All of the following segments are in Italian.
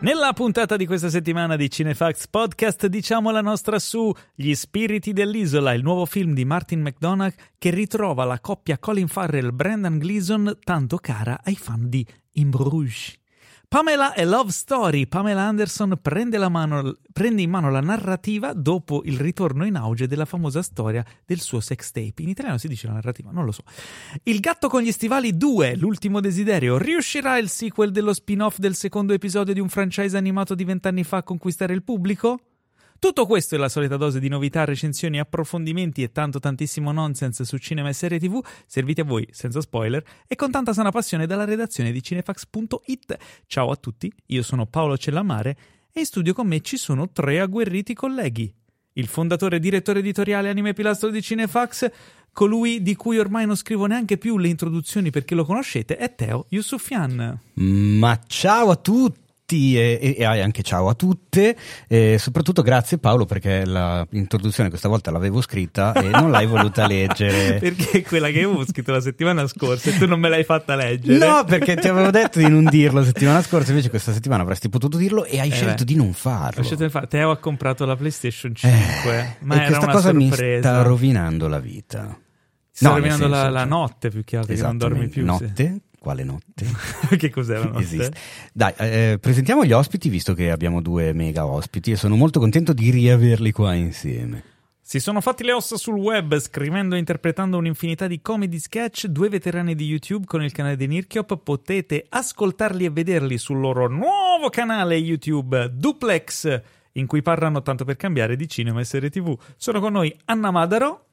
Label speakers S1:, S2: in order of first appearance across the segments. S1: Nella puntata di questa settimana di Cinefax Podcast diciamo la nostra su Gli spiriti dell'isola, il nuovo film di Martin McDonagh che ritrova la coppia Colin Farrell-Brendan Gleeson tanto cara ai fan di In Bruges. Pamela è Love Story. Pamela Anderson prende, la mano- prende in mano la narrativa dopo il ritorno in auge della famosa storia del suo sextape. In italiano si dice la narrativa, non lo so. Il gatto con gli stivali 2, l'ultimo desiderio. Riuscirà il sequel dello spin-off del secondo episodio di un franchise animato di vent'anni fa a conquistare il pubblico? Tutto questo è la solita dose di novità, recensioni, approfondimenti e tanto tantissimo nonsense su cinema e serie tv, serviti a voi senza spoiler e con tanta sana passione dalla redazione di cinefax.it. Ciao a tutti, io sono Paolo Cellamare e in studio con me ci sono tre agguerriti colleghi. Il fondatore e direttore editoriale anime pilastro di Cinefax, colui di cui ormai non scrivo neanche più le introduzioni perché lo conoscete, è Teo Yusufian.
S2: Ma ciao a tutti e, e- e anche ciao a tutte e soprattutto grazie Paolo perché l'introduzione questa volta l'avevo scritta e non l'hai voluta leggere.
S1: Perché è quella che avevo scritto la settimana scorsa e tu non me l'hai fatta leggere.
S2: No, perché ti avevo detto di non dirlo la settimana scorsa, invece questa settimana avresti potuto dirlo e hai
S1: Eh
S2: scelto
S1: beh.
S2: di non
S1: Ho
S2: farlo.
S1: scelto di fare- Teo ha comprato la PlayStation 5, ma
S2: Eh, e
S1: era
S2: questa
S1: una
S2: cosa mi
S1: sorpresa.
S2: sta rovinando la vita.
S1: Sta
S2: No, nel
S1: rovinando la,
S2: senso,
S1: la
S2: cioè,
S1: notte più che altro, che non dormi più.
S2: esattamente. Notte? Quale notte?
S1: sì. che cos'è la notte?
S2: Esiste. Dai, eh, presentiamo gli ospiti visto che abbiamo due mega ospiti e sono molto contento di riaverli qua insieme.
S3: Eh,
S1: Si sono fatti le ossa sul web scrivendo e interpretando un'infinità di comedy sketch, due veterani di YouTube con il canale di Nirchiop, potete ascoltarli e vederli sul loro nuovo canale YouTube Duplex, in cui parlano tanto per cambiare di cinema e serie TV. Sono con noi Anna Madaro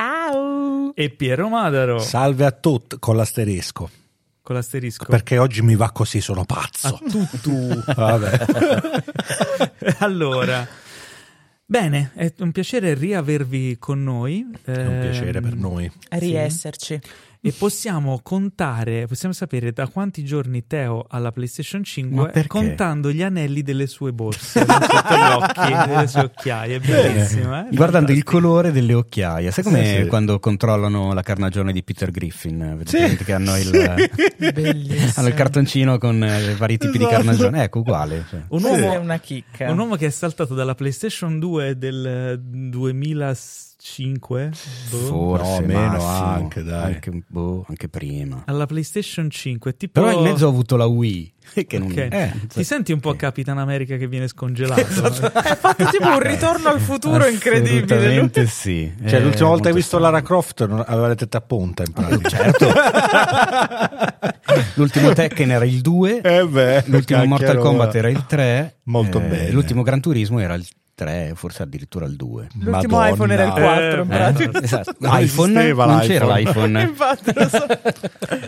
S4: Ciao!
S1: e Piero
S2: Ecco.
S1: Madaro
S3: Salve a tutti con l'asterisco.
S1: con l'asterisco.
S3: Perché oggi mi va così, sono
S1: a
S3: pazzo.
S1: tutto.
S3: Vabbè.
S1: allora, bene, è un piacere riavervi con noi. ehm,
S3: È
S2: Ehm,
S3: un piacere per noi.
S4: Riesserci.
S1: E possiamo contare, possiamo sapere da quanti giorni Teo ha la PlayStation 5
S2: Ma perché?
S1: contando gli anelli delle sue borse sotto gli occhi, delle sue occhiaie. Bellissimo, eh?
S2: Guardando il
S1: Fantastico.
S2: colore delle occhiaie, sai come
S3: Sì, sì.
S2: quando controllano la carnagione di Peter Griffin? Vedete
S3: Sì.
S2: presente che hanno il,
S4: Bellissimo.
S2: hanno il cartoncino con eh, i vari tipi di
S3: Esatto.
S2: carnagione. Ecco, uguale. cioè.
S1: Un
S4: Sì,
S1: uomo,
S4: è una chicca.
S1: un uomo che è saltato dalla PlayStation 2 del 2005 boh,
S2: Forse
S3: No, meno
S2: massimo,
S3: anche, dai.
S2: Anche, boh, anche prima.
S1: alla PlayStation 5, tipo
S2: Però in mezzo ho avuto la Wii. Che non
S1: Ok.
S2: eh,
S1: Ti senti un po'
S2: sì. Esatto.
S1: Capitan America che viene scongelato?
S4: Ha fatto tipo un ritorno al futuro incredibile. lui.
S2: Assolutamente sì.
S3: Cioè,
S2: Eh,
S3: l'ultima
S2: molto
S3: volta hai visto
S2: strano.
S3: Lara Croft, non- avevate tetta a punta in pratica.
S2: Certo. L'ultimo Tekken era il 2.
S3: Eh beh,
S2: L'ultimo
S3: cacchio,
S2: Mortal
S3: allora.
S2: Kombat era il 3.
S3: Molto bene.
S2: L'ultimo Gran Turismo era il 3, forse addirittura il 2.
S4: L'ultimo
S3: Madonna.
S4: iPhone era il 4, in
S1: Eh,
S4: pratica.
S1: no.
S2: esatto.
S3: Non
S2: iPhone,
S3: esisteva
S2: non
S3: l'iPhone.
S2: c'era l'iPhone.
S4: Infatti, lo so.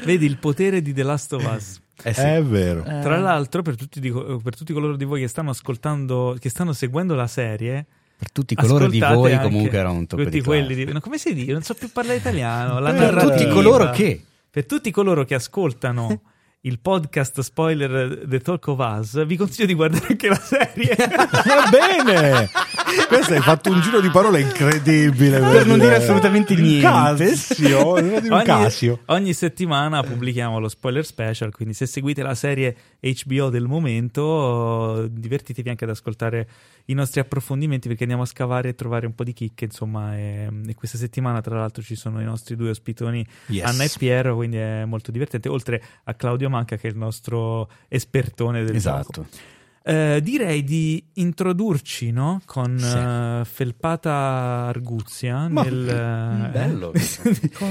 S1: Vedi il potere di The Last of Us.
S2: Eh sì.
S3: È vero.
S1: Tra l'altro, per tutti, di- per tutti coloro di voi che stanno ascoltando, che stanno seguendo la serie,
S2: per tutti coloro
S1: Eh,
S2: di
S1: ascoltate
S2: voi
S1: anche
S2: comunque era un tocco
S1: tutti
S2: di
S1: quelli
S2: classe.
S1: di- no, Come si dice? Non so più parlare italiano. La
S2: Per tutti
S1: narrativa.
S2: coloro che...
S1: Per tutti coloro che ascoltano il podcast spoiler The Talk of Us, vi consiglio di guardare anche la serie.
S3: Va bene. Questo hai fatto un giro di parole incredibile.
S2: Per non dire assolutamente niente.
S3: Casio, non dire un Casio.
S1: ogni settimana pubblichiamo lo spoiler special, quindi se seguite la serie HBO del momento, eh, divertitevi anche ad ascoltare i nostri approfondimenti perché andiamo a scavare e trovare un po' di chicche, insomma, e, e questa settimana tra l'altro ci sono i nostri due ospitoni,
S3: Yes.
S1: Anna e Piero, quindi è molto divertente, oltre a Claudio Manca che è il nostro espertone del gioco.
S2: Esatto.
S1: Eh, direi di introdurci no? con
S2: Sì.
S1: eh, Felpata Arguzia
S3: Ma-
S1: nel, eh,
S2: bello.
S4: Con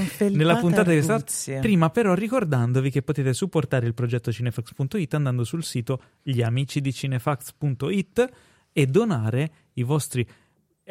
S4: felpata
S1: nella puntata che è stata
S4: arguzia.
S1: prima però ricordandovi che potete supportare il progetto cinefax.it andando sul sito gliamicidicinefax.it e donare i vostri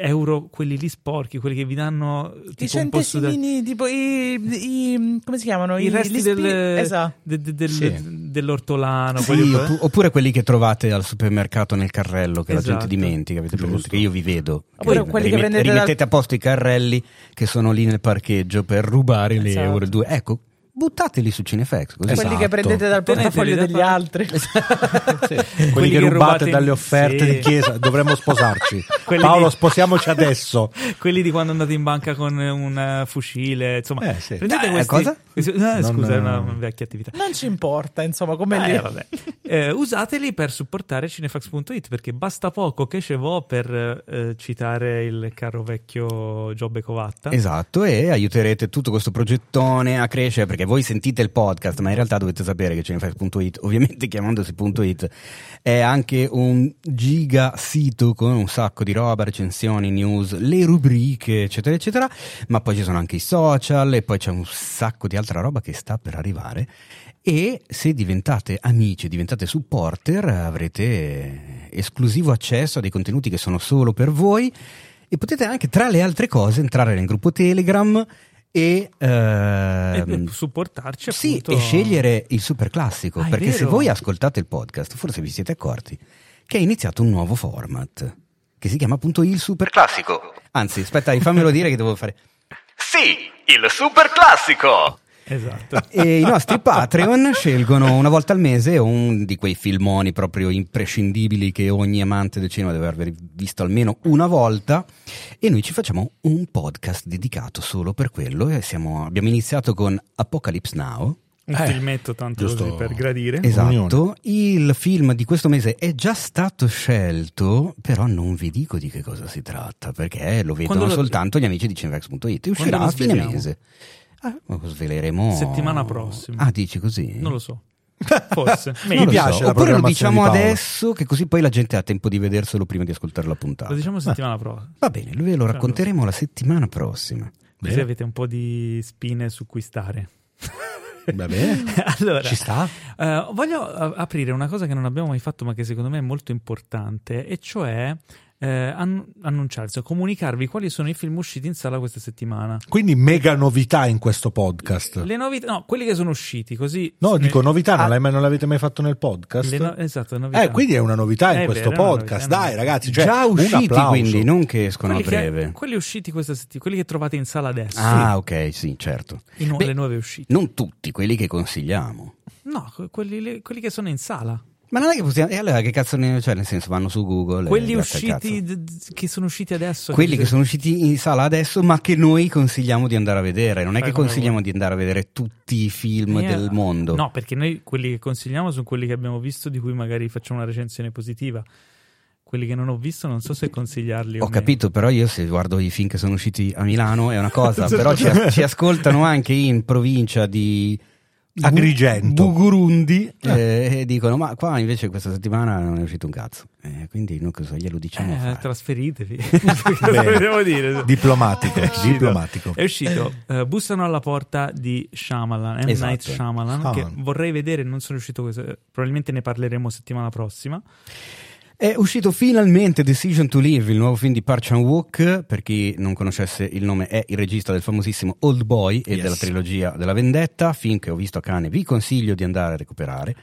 S1: euro quelli lì sporchi quelli che vi danno eh,
S4: I
S1: tipo un po' su da-
S4: centesimini, tipo i, i- come si chiamano?
S1: i resti
S4: gli
S1: del-
S4: spi- Esatto.
S1: de- de- del-
S2: Sì.
S1: dell'ortolano
S2: Sì,
S1: quelli-
S2: oppu- oppure quelli che trovate al supermercato nel carrello che la
S1: Esatto.
S2: gente dimentica, avete presente? Che
S3: Giusto.
S2: io vi vedo.
S4: Oppure
S2: Che
S4: quelli che
S2: rimet-
S4: prendete dal-
S2: rimettete a posto i carrelli che sono lì nel parcheggio per rubare le
S4: Esatto.
S2: euro e due. Ecco, buttateli su Cinefex. Così.
S4: Quelli che prendete dal
S1: Teneteli
S4: portafoglio
S1: Esatto. da
S4: degli
S1: parte.
S4: altri.
S3: Quelli,
S1: Quelli
S3: che
S1: che
S3: rubate
S1: rubate-
S3: dalle offerte
S1: Sì.
S3: di chiesa, dovremmo sposarci.
S1: Quelli
S3: Paolo,
S1: di-
S3: sposiamoci adesso.
S1: quelli di quando andate in banca con eh, un eh, fucile, insomma,
S3: Eh, sì.
S1: prendete
S2: Eh,
S1: questi,
S2: cosa?
S1: Eh, scusa, è
S3: Non,
S1: una
S3: eh,
S1: vecchia attività.
S4: Non ci importa, insomma, come
S1: Eh,
S4: lì.
S1: vabbè. Eh, usateli per supportare cinefax.it perché basta poco che ce vo per eh, citare il caro vecchio Giobbe Covatta.
S2: Esatto, e aiuterete tutto questo progettone a crescere perché voi sentite il podcast, ma in realtà dovete sapere che cinefax.it, ovviamente chiamandosi punto .it, è anche un giga sito con un sacco di roba, recensioni, news, le rubriche, eccetera, eccetera, ma poi ci sono anche i social e poi c'è un sacco di altra roba che sta per arrivare. E se diventate amici, diventate supporter, avrete esclusivo accesso a dei contenuti che sono solo per voi e potete anche, tra le altre cose, entrare nel gruppo Telegram e,
S1: E
S2: ehm,
S1: per supportarci
S2: sì,
S1: appunto.
S2: e scegliere il super classico.
S1: Ah, è
S2: perché se
S1: vero.
S2: voi ascoltate il podcast, forse vi siete accorti che è iniziato un nuovo format che si chiama appunto il super classico. Anzi, aspetta, rifammelo dire che devo fare. Sì, il super classico.
S1: Esatto.
S2: E i nostri Patreon scelgono una volta al mese un di quei filmoni proprio imprescindibili che ogni amante del cinema deve aver visto almeno una volta e noi ci facciamo un podcast dedicato solo per quello e siamo- abbiamo iniziato con Apocalypse Now.
S1: Un
S3: Eh,
S1: filmetto tanto
S3: giusto.
S1: così per gradire.
S3: Eh,
S2: Esatto, il film di questo mese è già stato scelto, però non vi dico di che cosa si tratta, perché lo vedono
S1: lo-
S2: soltanto gli amici di Cinevax.it e uscirà
S1: lo
S2: a fine
S1: sveliamo?
S2: mese. Ah, ma lo sveleremo
S1: Settimana prossima.
S2: Ah, dici così?
S1: Non lo so. Forse.
S3: Mi
S1: Maybe.
S2: lo
S3: piace la
S2: Oppure lo
S3: programmazione
S2: diciamo
S3: di Paolo.
S2: adesso, che così poi la gente ha tempo di vederselo prima di ascoltare la puntata.
S1: Lo diciamo settimana prossima.
S2: Va bene, ve lo racconteremo la settimana prossima.
S1: Così avete un po' di spine su cui stare.
S3: Vabbè.
S1: allora,
S2: Ci sta?
S1: eh, voglio a- aprire una cosa che non abbiamo mai fatto, ma che secondo me è molto importante, e cioè eh, an- annunciarsi, o comunicarvi quali sono i film usciti in sala questa settimana.
S3: Quindi mega novità in questo podcast.
S1: Le novità, no, quelli che sono usciti, così.
S3: No,
S1: ne-
S3: dico novità,
S1: Ah,
S3: non, l'hai mai- non l'avete mai fatto nel podcast?
S1: le no- esatto, le novità.
S3: eh, quindi è una novità in
S1: È
S3: questo
S1: vero, è una
S3: podcast.
S1: novità,
S3: Dai,
S1: è una-
S3: ragazzi, cioè,
S2: già
S3: un
S2: usciti,
S3: applauso.
S2: quindi non che escono
S1: quelli,
S2: a
S1: che-
S2: breve.
S1: quelli usciti questa settimana, quelli che trovate in sala adesso,
S2: Ah, ok, sì, certo.
S1: I nu-
S2: Beh,
S1: le nuove uscite.
S2: Non tutti quelli che consigliamo.
S1: No, que- quelli, le- quelli che sono in sala.
S2: Ma non è che possiamo. E allora che cazzo ne. Cioè, nel senso, vanno su Google. e
S1: quelli
S2: grazie al
S1: usciti
S2: cazzo.
S1: d- d- che sono usciti adesso.
S2: Quelli che sono usciti in sala adesso, ma che noi consigliamo di andare a vedere. Non è
S1: Fai
S2: che
S1: come
S2: consigliamo di andare a vedere tutti i film
S1: Eh,
S2: del mondo.
S1: No, perché noi quelli che consigliamo sono quelli che abbiamo visto, di cui magari facciamo una recensione positiva. Quelli che non ho visto, non so se consigliarli. o
S2: Ho
S1: meno.
S2: capito, però io se guardo i film che sono usciti a Milano è una cosa, però ci,
S1: Certo.
S2: ci ascoltano anche in provincia di
S3: Agrigento.
S2: Bugurundi
S1: Ah.
S2: eh, e dicono ma qua invece questa settimana non è uscito un cazzo. Eh, quindi noi cosa glielo diciamo? a
S1: Eh,
S2: fare?
S1: trasferitevi.
S3: Bene.
S1: Cosa vogliamo dire?
S3: Diplomatico,
S1: È uscito-
S3: diplomatico.
S1: È uscito eh, Bussano alla porta di Shyamalan, M.
S2: Esatto.
S1: Night Shyamalan,
S3: Shyamalan.
S1: che vorrei vedere, non sono riuscito questo, eh, probabilmente ne parleremo settimana prossima.
S2: È uscito finalmente Decision to Live, il nuovo film di Park Chan-wook, per chi non conoscesse il nome è il regista del famosissimo Old Boy e
S3: Yes.
S2: della trilogia della vendetta, film che ho visto a cane, vi consiglio di andare a recuperare.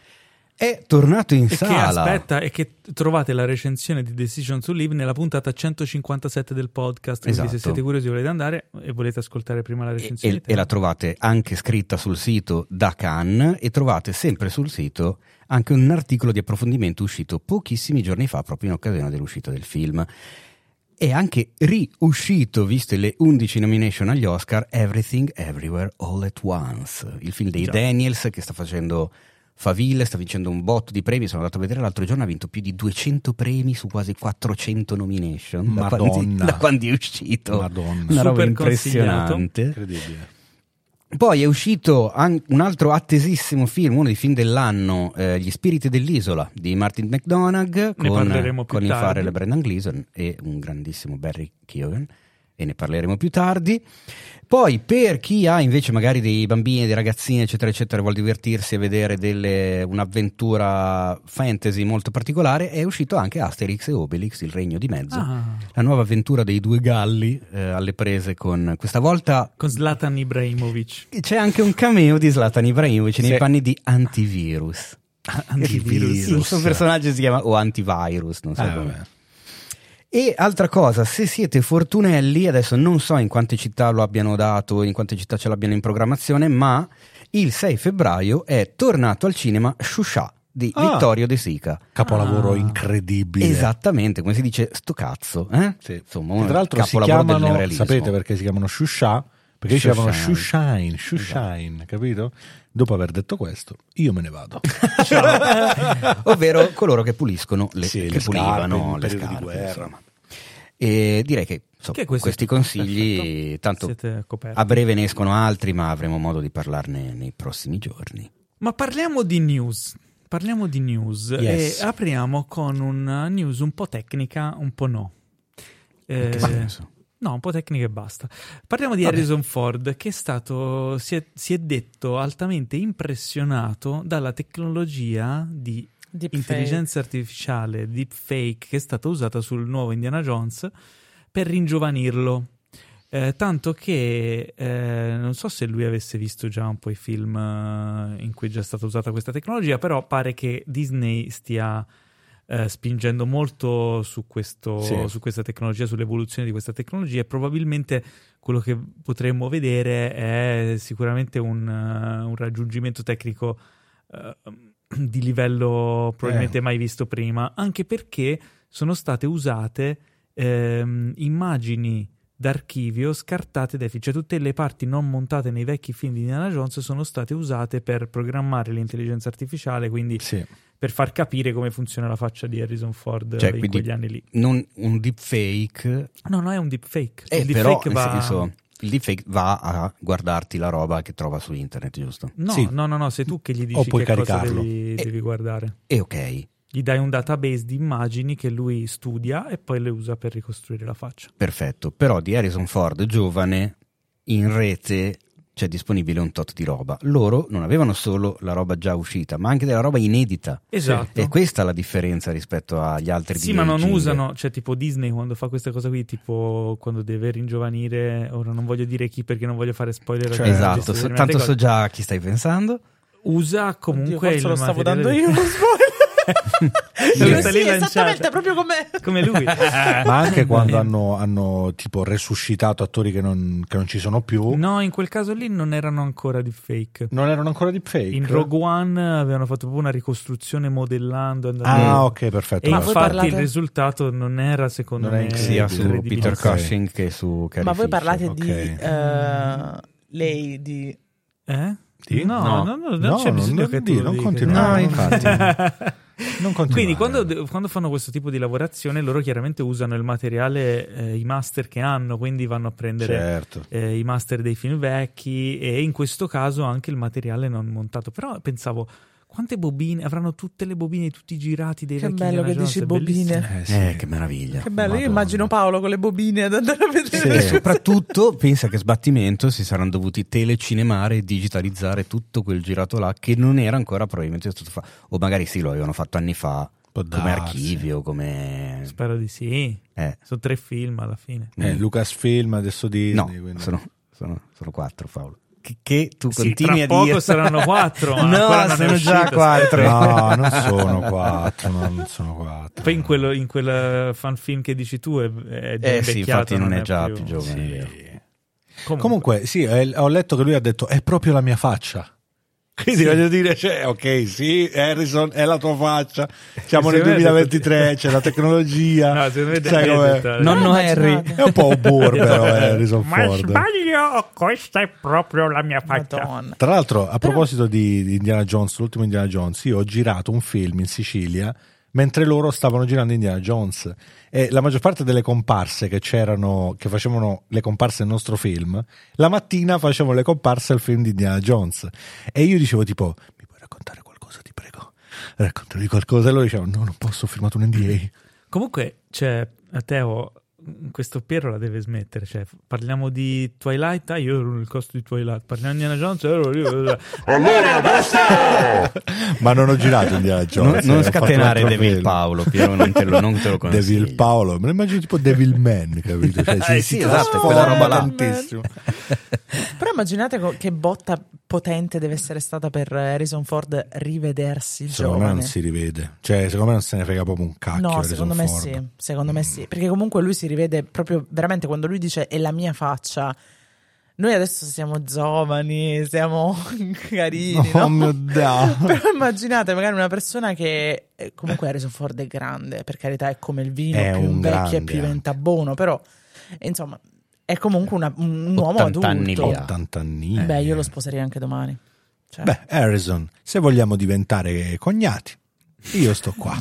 S2: È tornato in
S1: E che
S2: sala.
S1: aspetta e che trovate la recensione di Decision to Live nella puntata 157 del podcast. Quindi
S2: Esatto.
S1: se siete curiosi volete andare e volete ascoltare prima la
S2: e,
S1: recensione.
S2: e- e la trovate anche scritta sul sito da Cannes e trovate sempre sul sito anche un articolo di approfondimento uscito pochissimi giorni fa proprio in occasione dell'uscita del film. È anche riuscito, viste le 11 nomination agli Oscar, Everything Everywhere All at Once, il film dei
S1: Già.
S2: Daniels che sta facendo faville, sta vincendo un botto di premi, sono andato a vedere l'altro giorno, ha vinto più di 200 premi su quasi 400 nomination da quando,
S3: Madonna.
S2: da quando è uscito.
S3: Madonna.
S2: Una roba
S1: Super consigliato.
S2: impressionante.
S3: Incredibile.
S2: Poi è uscito an- un altro attesissimo film, uno dei film dell'anno, eh, Gli spiriti dell'isola di Martin McDonagh
S1: Ne
S2: con,
S1: parleremo più
S2: con il
S1: tardi.
S2: Farrell e Brendan Gleeson e un grandissimo Barry Keoghan e ne parleremo più tardi. Poi per chi ha invece magari dei bambini, dei ragazzini eccetera eccetera e vuol divertirsi e vedere delle- un'avventura fantasy molto particolare è uscito anche Asterix e Obelix, Il Regno di Mezzo,
S1: Ah,
S2: la nuova avventura dei due galli eh, alle prese con questa volta
S1: con Zlatan Ibrahimovic.
S2: c'è anche un cameo di Zlatan Ibrahimovic nei
S3: Sì.
S2: panni di Antivirus.
S3: Antivirus.
S2: Il suo personaggio si chiama o Antivirus, non so
S3: Eh,
S2: come.
S3: vabbè.
S2: E altra cosa, se siete fortunelli, adesso non so in quante città lo abbiano dato, in quante città ce l'abbiano in programmazione, ma il 6 febbraio è tornato al cinema Shusha di
S3: Ah.
S2: Vittorio De Sica.
S3: Capolavoro
S1: Ah.
S3: incredibile.
S2: Esatto. Esattamente, come si dice, sto cazzo, eh?
S3: Sì.
S2: Insomma,
S3: Che
S2: un
S3: tra l'altro si
S2: capolavoro del
S3: chiamano,
S2: neorealismo.
S3: sapete perché si chiamano Shusha? Perché dicevano
S2: Shoeshine.
S3: Shoeshine, Shoeshine, capito? Dopo aver detto questo, io me ne vado.
S2: ovvero coloro che puliscono le,
S3: Sì,
S2: che
S3: le scarpe,
S2: pulivano le
S3: in periodo di
S2: scarpe,
S3: guerra.
S2: insomma. E direi che, so,
S1: Che questo-
S2: questi consigli,
S1: Perfetto.
S2: tanto
S1: Siete coperti.
S2: a breve ne escono altri, ma avremo modo di parlarne nei prossimi giorni.
S1: Ma parliamo di news. Parliamo di news
S3: Yes.
S1: e apriamo con una news un po' tecnica, un po' no.
S2: In che
S1: Eh,
S2: senso?
S1: No, un po' tecnica e basta. Parliamo di
S2: Vabbè.
S1: Harrison Ford che è stato, si è, si è detto, altamente impressionato dalla tecnologia di
S4: Deepfake.
S1: intelligenza artificiale, deepfake, che è stata usata sul nuovo Indiana Jones per ringiovanirlo. Eh, tanto che eh, non so se lui avesse visto già un po' i film eh, in cui è già stata usata questa tecnologia, però pare che Disney stia eh, spingendo molto su, questo-
S3: Sì.
S1: su questa tecnologia, sull'evoluzione di questa tecnologia e probabilmente quello che potremmo vedere è sicuramente un, eh, un raggiungimento tecnico eh, di livello probabilmente
S3: Eh.
S1: mai visto prima, anche perché sono state usate ehm, immagini d'archivio scartate dai film, cioè tutte le parti non montate nei vecchi film di Indiana Jones sono state usate per programmare l'intelligenza artificiale, quindi
S3: Sì.
S1: per far capire come funziona la faccia di Harrison Ford eh,
S2: Cioè,
S1: in
S2: quindi-
S1: quegli anni lì.
S2: Non un deepfake,
S1: No, no, è un deepfake.
S2: eh,
S1: il
S2: però
S1: deepfake
S2: nel
S1: va...
S2: senso, il deepfake va a guardarti la roba che trova su internet, giusto?
S1: No,
S3: Sì.
S1: no, no, no, sei tu che gli dici
S3: O puoi
S1: che cosa
S3: caricarlo.
S1: devi, devi guardare.
S2: E ok,
S1: Gli dai un database di immagini che lui studia e poi le usa per ricostruire la faccia.
S2: perfetto. Però di Harrison Ford giovane in rete c'è disponibile un tot di roba. Loro non avevano solo la roba già uscita, ma anche della roba inedita.
S1: Esatto.
S2: E questa è la differenza rispetto agli altri
S1: Sì, ma non
S2: aging.
S1: usano, cioè tipo Disney quando fa questa cosa qui, tipo quando deve ringiovanire, ora non voglio dire chi perché non voglio fare spoiler.
S3: Cioè,
S1: a chi
S2: esatto,
S1: gestisce
S2: se-
S1: determinate
S2: tanto so
S1: cose.
S2: già a chi stai pensando.
S1: usa
S4: Oddio,
S1: comunque
S4: forse
S1: il
S4: lo stavo
S1: materiale
S4: dando
S1: del-
S4: io lo spoiler.
S1: Lo
S4: Cioè,
S1: sta
S4: sì,
S1: lì lanciato.
S4: esattamente, proprio come...
S1: Come lui. Eh.
S3: Ma anche quando hanno, hanno, tipo resuscitato attori che non, che non ci sono più,
S1: No, in quel caso lì non erano ancora di fake.
S3: non erano ancora deepfake.
S1: In Rogue One avevano fatto proprio una ricostruzione modellando. andando-
S3: Ah, ok, perfetto.
S1: E
S3: Ma
S4: voi
S1: infatti
S4: parlate-
S1: il risultato non era secondo
S3: Non è
S1: me
S3: incredibile.
S2: Sia su
S1: incredibile.
S2: Peter
S3: Ok.
S2: Cushing che su Carrie
S4: Ma voi
S2: Fisher.
S4: parlate
S3: ok.
S4: di eh, lei di...
S1: Eh?
S3: Sì?
S1: No, no,
S3: No.
S1: no, non
S3: No,
S1: c'è
S3: non-
S1: bisogno
S3: non
S1: che
S3: di-
S1: tu lo
S3: non
S1: dica.
S3: continuare,
S2: No, non infatti.
S3: Non
S1: Quindi
S3: continuare.
S1: quando, quando fanno questo tipo di lavorazione loro chiaramente usano il materiale, eh, i master che hanno, quindi vanno a prendere
S3: Certo.
S1: eh, i master dei film vecchi e in questo caso anche il materiale non montato. Però pensavo, quante bobine, avranno tutte le bobine, tutti girati dei
S4: Che
S1: vecchi
S4: bello
S1: Indiana
S4: che
S1: Jones,
S4: dici
S1: è bellissimo.
S4: bobine.
S3: Eh, sì.
S2: Eh, che meraviglia.
S4: Che bello, io
S2: Madonna.
S4: immagino Paolo con le bobine ad andare a
S2: Sì,
S4: vedere.
S2: e soprattutto pensa che sbattimento si saranno dovuti telecinemare e digitalizzare tutto quel girato là che non era ancora probabilmente stato fatto. O magari sì, lo avevano fatto anni fa
S3: Può
S2: come
S3: darsi.
S2: archivio, come...
S1: Spero di sì.
S2: Ah, Eh, mm.
S1: Sono tre film alla fine.
S3: Eh, Lucasfilm, adesso
S2: no,
S3: Disney. quindi-
S2: sono, sono, sono quattro Paolo. Che, che tu
S1: Sì,
S2: continui
S1: tra
S2: a
S1: poco
S2: dire...
S1: saranno quattro, ma ancora
S2: no,
S1: non è
S2: sono già
S1: uscito.
S2: quattro.
S3: No, non sono quattro, non sono quattro.
S1: Poi in, quello, in quel fan film che dici tu è, è già
S2: Eh sì,
S1: invecchiato,
S2: infatti non è già più giovane.
S3: Sì.
S2: vero.
S1: Comunque,
S3: Comunque, sì, eh, ho letto che lui ha detto è proprio la mia faccia. Quindi voglio dire, cioè, ok, sì, Harrison è la tua faccia. Siamo nel
S1: Secondo me ha
S3: 2023, c'è la tecnologia.
S1: No, secondo me
S3: sai
S1: è
S3: com'è?
S1: detto-
S2: Nonno
S4: Ah,
S2: Harry.
S4: immaginate.
S3: È un po' un burbero
S2: eh,
S3: Harrison Ford.
S1: sbaglio, questa è proprio la mia
S4: Madonna.
S3: Tra l'altro, a proposito di, di Indiana Jones, l'ultimo Indiana Jones, io ho girato un film in Sicilia mentre loro stavano girando Indiana Jones e la maggior parte delle comparse che c'erano, che facevano le comparse nel nostro film, la mattina facevano le comparse al film di Indiana Jones e io dicevo tipo, mi puoi raccontare qualcosa, ti prego? Raccontami qualcosa e loro dicevano, no, non posso, ho firmato un NDA.
S1: Comunque, cioè, Teo, questo Piero la deve smettere. Cioè, parliamo di Twilight, ah, io ero il costo di Twilight. Parliamo di Indiana Jones, ero io.
S5: Allora basta!
S3: Ma non ho girato Indiana
S2: Non,
S3: Jones. eh,
S2: non
S3: ho fatto un
S2: scatenare
S3: altro
S2: Devil
S3: film.
S2: Paolo, Piero, non te lo, non te lo consiglio.
S3: Devil Paolo, me lo immagino tipo Devil Man, capito? Cioè, si,
S2: Eh
S3: si
S2: sì, esatto, è
S3: trasforma
S2: quella roba là.
S3: tantissimo.
S4: Però immaginate co- che botta potente deve essere stata per Harrison Ford rivedersi
S3: Secondo me
S4: giovane.
S3: non si rivede, cioè secondo me non se ne frega proprio un cacchio.
S4: No,
S3: Harrison
S4: secondo me
S3: Ford. Mm.
S4: sì, secondo me sì, perché comunque lui si rivede proprio veramente quando lui dice è la mia faccia. Noi adesso siamo giovani, siamo carini,
S3: Oh
S4: no?
S3: mio Dio.
S4: Però immaginate magari una persona che eh, comunque Harrison Ford è grande, per carità è come il vino,
S3: È
S4: più
S3: un
S4: invecchia e
S3: grande
S4: più diventa buono, però eh, insomma è comunque una- un un uomo
S2: 80 anni
S4: adulto.
S2: via.
S3: 80 anni.
S4: Eh, Beh, io lo sposerei anche domani. Cioè,
S3: Eh. Beh, Harrison, se vogliamo diventare cognati, io sto qua.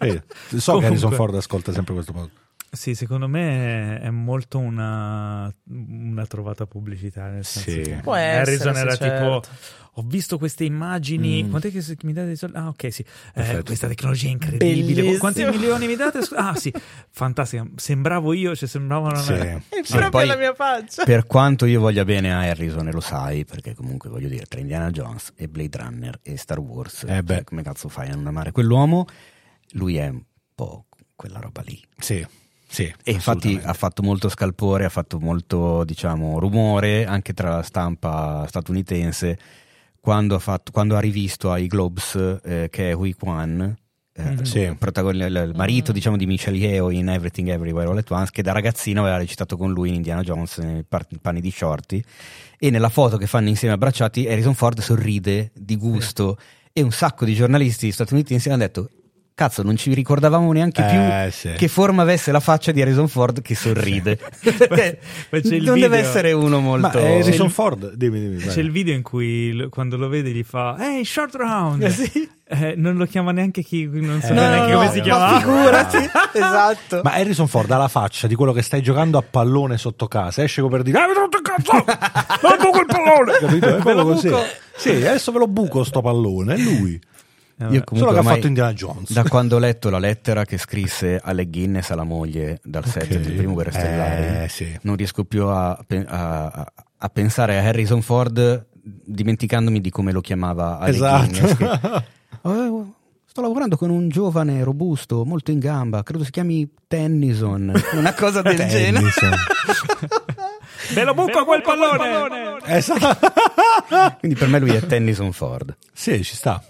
S3: Eh, so che Harrison
S1: Comunque.
S3: Ford ascolta sempre questo podcast.
S1: Sì, secondo me è molto una, una trovata pubblicitaria. Nel senso
S3: Sì.
S1: che
S4: Può
S1: Harrison
S4: essere,
S1: era
S4: sì,
S1: tipo: Ho visto queste immagini. Quant'è che se- mi date dei soldi? Ah, ok, sì. Eh,
S3: Mm. Perfetto.
S1: questa tecnologia è incredibile.
S4: Bellissimo.
S1: Quanti milioni mi date? Scusa- Ah, sì, fantastica. Sembravo io, cioè sembrava una.
S3: Sì.
S4: è
S2: Sì,
S4: proprio
S2: poi-
S4: la mia
S3: Cioè.
S4: faccia.
S2: Per quanto io voglia bene a Harrison, e lo sai, perché comunque voglio dire, tra Indiana Jones e Blade Runner e Star Wars,
S3: Eh beh.
S2: cioè, come cazzo fai a non amare quell'uomo? Lui è un po' quella roba lì.
S3: Sì, sì.
S2: E infatti
S3: assolutamente.
S2: ha fatto molto scalpore, ha fatto molto, diciamo, rumore anche tra la stampa statunitense quando ha, fatto- quando ha rivisto ai Globes eh, che è Hui Kwan, eh,
S1: Mhm.
S3: Mm-hmm. Sì.
S2: il, protagonista- il- il marito
S4: Mhm.
S2: diciamo, di Michelle Yeo in Everything Everywhere All At Once, che da ragazzino aveva recitato con lui in Indiana Jones nei par- panni di shorty. E nella foto che fanno insieme abbracciati, Harrison Ford sorride di gusto e un sacco di giornalisti statunitensi hanno detto. Cazzo, non ci ricordavamo neanche più
S3: Eh, sì.
S2: che forma avesse la faccia di Harrison Ford che sorride. Perché
S1: Ma c'è il
S2: non deve
S1: video.
S2: essere uno molto...
S3: Ma eh, Harrison
S1: il-
S3: Ford, dimmi, dimmi. vai.
S1: C'è il video in cui l- quando lo vede gli fa: Hey, short round!
S2: Eh, sì.
S1: Eh, non lo chiama neanche chi, non so
S3: Eh,
S2: No,
S1: neanche
S2: no,
S1: come
S2: no,
S1: si
S2: ma
S1: chiama.
S2: figurati, esatto.
S3: Ma Harrison Ford ha la faccia di quello che stai giocando a pallone sotto casa. Esce come per dire: Ah, mi rotto il cazzo! Non buco il pallone! Capito? È proprio così. Sì, adesso ve lo buco sto pallone. È lui.
S2: Io
S3: Solo
S2: comunque
S3: che ha
S2: ormai,
S3: fatto Indiana Jones.
S2: da quando ho letto la lettera che scrisse alle Guinness alla moglie dal set del primo Guerra Stellare,
S3: Eh, sì.
S2: non riesco più a, pe- a- a- a pensare a Harrison Ford dimenticandomi di come lo chiamava alle Guinness. che-
S3: Esatto.
S2: "Oh, Sto lavorando con un giovane robusto, molto in gamba, credo si chiami Tennison, una cosa del genere.
S3: Tennison.
S1: Ve lo buco quel pallone!
S3: esatto.
S2: Quindi per me lui è Tennison Ford.
S3: Sì, ci sta.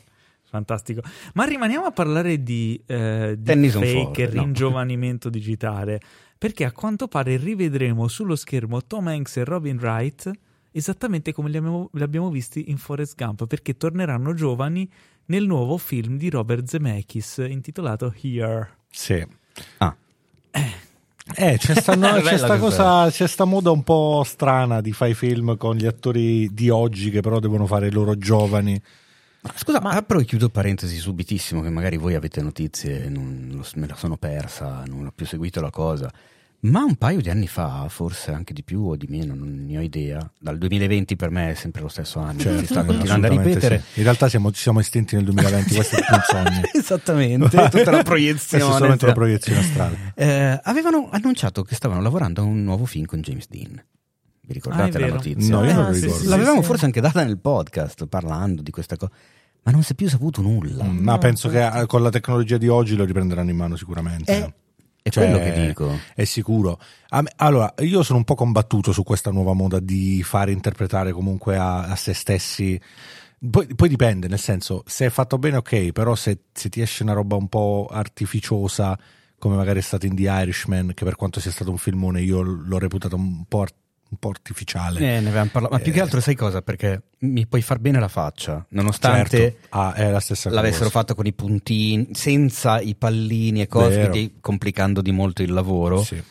S1: Fantastico. Ma rimaniamo a parlare di, eh, di
S2: Tennyson
S1: fake
S2: Ford,
S1: e
S2: no.
S1: ringiovanimento digitale, perché a quanto pare rivedremo sullo schermo Tom Hanks e Robin Wright esattamente come li abbiamo, li abbiamo visti in Forrest Gump, perché torneranno giovani nel nuovo film di Robert Zemeckis intitolato Here.
S3: Sì.
S2: Ah.
S3: Eh, c'è sta, no,
S2: Bella
S3: c'è
S2: questa.
S3: sta cosa, c'è sta moda un po' strana di fare i film con gli attori di oggi che però devono fare i loro giovani.
S2: Ma Scusa, ma apro e chiudo parentesi subitissimo, che magari voi avete notizie, non lo s- me la sono persa, non ho più seguito la cosa. Ma un paio di anni fa, forse anche di più o di meno, non ne ho idea. Dal 2020 per me è sempre lo stesso anno, si sta continuando a
S3: Cioè, Certo, assolutamente
S2: ripetere.
S3: sì. In realtà siamo, ci siamo estinti nel 2020, questo è tutto un sogno.
S2: Esattamente, tutta la
S3: Questa è
S2: proiezione.
S3: solamente
S2: cioè.
S3: una proiezione astrale.
S2: Eh, avevano annunciato che stavano lavorando a un nuovo film con James Dean. Vi ricordate
S1: Ah, è
S2: la
S1: vero.
S2: notizia?
S3: No, io non
S4: Ah,
S3: lo
S4: sì,
S3: ricordo.
S4: sì, sì,
S2: L'avevamo
S4: sì.
S2: forse anche data nel podcast parlando di questa cosa, ma non si è più saputo nulla.
S3: Mm, Ma
S4: No,
S3: penso che eh, con la tecnologia di oggi lo riprenderanno in mano sicuramente.
S2: Eh, È
S3: Cioè,
S2: quello che dico.
S3: È sicuro. A me- allora, io sono un po' combattuto su questa nuova moda di fare interpretare comunque a, a se stessi. Poi, poi dipende, nel senso, se è fatto bene, ok, però se, se ti esce una roba un po' artificiosa, come magari è stato in The Irishman, che per quanto sia stato un filmone, io l'ho reputato un po', ar- un po' artificiale.
S2: Eh, ne avevamo parlato. Ma più che
S3: Eh.
S2: altro sai cosa? Perché mi puoi far bene la faccia, nonostante
S3: Certo. Ah, è la stessa cosa.
S2: l'avessero fatto con i puntini, senza i pallini e cose,
S3: Vero.
S2: quindi complicando di molto il lavoro.
S3: Sì.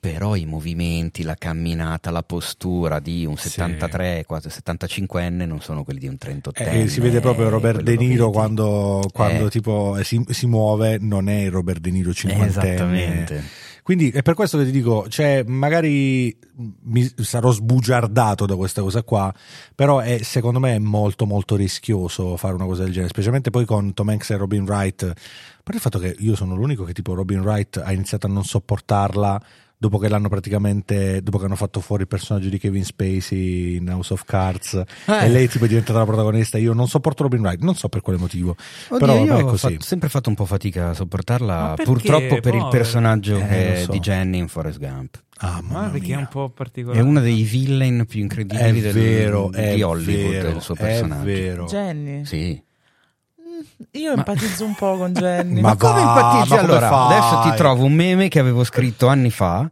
S2: Però i movimenti, la camminata, la postura di un
S3: Sì.
S2: 73, quasi 75enne non sono quelli di un 38enne.
S3: Eh, si vede proprio Robert
S2: quello
S3: De Niro
S2: che-
S3: quando, quando
S2: Eh.
S3: tipo si, si muove, non è il Robert De Niro 50
S2: Esattamente.
S3: Quindi è per questo che ti dico, cioè, magari mi sarò sbugiardato da questa cosa qua, però è, secondo me è molto molto rischioso fare una cosa del genere, specialmente poi con Tom Hanks e Robin Wright, per il fatto che io sono l'unico che tipo Robin Wright ha iniziato a non sopportarla dopo che l'hanno praticamente, dopo che hanno fatto fuori il personaggio di Kevin Spacey in House of Cards
S4: Eh.
S3: e lei tipo è diventata la protagonista, io non sopporto Robin Wright, non so per quale motivo,
S2: Oddio,
S3: però
S2: io
S3: ormai è
S2: ho
S3: così.
S2: fatto- sempre fatto un po' fatica a
S1: Ma
S2: sopportarla,
S1: perché,
S2: purtroppo per il
S1: povero?
S2: personaggio
S3: Eh,
S2: che
S3: lo so.
S2: di Jenny in Forrest Gump.
S3: Ah,
S1: Ma
S3: mamma
S1: perché
S3: mia.
S1: è un po' particolare.
S2: È uno dei villain più
S3: è
S2: incredibili del-
S3: vero, è
S2: di Hollywood,
S3: vero,
S2: il suo
S3: è
S2: personaggio.
S3: vero.
S4: Jenny.
S2: Sì.
S4: Io empatizzo un po' con Jenny.
S3: Ma
S2: Ma, come
S3: va,
S2: empatizzi?
S3: ma come
S2: allora,
S3: fai?
S2: adesso ti trovo un meme che avevo scritto anni fa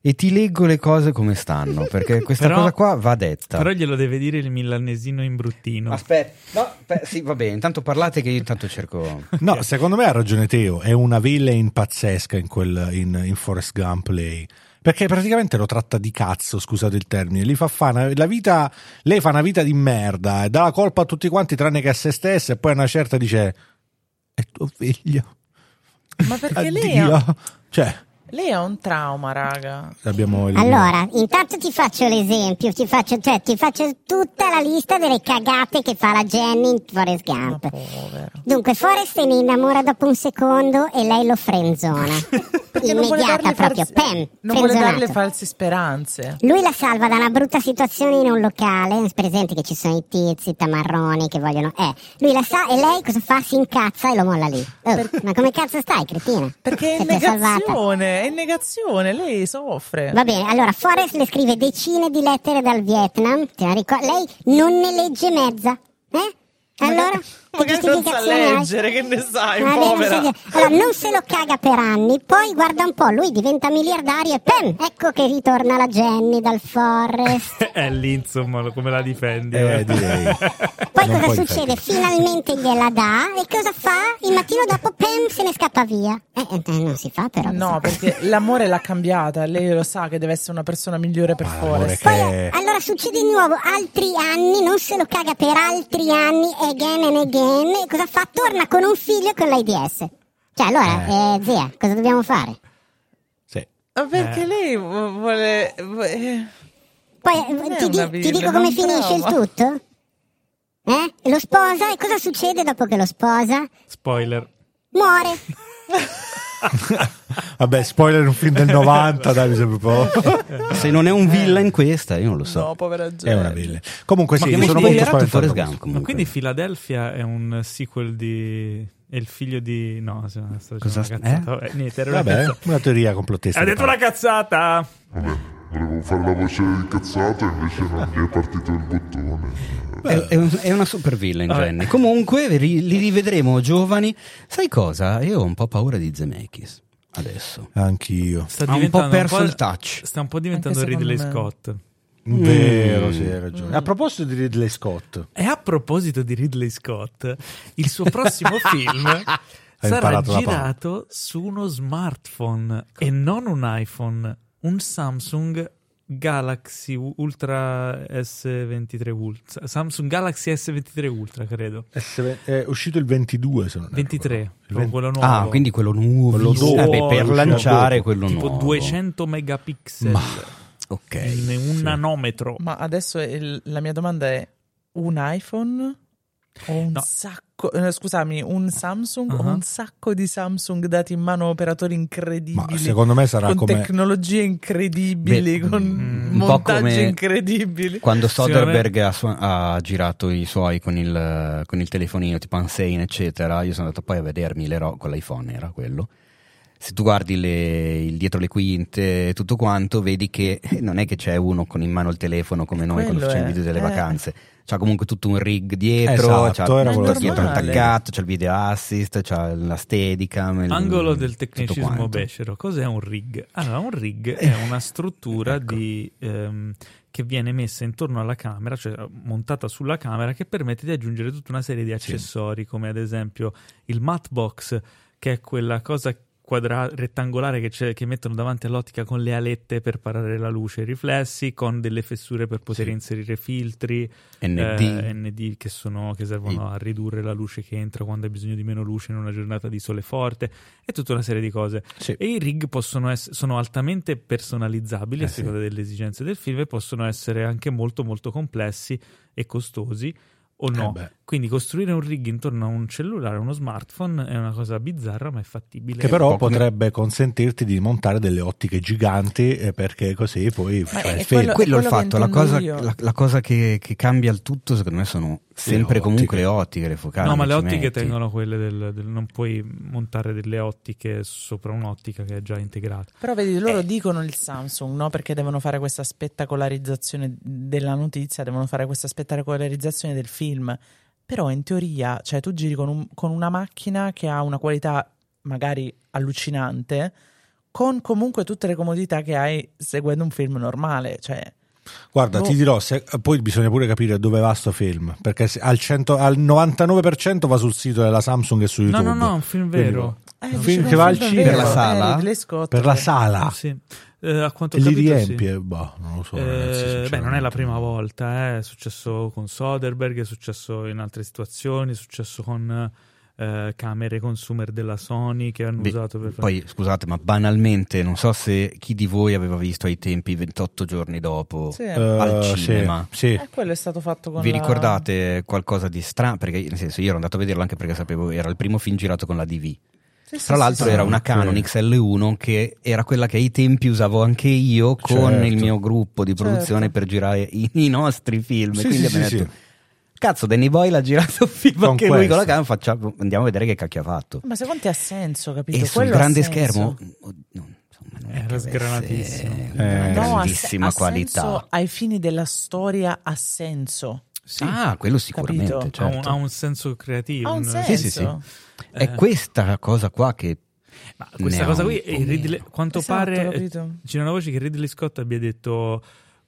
S2: e ti leggo le cose come stanno, perché questa
S1: Però-
S2: cosa qua va detta.
S1: Però glielo deve dire il milanesino in bruttino.
S2: Aspetta, no, beh, sì, va bene, intanto parlate che io intanto cerco...
S3: No, secondo me ha ragione Teo, è una villain pazzesca in, quel, in, in Forrest Gump lei. Perché praticamente lo tratta di cazzo, scusate il termine. Gli fa fa una- la vita, lei fa una vita di merda, e dà la colpa a tutti quanti tranne che a se stessa e poi a una certa dice è tuo figlio.
S4: Ma perché lei
S3: Addio.
S4: ha,
S3: Cioè,
S4: lei ha un trauma, raga.
S3: abbiamo il-
S6: Allora, intanto ti faccio l'esempio, ti faccio, cioè, ti faccio tutta la lista delle cagate che fa la Jenny in Forrest
S4: Ma
S6: Gump.
S4: povero.
S6: Dunque, Forrest se ne innamora dopo un secondo e lei lo frenzona.
S4: Perché non vuole
S6: Immediata
S4: darle
S6: proprio,
S4: false-
S6: pam,
S4: Non vuole darle
S6: frenzonato.
S4: false speranze.
S6: Lui la salva da una brutta situazione in un locale, presente che ci sono i tizi tamarroni che vogliono... Eh, lui la sa e lei cosa fa? Si incazza e lo molla lì. Oh, ma come cazzo stai, cretina?
S4: Perché è
S6: Se
S4: in
S6: ti ho salvata.
S4: negazione, è in negazione, lei soffre.
S6: Va bene, allora Forrest le scrive decine di lettere dal Vietnam, te la ricor- lei non ne legge mezza, eh? Allora, che
S4: Magari non sa
S6: giustificazione hai?
S4: leggere, che ne sai,
S6: Vabbè, non
S4: povera.
S6: so dire. allora, non se lo caga per anni, poi guarda un po', lui diventa miliardario e pam, ecco che ritorna la Jenny dal Forrest.
S1: è lì, insomma, lo- come la difendi.
S3: Eh,
S1: eh.
S3: direi.
S6: Poi
S3: Non
S6: cosa
S3: puoi
S6: succede? Finalmente gliela dà e cosa fa? Il mattino dopo pam se ne scappa via. Eh, eh, non si fa però.
S4: No,
S6: così.
S4: perché l'amore l'ha cambiata, lei lo sa che deve essere una persona migliore per
S3: Ma l'amore
S4: Forrest.
S3: che-
S6: Poi eh, allora succede di nuovo altri anni, non se lo caga per altri anni, again and again. E Cosa fa? Torna con un figlio e con l'AIDS. Cioè, allora, eh, zia, cosa dobbiamo fare?
S3: Sì.
S4: Ma perché
S3: Eh.
S4: lei vu- vuole... vu- eh,
S6: Poi eh,
S4: Non è
S6: ti, di-
S4: una
S6: ti
S4: Bibbia,
S6: dico come
S4: non
S6: finisce il
S4: trova.
S6: tutto? Eh? Lo sposa e cosa succede dopo che lo sposa?
S1: Spoiler.
S6: Muore.
S3: Vabbè, spoiler un film del 90, dai, mi sembra un po'.
S2: Se non è un villain questa, io non lo so.
S4: No, povera gente.
S3: È una villa. Comunque
S2: Ma
S3: sì,
S2: che mi
S3: sono
S2: sono
S3: molto
S2: girato Forrest
S3: spaventato.
S2: Gump
S1: Ma
S2: comunque.
S1: quindi Philadelphia è un sequel di... è il figlio di... no, se no, sto dicendo
S2: Cosa
S1: una
S2: sta- eh?
S1: cazzata. Vabbè, niente, era una
S3: Vabbè,
S1: cazzata.
S3: una teoria complottista.
S1: Ha detto una cazzata!
S5: Beh, volevo fare la voce incazzata, invece non mi è partito il bottone.
S2: È, è un- è una super villain,
S1: Vabbè.
S2: Jenny. Comunque ri- li rivedremo giovani. Sai cosa? Io ho un po' paura di Zemeckis adesso.
S3: Anch'io.
S1: Sta
S2: Ha un po'
S1: diventando
S2: perso il touch.
S1: Sta un po' diventando
S4: Anche
S1: Ridley
S4: secondo me.
S1: Scott.
S3: Vero, sì, hai ragione. Mm. A proposito di Ridley Scott,
S1: E a proposito di Ridley Scott, il suo prossimo film sarà
S3: imparato la
S1: girato su uno smartphone e non un iPhone, un Samsung Galaxy Ultra S23 Ultra. Samsung Galaxy S23 Ultra, credo.
S3: S- è uscito il 22, se non erro.
S1: 23,
S3: Il
S1: Ecco, proprio
S3: 20
S1: quello nuovo.
S2: Ecco,
S1: diciamo,
S2: Ah, quindi quello nuovo.
S3: Quello dopo.
S2: Vabbè, per
S1: cioè,
S3: Quello
S2: lanciare
S3: dopo.
S2: quello
S1: tipo
S2: nuovo.
S1: 200 megapixel
S2: Ok.
S1: in un nanometro.
S4: Ma adesso il- la mia domanda è un iPhone o un
S1: No.
S4: sacco... eh, Scusami, un Samsung o
S1: Ah.
S4: un sacco di Samsung dati in mano a operatori incredibili?
S3: Uh-huh. Ma secondo me sarà
S4: con
S3: come-
S4: tecnologie incredibili,
S2: Beh,
S4: con
S2: mm, un po'
S4: montaggi
S2: come-
S4: incredibili.
S2: Quando Soderbergh
S1: Sicuramente-
S2: ha, su- ha girato i suoi con il, eh, con il telefonino tipo Unsein eccetera, io sono andato poi a vedermi le ro- con l'iPhone era quello. Se tu guardi le- il dietro le quinte e tutto quanto, vedi che eh, non è che c'è uno con in mano il telefono come noi quando
S4: Quello
S2: facciamo
S4: è,
S2: il video delle
S4: eh.
S2: vacanze. C'ha comunque tutto un rig dietro,
S3: Esatto,
S2: c'ha
S3: era
S2: tutto
S4: quello che
S2: dietro
S4: stavo
S2: attaccato, c'ha il video assist, c'ha la steadicam. il-
S1: Angolo del
S2: tutto
S1: tecnicismo
S2: quanto. Eh,
S1: becero, cos'è un rig? Allora, un rig è una struttura
S2: ecco.
S1: di, ehm, che viene messa intorno alla camera, cioè montata sulla camera, che permette di aggiungere tutta una serie di accessori, come ad esempio il mat box, che è quella cosa quadra- rettangolare che, c'è- che mettono davanti all'ottica con le alette per parare la luce e i riflessi, con delle fessure per poter
S2: Sì.
S1: inserire filtri,
S2: ND.
S1: eh, ND che, sono, che servono a ridurre la luce che entra quando hai bisogno di meno luce in una giornata di sole forte e tutta una serie di cose.
S2: Sì.
S1: E i rig possono ess- sono altamente personalizzabili a
S2: Eh sì.
S1: seconda delle esigenze del film e possono essere anche molto molto complessi e costosi o no.
S3: beh.
S1: Quindi costruire un rig intorno a un cellulare, a uno smartphone è una cosa bizzarra ma è eh. fattibile.
S3: Che
S2: un
S3: però
S2: po' come-
S3: potrebbe consentirti di montare delle ottiche giganti eh, perché così poi cioè, fai
S4: è quello-
S3: il film.
S2: quello è il
S4: quello che
S2: fatto, la
S4: intendo
S2: cosa,
S4: io.
S2: la, la cosa che, che cambia il tutto secondo me sono sempre
S3: ottiche.
S2: comunque le ottiche, le focali.
S1: No, ma
S2: non
S1: le
S2: ci
S1: ottiche
S2: metti.
S1: tengono quelle del, del- non puoi montare delle ottiche sopra un'ottica che è già integrata.
S4: Però vedi, loro dicono il Samsung, no? Perché devono fare questa spettacolarizzazione della notizia, devono fare questa spettacolarizzazione del film. Però in teoria, cioè tu giri con, un- con una macchina che ha una qualità magari allucinante, con comunque tutte le comodità che hai seguendo un film normale. Cioè,
S3: Guarda,
S4: Boh.
S3: ti dirò, se- poi bisogna pure capire dove va sto film, perché se- al, 100 al 99% va sul sito della Samsung e su
S1: No,
S3: YouTube.
S1: no, no, è un film
S3: Quindi,
S1: vero.
S4: Eh,
S3: Un film che va al cinema.
S2: Per la sala?
S3: Per la sala.
S1: Sì. Eh, a quanto
S3: E
S1: ho
S3: li
S1: capito, sì.
S3: riempie? Boh, non lo so.
S1: Eh,
S3: ragazzi,
S1: beh, non è la
S3: sinceramente.
S1: prima volta, eh. è successo con Soderbergh, è successo in altre situazioni, è successo con eh, camere consumer della Sony che hanno
S2: Beh,
S1: usato per
S2: Poi scusate, ma banalmente non so se chi di voi aveva visto ai tempi 28 giorni dopo
S4: Sì.
S2: al
S3: Eh, sì,
S2: cinema.
S3: Sì,
S4: Eh, quello è stato fatto con
S2: Vi
S4: la-
S2: ricordate qualcosa di strano? Perché nel senso io ero andato a vederlo anche perché sapevo era il primo film girato con la DV.
S4: Sì, sì,
S2: Tra
S4: sì,
S2: l'altro
S4: sì.
S2: era una Canon XL1 che era quella che ai tempi usavo anche io con
S3: Certo.
S2: il mio gruppo di
S4: Certo.
S2: produzione per girare i, i nostri film.
S3: Sì,
S2: Quindi
S3: sì,
S2: abbiamo
S3: sì,
S2: detto, cazzo Danny Boyle ha girato un film
S3: Con
S2: anche lui con la
S3: questo.
S2: Canon, facciamo- andiamo a vedere che cacchio ha fatto.
S4: Ma secondo te ha senso, capito?
S2: E sul
S4: Quello ha
S2: grande
S4: senso.
S2: schermo oh, no, insomma, non è
S1: Era
S2: che avesse
S1: sgranatissimo.
S2: una
S3: Eh,
S4: No, ha se-
S2: grandissima
S4: ha
S2: qualità.
S4: senso ai fini della storia ha senso.
S1: Sì,
S2: ah, quello sicuramente,
S4: capito.
S1: ha, un,
S2: certo.
S1: ha un senso creativo.
S4: Ha un
S1: eh,
S4: senso.
S2: Sì, sì, sì. È
S1: Eh.
S2: questa cosa qua che
S1: Ma questa
S2: Ne ha
S1: cosa
S2: un
S1: qui,
S2: po'
S1: eh, Ridley-
S2: meno.
S1: quanto
S4: Esatto,
S1: pare, eh,
S4: capito.
S1: c'era una voce che Ridley Scott abbia detto...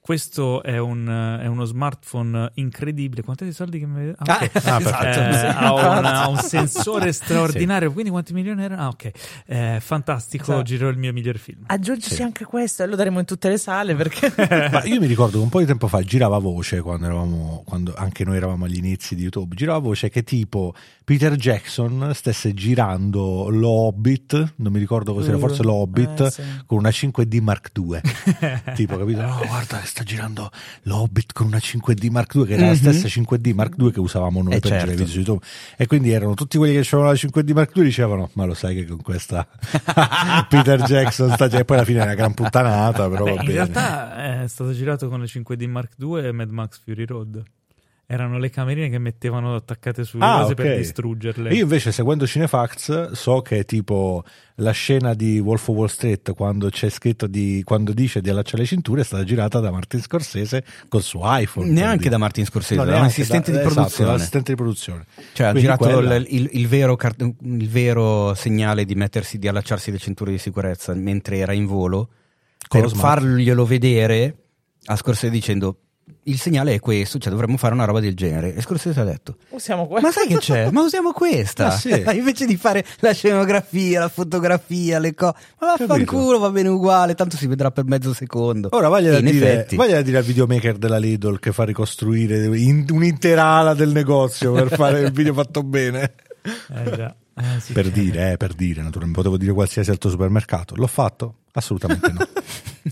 S1: Questo è, un, eh, è uno smartphone incredibile. Quanti soldi che mi ok.
S2: Ah, esatto,
S1: Eh,
S2: sì.
S1: ha, un- ha un sensore straordinario. Quindi quanti milioni erano? Ah, ok. Eh, fantastico,
S4: Esatto.
S1: girò il mio miglior film.
S3: Ah,
S4: Aggiungici anche questo e lo daremo in tutte le sale perché...
S3: Ma io mi ricordo che un po' di tempo fa girava voce quando eravamo, quando anche noi eravamo agli inizi di YouTube, girava voce che tipo Peter Jackson stesse girando l'Hobbit, non mi ricordo cos'era, forse l'Hobbit,
S4: Eh, sì.
S3: con una 5D Mark II. tipo, capito? No, guarda, sta girando l'Hobbit con una 5D Mark II, che era
S2: Mhm.
S3: la stessa 5D Mark II che usavamo noi
S2: Eh,
S3: per girare i
S2: certo.
S3: video su YouTube. E quindi erano tutti quelli che avevano la 5D Mark II dicevano, ma lo sai che con questa Peter Jackson sta... E poi alla fine è una gran puttanata, però
S1: Beh,
S3: va
S1: in
S3: bene.
S1: realtà eh, è stato girato con le 5D Mark II e Mad Max Fury Road. Erano le camerine che mettevano attaccate sulle
S3: Ah,
S1: cose
S3: ok.
S1: per distruggerle.
S3: Io invece seguendo Cinefax so che tipo la scena di Wolf of Wall Street quando c'è scritto di quando dice di allacciare le cinture è stata girata da Martin Scorsese col suo iPhone.
S2: neanche
S3: per
S2: da
S3: dire.
S2: Martin Scorsese,
S3: No,
S2: era un
S3: neanche
S2: assistente
S3: da-
S2: di
S3: esatto,
S2: produzione.
S3: l'assistente di produzione.
S2: Cioè, ha
S3: Quindi
S2: girato
S3: quella-
S2: l- il, il vero cart- il vero segnale di mettersi, di allacciarsi le cinture di sicurezza mentre era in volo
S3: Con lo
S2: per
S3: smartphone.
S2: farglielo vedere a Scorsese dicendo il segnale è questo, cioè dovremmo fare una roba del genere. E Scorsese ha detto
S4: Usiamo questo.
S2: ma sai che c'è? Ma usiamo questa
S3: Ah, sì.
S2: invece di fare la scenografia, la fotografia, le cose. Ma
S3: Capito.
S2: vaffanculo, va bene uguale, tanto si vedrà per mezzo secondo.
S3: Ora vai a
S2: in
S3: dire,
S2: effetti,
S3: vagliela a dire al videomaker della Lidl che fa ricostruire in- un'intera ala del negozio per fare il video fatto bene.
S1: Eh, già. Eh, sì.
S3: Per dire, eh, per dire, naturalmente potevo dire qualsiasi altro supermercato. L'ho fatto? Assolutamente no.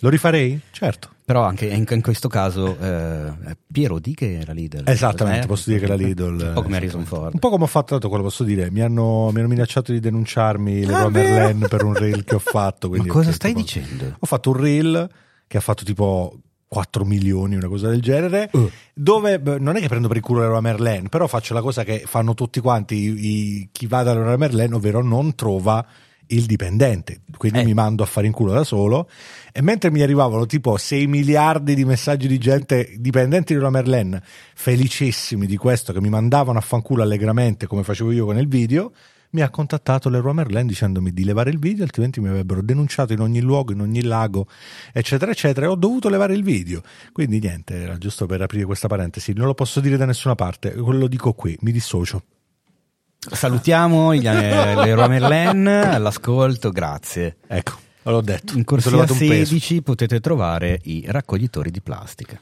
S3: Lo rifarei? Certo.
S2: Però anche anche in, questo caso eh, Piero di che era leader.
S3: Esattamente,
S2: Eh?
S3: posso dire che la Lidl.
S2: Un po' come
S3: eh,
S2: Harrison
S3: esattamente.
S2: Ford.
S3: Un po' come ho fatto, tanto quello posso dire, mi hanno, mi hanno minacciato di denunciarmi le Leroy
S2: Ah, vero?
S3: Merlin per un reel che ho fatto. quindi
S2: Ma cosa
S3: ho
S2: stai
S3: detto, "Boh".
S2: dicendo?
S3: Ho fatto un reel che ha fatto tipo 4 milioni, una cosa del genere, dove beh, non è che prendo per il culo Leroy Merlin, però faccio la cosa che fanno tutti quanti i- i- chi va da Leroy Merlin, ovvero non trova il dipendente, quindi
S2: Eh.
S3: mi mando a fare in culo da solo e mentre mi arrivavano tipo 6 miliardi di messaggi di gente dipendenti di Leroy Merlin felicissimi di questo che mi mandavano a fanculo allegramente come facevo io con il video mi ha contattato Leroy Merlin dicendomi di levare il video altrimenti mi avrebbero denunciato in ogni luogo in ogni lago eccetera eccetera e ho dovuto levare il video quindi niente era giusto per aprire questa parentesi non lo posso dire da nessuna parte lo dico qui mi dissocio
S2: Salutiamo gli- eh, Leroy Merlin all'ascolto, grazie.
S3: ecco l'ho detto
S2: In
S3: Mi sono
S2: corsia
S3: levato un peso.
S2: 16 potete trovare i raccoglitori di plastica.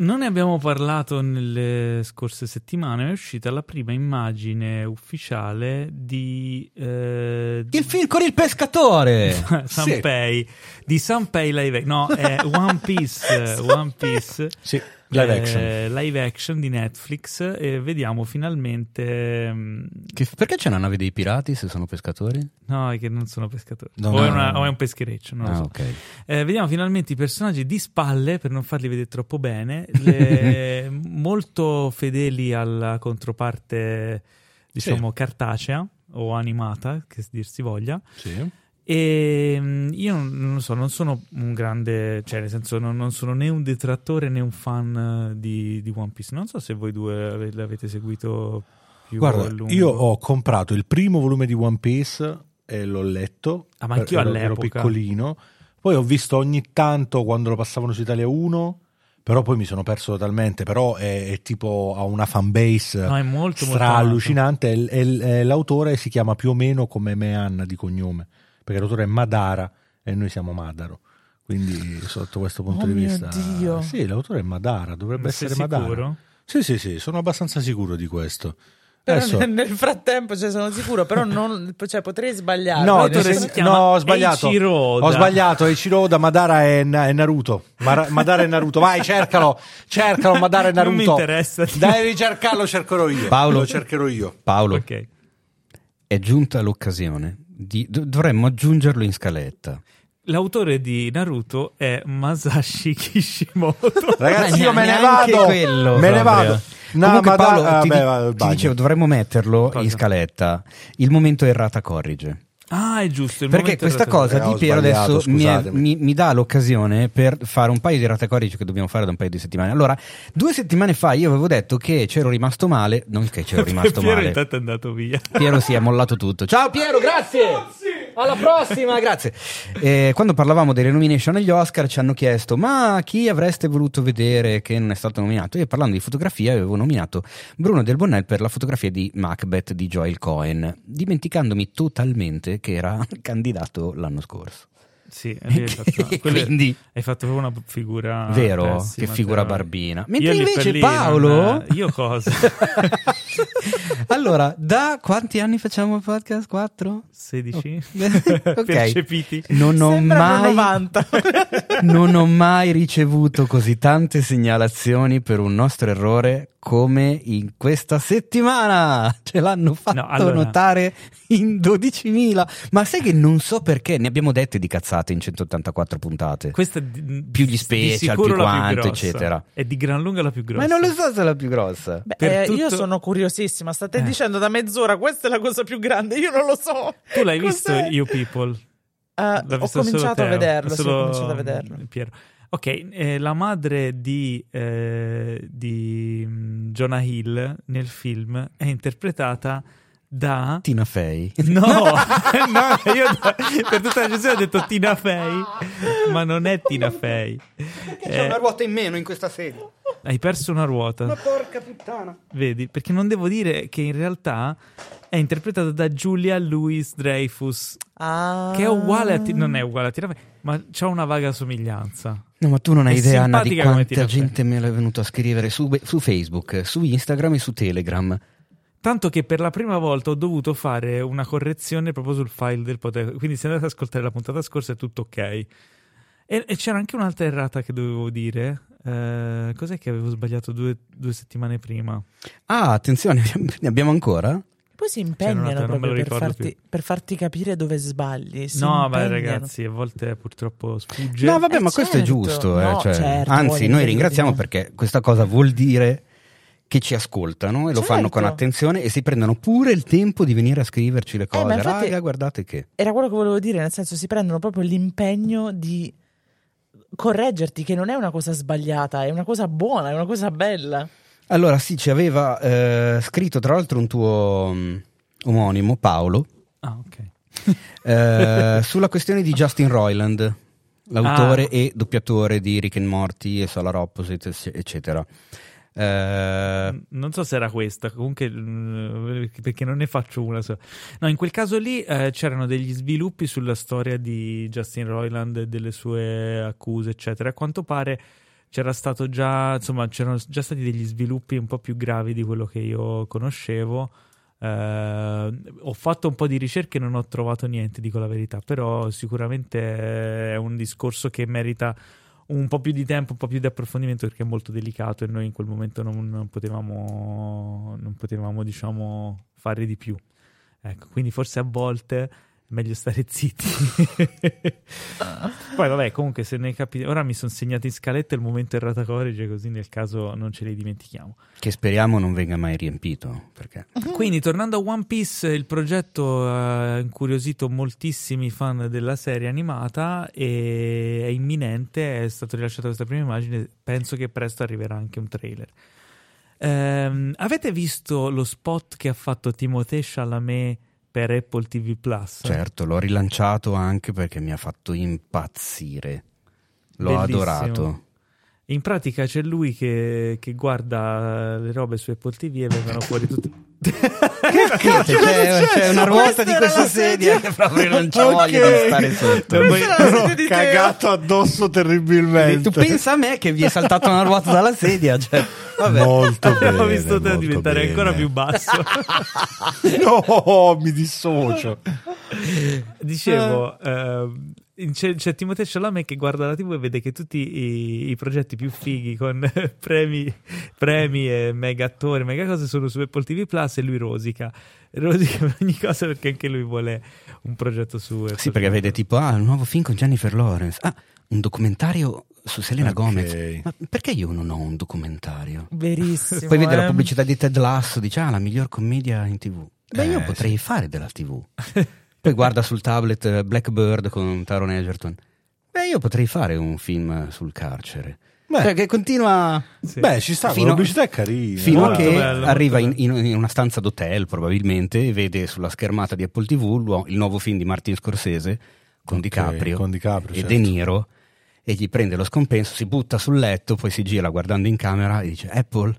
S1: Non ne abbiamo parlato nelle scorse settimane, ma è uscita la prima immagine ufficiale di, eh, di
S2: Il film con il pescatore!
S1: Sanpei, di Sanpei Live Action, no, è One Piece, eh, One Piece
S3: sì live
S1: eh,
S3: action
S1: live action di Netflix e vediamo finalmente... mm,
S2: Che- perché c'è una nave dei pirati se sono pescatori?
S1: No, è che non sono pescatori,
S3: No,
S1: o, è
S3: no,
S1: una-
S3: no.
S1: o è un peschereccio, non lo
S2: Ah,
S1: so.
S2: ok.
S1: Eh, vediamo finalmente i personaggi di spalle, per non farli vedere troppo bene, le- molto fedeli alla controparte, diciamo, cartacea o animata, che dir si voglia.
S3: sì.
S1: E mm, io non non lo so, non sono un grande, cioè nel senso non, non sono né un detrattore né un fan eh, di, di One Piece. Non so se voi due ave- l'avete seguito più a
S3: Guarda,
S1: lungo.
S3: io ho comprato il primo volume di One Piece e l'ho letto. Eh,
S1: Ah, ma anch'io
S3: ero, ero
S1: all'epoca.
S3: piccolino. Poi ho visto ogni tanto quando lo passavano su Italia 1, però poi mi sono perso totalmente. Però è, è tipo ha una fanbase
S1: No, è molto, molto
S3: stra
S1: amato.
S3: allucinante. E- e- e l'autore si chiama più o meno come Meanna di cognome, perché l'autore è Madara. e noi siamo Madaro. Quindi sotto questo punto
S4: Oh
S3: di
S4: mio
S3: vista...
S4: Dio.
S3: Sì, l'autore è Madara, dovrebbe
S1: Sei
S3: essere Madara.
S1: sicuro?
S3: Sì, sì, sì, sono abbastanza sicuro di questo.
S4: Però
S3: Adesso-
S4: nel- nel frattempo cioè, sono sicuro, però non, cioè, potrei sbagliare.
S3: No,
S1: L'autore
S3: nel
S1: si
S3: sen-
S1: chiama
S3: no, ho sbagliato.
S1: Eiichiro Oda.
S3: Ho sbagliato. Eiichiro Oda, Madara e, Na- e Naruto. Mara- Madara e Naruto. Vai, cercalo. Cercalo, Madara e
S1: Non
S3: Naruto.
S1: mi interessa.
S3: Dai, ricercarlo, cercherò io.
S2: Paolo.
S3: Lo cercherò io.
S2: Paolo,
S1: Ok.
S2: è giunta l'occasione. Di, do- dovremmo aggiungerlo in scaletta.
S1: L'autore di Naruto è Masashi Kishimoto.
S3: Ragazzi,
S2: Ma
S3: Eh, io me ne
S2: neanche
S3: vado.
S2: quello,
S3: me ne
S2: proprio.
S3: vado. No,
S2: Comunque,
S3: Madara-
S2: Paolo,
S3: ah,
S2: ti,
S3: beh,
S2: di-
S3: vado al
S2: ti
S3: bagno.
S2: dicevo, dovremmo metterlo
S1: Cosa?
S2: in scaletta. Il momento errata corrige.
S1: ah, è giusto. il
S2: Perché
S1: momento
S2: questa
S1: era-
S2: cosa
S3: Eh, ho
S2: di Piero
S3: sbagliato,
S2: adesso mi, è-
S3: scusatemi.
S2: mi- mi dà l'occasione per fare un paio di ratacorici che dobbiamo fare da un paio di settimane. Allora, due settimane fa io avevo detto che c'ero rimasto male, non che c'ero rimasto
S1: Piero
S2: male.
S1: intanto è andato via.
S2: Piero si è mollato tutto. Ciao Piero, grazie! Alla prossima, grazie. Eh, quando parlavamo delle nomination agli Oscar ci hanno chiesto ma chi avreste voluto vedere che non è stato nominato? Io parlando di fotografia avevo nominato Bruno Del Bonnell per la fotografia di Macbeth di Joel Cohen, dimenticandomi totalmente che era candidato l'anno scorso.
S1: Sì, lì hai fatto- quello è-
S2: Quindi-
S1: hai fatto proprio una figura
S2: Vero?
S1: pessima,
S2: che figura
S1: però.
S2: barbina. Mentre
S1: Io lì per
S2: invece
S1: lì
S2: Paolo...
S1: non- eh, Io cosa?
S2: allora, da quanti anni facciamo il podcast? Quattro?
S1: 16?
S2: Ok.
S1: Percepiti?
S2: Non ho,
S4: Sembrano
S2: mai,
S4: 90.
S2: non ho mai ricevuto così tante segnalazioni per un nostro errore come in questa settimana. Ce l'hanno fatto
S1: allora-
S2: notare in 12.000. Ma sai che non so perché, ne abbiamo dette di cazzate in 184 puntate.
S1: Questa è di-
S2: Più gli
S1: di
S2: special,
S1: sicuro
S2: più
S1: la
S2: quanto,
S1: grossa.
S2: eccetera.
S1: È di gran lunga la più grossa.
S2: Ma non lo so se è la più grossa.
S4: Beh,
S1: Per
S4: eh, Io
S1: tutto-
S4: sono curiosissima.
S2: Eh.
S4: State dicendo da mezz'ora questa è la cosa più grande. Io non lo so.
S1: Tu l'hai visto
S4: Cos'è?
S1: You People?
S4: Eh,
S1: L'ha
S4: ho
S1: visto solo
S4: cominciato a
S1: Teo,
S4: vederlo. sì,
S1: solo
S4: ho cominciato a vederlo.
S1: Piero. Ok, eh, la madre di, eh, di mm, Jonah Hill nel film è interpretata da...
S2: Tina Fey.
S1: No, no, io da- per tutta la gestione ho detto Tina Fey, ma non è Tina Fey. Eh,
S2: ruota in meno in questa serie.
S1: hai perso una ruota. Ma porca puttana. Vedi, perché non devo dire che in realtà è interpretata da Julia Louis Dreyfus,
S4: Ah.
S1: che è uguale a Ti- non è uguale a Tina Fey, ma c'ha una vaga somiglianza.
S2: No, ma tu non hai
S1: È
S2: idea, Anna, di
S1: simpatica come
S2: quanta
S1: Tina Fey.
S2: gente me l'è venuto a scrivere su, su Facebook, su Instagram e su Telegram.
S1: Tanto che per la prima volta ho dovuto fare una correzione proprio sul file del potere. Quindi se andate ad ascoltare la puntata scorsa è tutto ok. E, e c'era anche un'altra errata che dovevo dire. Eh, cos'è che avevo sbagliato due, due settimane prima?
S2: Ah, attenzione, ne abbiamo ancora?
S4: Poi si
S1: Cioè,
S4: impegnano
S1: non- non me
S4: proprio
S1: lo
S4: per
S1: ricordo
S4: farti, per farti capire dove sbagli. si
S1: no, beh,
S4: impegnano.
S1: ragazzi, a volte purtroppo sfugge.
S2: No, vabbè,
S4: Eh,
S2: ma questo è
S4: certo.
S2: giusto. eh,
S4: No,
S2: cioè,
S4: certo,
S2: anzi,
S4: voglio
S2: noi
S4: dire,
S2: ringraziamo
S4: no.
S2: perché questa cosa vuol dire che ci ascoltano e lo fanno con
S4: Certo. Eh,
S2: attenzione e si prendono pure il tempo di venire a scriverci le cose.
S4: ma infatti-
S2: Raga, guardate che.
S4: Era quello che volevo dire, nel senso si prendono proprio l'impegno di correggerti, che non è una cosa sbagliata, è una cosa buona, è una cosa bella.
S2: Allora, sì, ci aveva eh, scritto tra l'altro un tuo mm, omonimo, Paolo,
S1: Ah, ok.
S2: eh, sulla questione di Justin Roiland, l'autore
S1: Ah.
S2: e doppiatore di Rick and Morty e Solar Opposite, ecc- eccetera.
S4: Mm.
S2: Eh,
S1: Mm, Non so se era questa, comunque mm, perché non ne faccio una sola. No, in quel caso lì eh, c'erano degli sviluppi sulla storia di Justin Roiland e delle sue accuse, eccetera. A quanto pare c'era stato già, insomma, c'erano già stati degli sviluppi un po' più gravi di quello che io conoscevo. Eh, ho fatto un po' di ricerche e non ho trovato niente, dico la verità, però sicuramente è un discorso che merita un po' più di tempo, un po' più di approfondimento perché è molto delicato e noi in quel momento non, non potevamo, non potevamo, diciamo, fare di più. Ecco, quindi forse a volte è meglio stare zitti. Poi vabbè, comunque se ne capite... Ora mi sono segnato in scaletta il momento errata corrige così nel caso non ce li dimentichiamo.
S2: che speriamo non venga mai riempito. Perché...
S1: Quindi, tornando a One Piece, il progetto ha incuriosito moltissimi fan della serie animata e è imminente, è stata rilasciata questa prima immagine, penso che presto arriverà anche un trailer. Ehm, avete visto lo spot che ha fatto Timothée Chalamet per Apple TV Plus?
S2: Certo, l'ho rilanciato anche perché mi ha fatto impazzire. L'ho
S1: Bellissimo.
S2: adorato.
S1: In pratica c'è lui che, che guarda le robe su Apple TV e vengono fuori tutte...
S2: Cacchio, Cioè, c'è,
S4: successo?
S2: c'è una ruota
S4: Questa
S2: di
S4: era
S2: questa
S4: la
S2: sedia
S4: sedia.
S2: che proprio non c'ho
S3: Ok.
S2: voglia di stare sotto.
S4: Questa era la sedia di Teo.
S3: cagato addosso
S2: Quindi Tu
S3: terribilmente.
S2: pensa a me che vi è saltata una ruota dalla sedia, cioè, vabbè.
S3: Molto bene.
S1: Ho visto te
S3: molto
S1: diventare
S3: bene.
S1: ancora più basso.
S3: No, mi dissocio.
S1: Dicevo, ehm, in- c'è, c'è Timothée Chalamet che guarda la TV e vede che tutti i, i progetti più fighi con premi, premi e mega attori, mega cose sono su Apple TV Plus e lui rosica. Rosica per ogni cosa perché anche lui vuole un progetto su Apple
S2: Sì, perché
S1: TV+.
S2: vede tipo, ah, un nuovo film con Jennifer Lawrence. Ah, un documentario su Selena
S3: Ok.
S2: Gomez. Ma perché io non ho un documentario?
S4: Verissimo.
S2: Poi vede la
S4: eh.
S2: pubblicità di Ted Lasso, dice, ah, la miglior commedia in tv. Beh, io
S3: Eh,
S2: potrei fare della tv. Poi guarda sul tablet eh, Blackbird con Taron Egerton. Beh, io potrei fare un film eh, sul carcere.
S3: Beh.
S2: Cioè, che continua...
S1: Sì.
S3: Beh, ci sta,
S2: Fino-
S3: la pubblicità è carina.
S2: Fino a
S1: Molto
S2: che
S1: bello, molto
S2: arriva in,
S1: bello.
S2: in- in una stanza d'hotel, probabilmente, e vede sulla schermata di Apple TV l'uo- il nuovo film di Martin Scorsese con
S3: Ok,
S2: DiCaprio,
S3: con DiCaprio,
S2: e
S3: certo.
S2: De Niro e gli prende lo scompenso, si butta sul letto, poi si gira guardando in camera e dice Apple,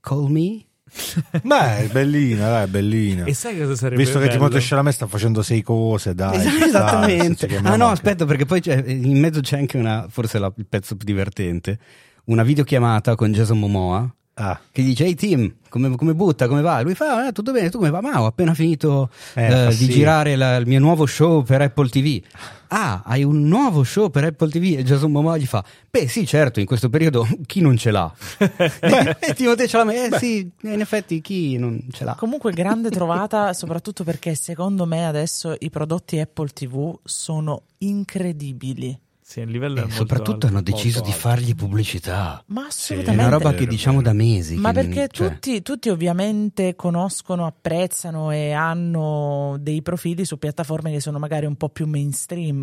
S2: call me?
S3: Beh, è bellina, dai, è bellina.
S1: E sai cosa sarebbe
S3: Visto che
S1: bello?
S3: Timothée Chalamet sta facendo sei cose, dai. ci sta, nel senso
S2: Esatto, Esattamente.
S3: che
S2: Ah
S3: man
S2: no,
S3: mano-
S2: aspetta, perché poi c'è- in mezzo c'è anche una, forse la- il pezzo più divertente, una videochiamata con Jason Momoa
S3: Ah,
S2: che gli dice ehi Tim come, come butta come va lui fa "Eh, tutto bene tu come va ma ho appena finito
S3: Eh,
S2: eh,
S3: fa
S2: di
S3: sì.
S2: girare la- il mio nuovo show per Apple TV ah hai un nuovo show per Apple TV e Jason Momoa gli fa beh sì certo in questo periodo chi non ce l'ha e Timothée Chalamet eh sì in effetti chi non ce l'ha
S4: Comunque grande trovata, soprattutto perché secondo me adesso i prodotti Apple TV sono incredibili.
S1: Sì, il livello è
S2: e
S1: molto
S2: Eh, soprattutto
S1: alto,
S2: hanno
S1: molto
S2: deciso di
S1: alto.
S2: fargli pubblicità
S4: Ma
S2: è
S4: assolutamente.
S2: una roba che
S3: Vero,
S2: diciamo da
S3: vero.
S2: mesi
S4: Ma
S2: che-
S4: perché
S2: cioè,
S4: tutti, tutti ovviamente conoscono, apprezzano e hanno dei profili su piattaforme che sono magari un po' più mainstream.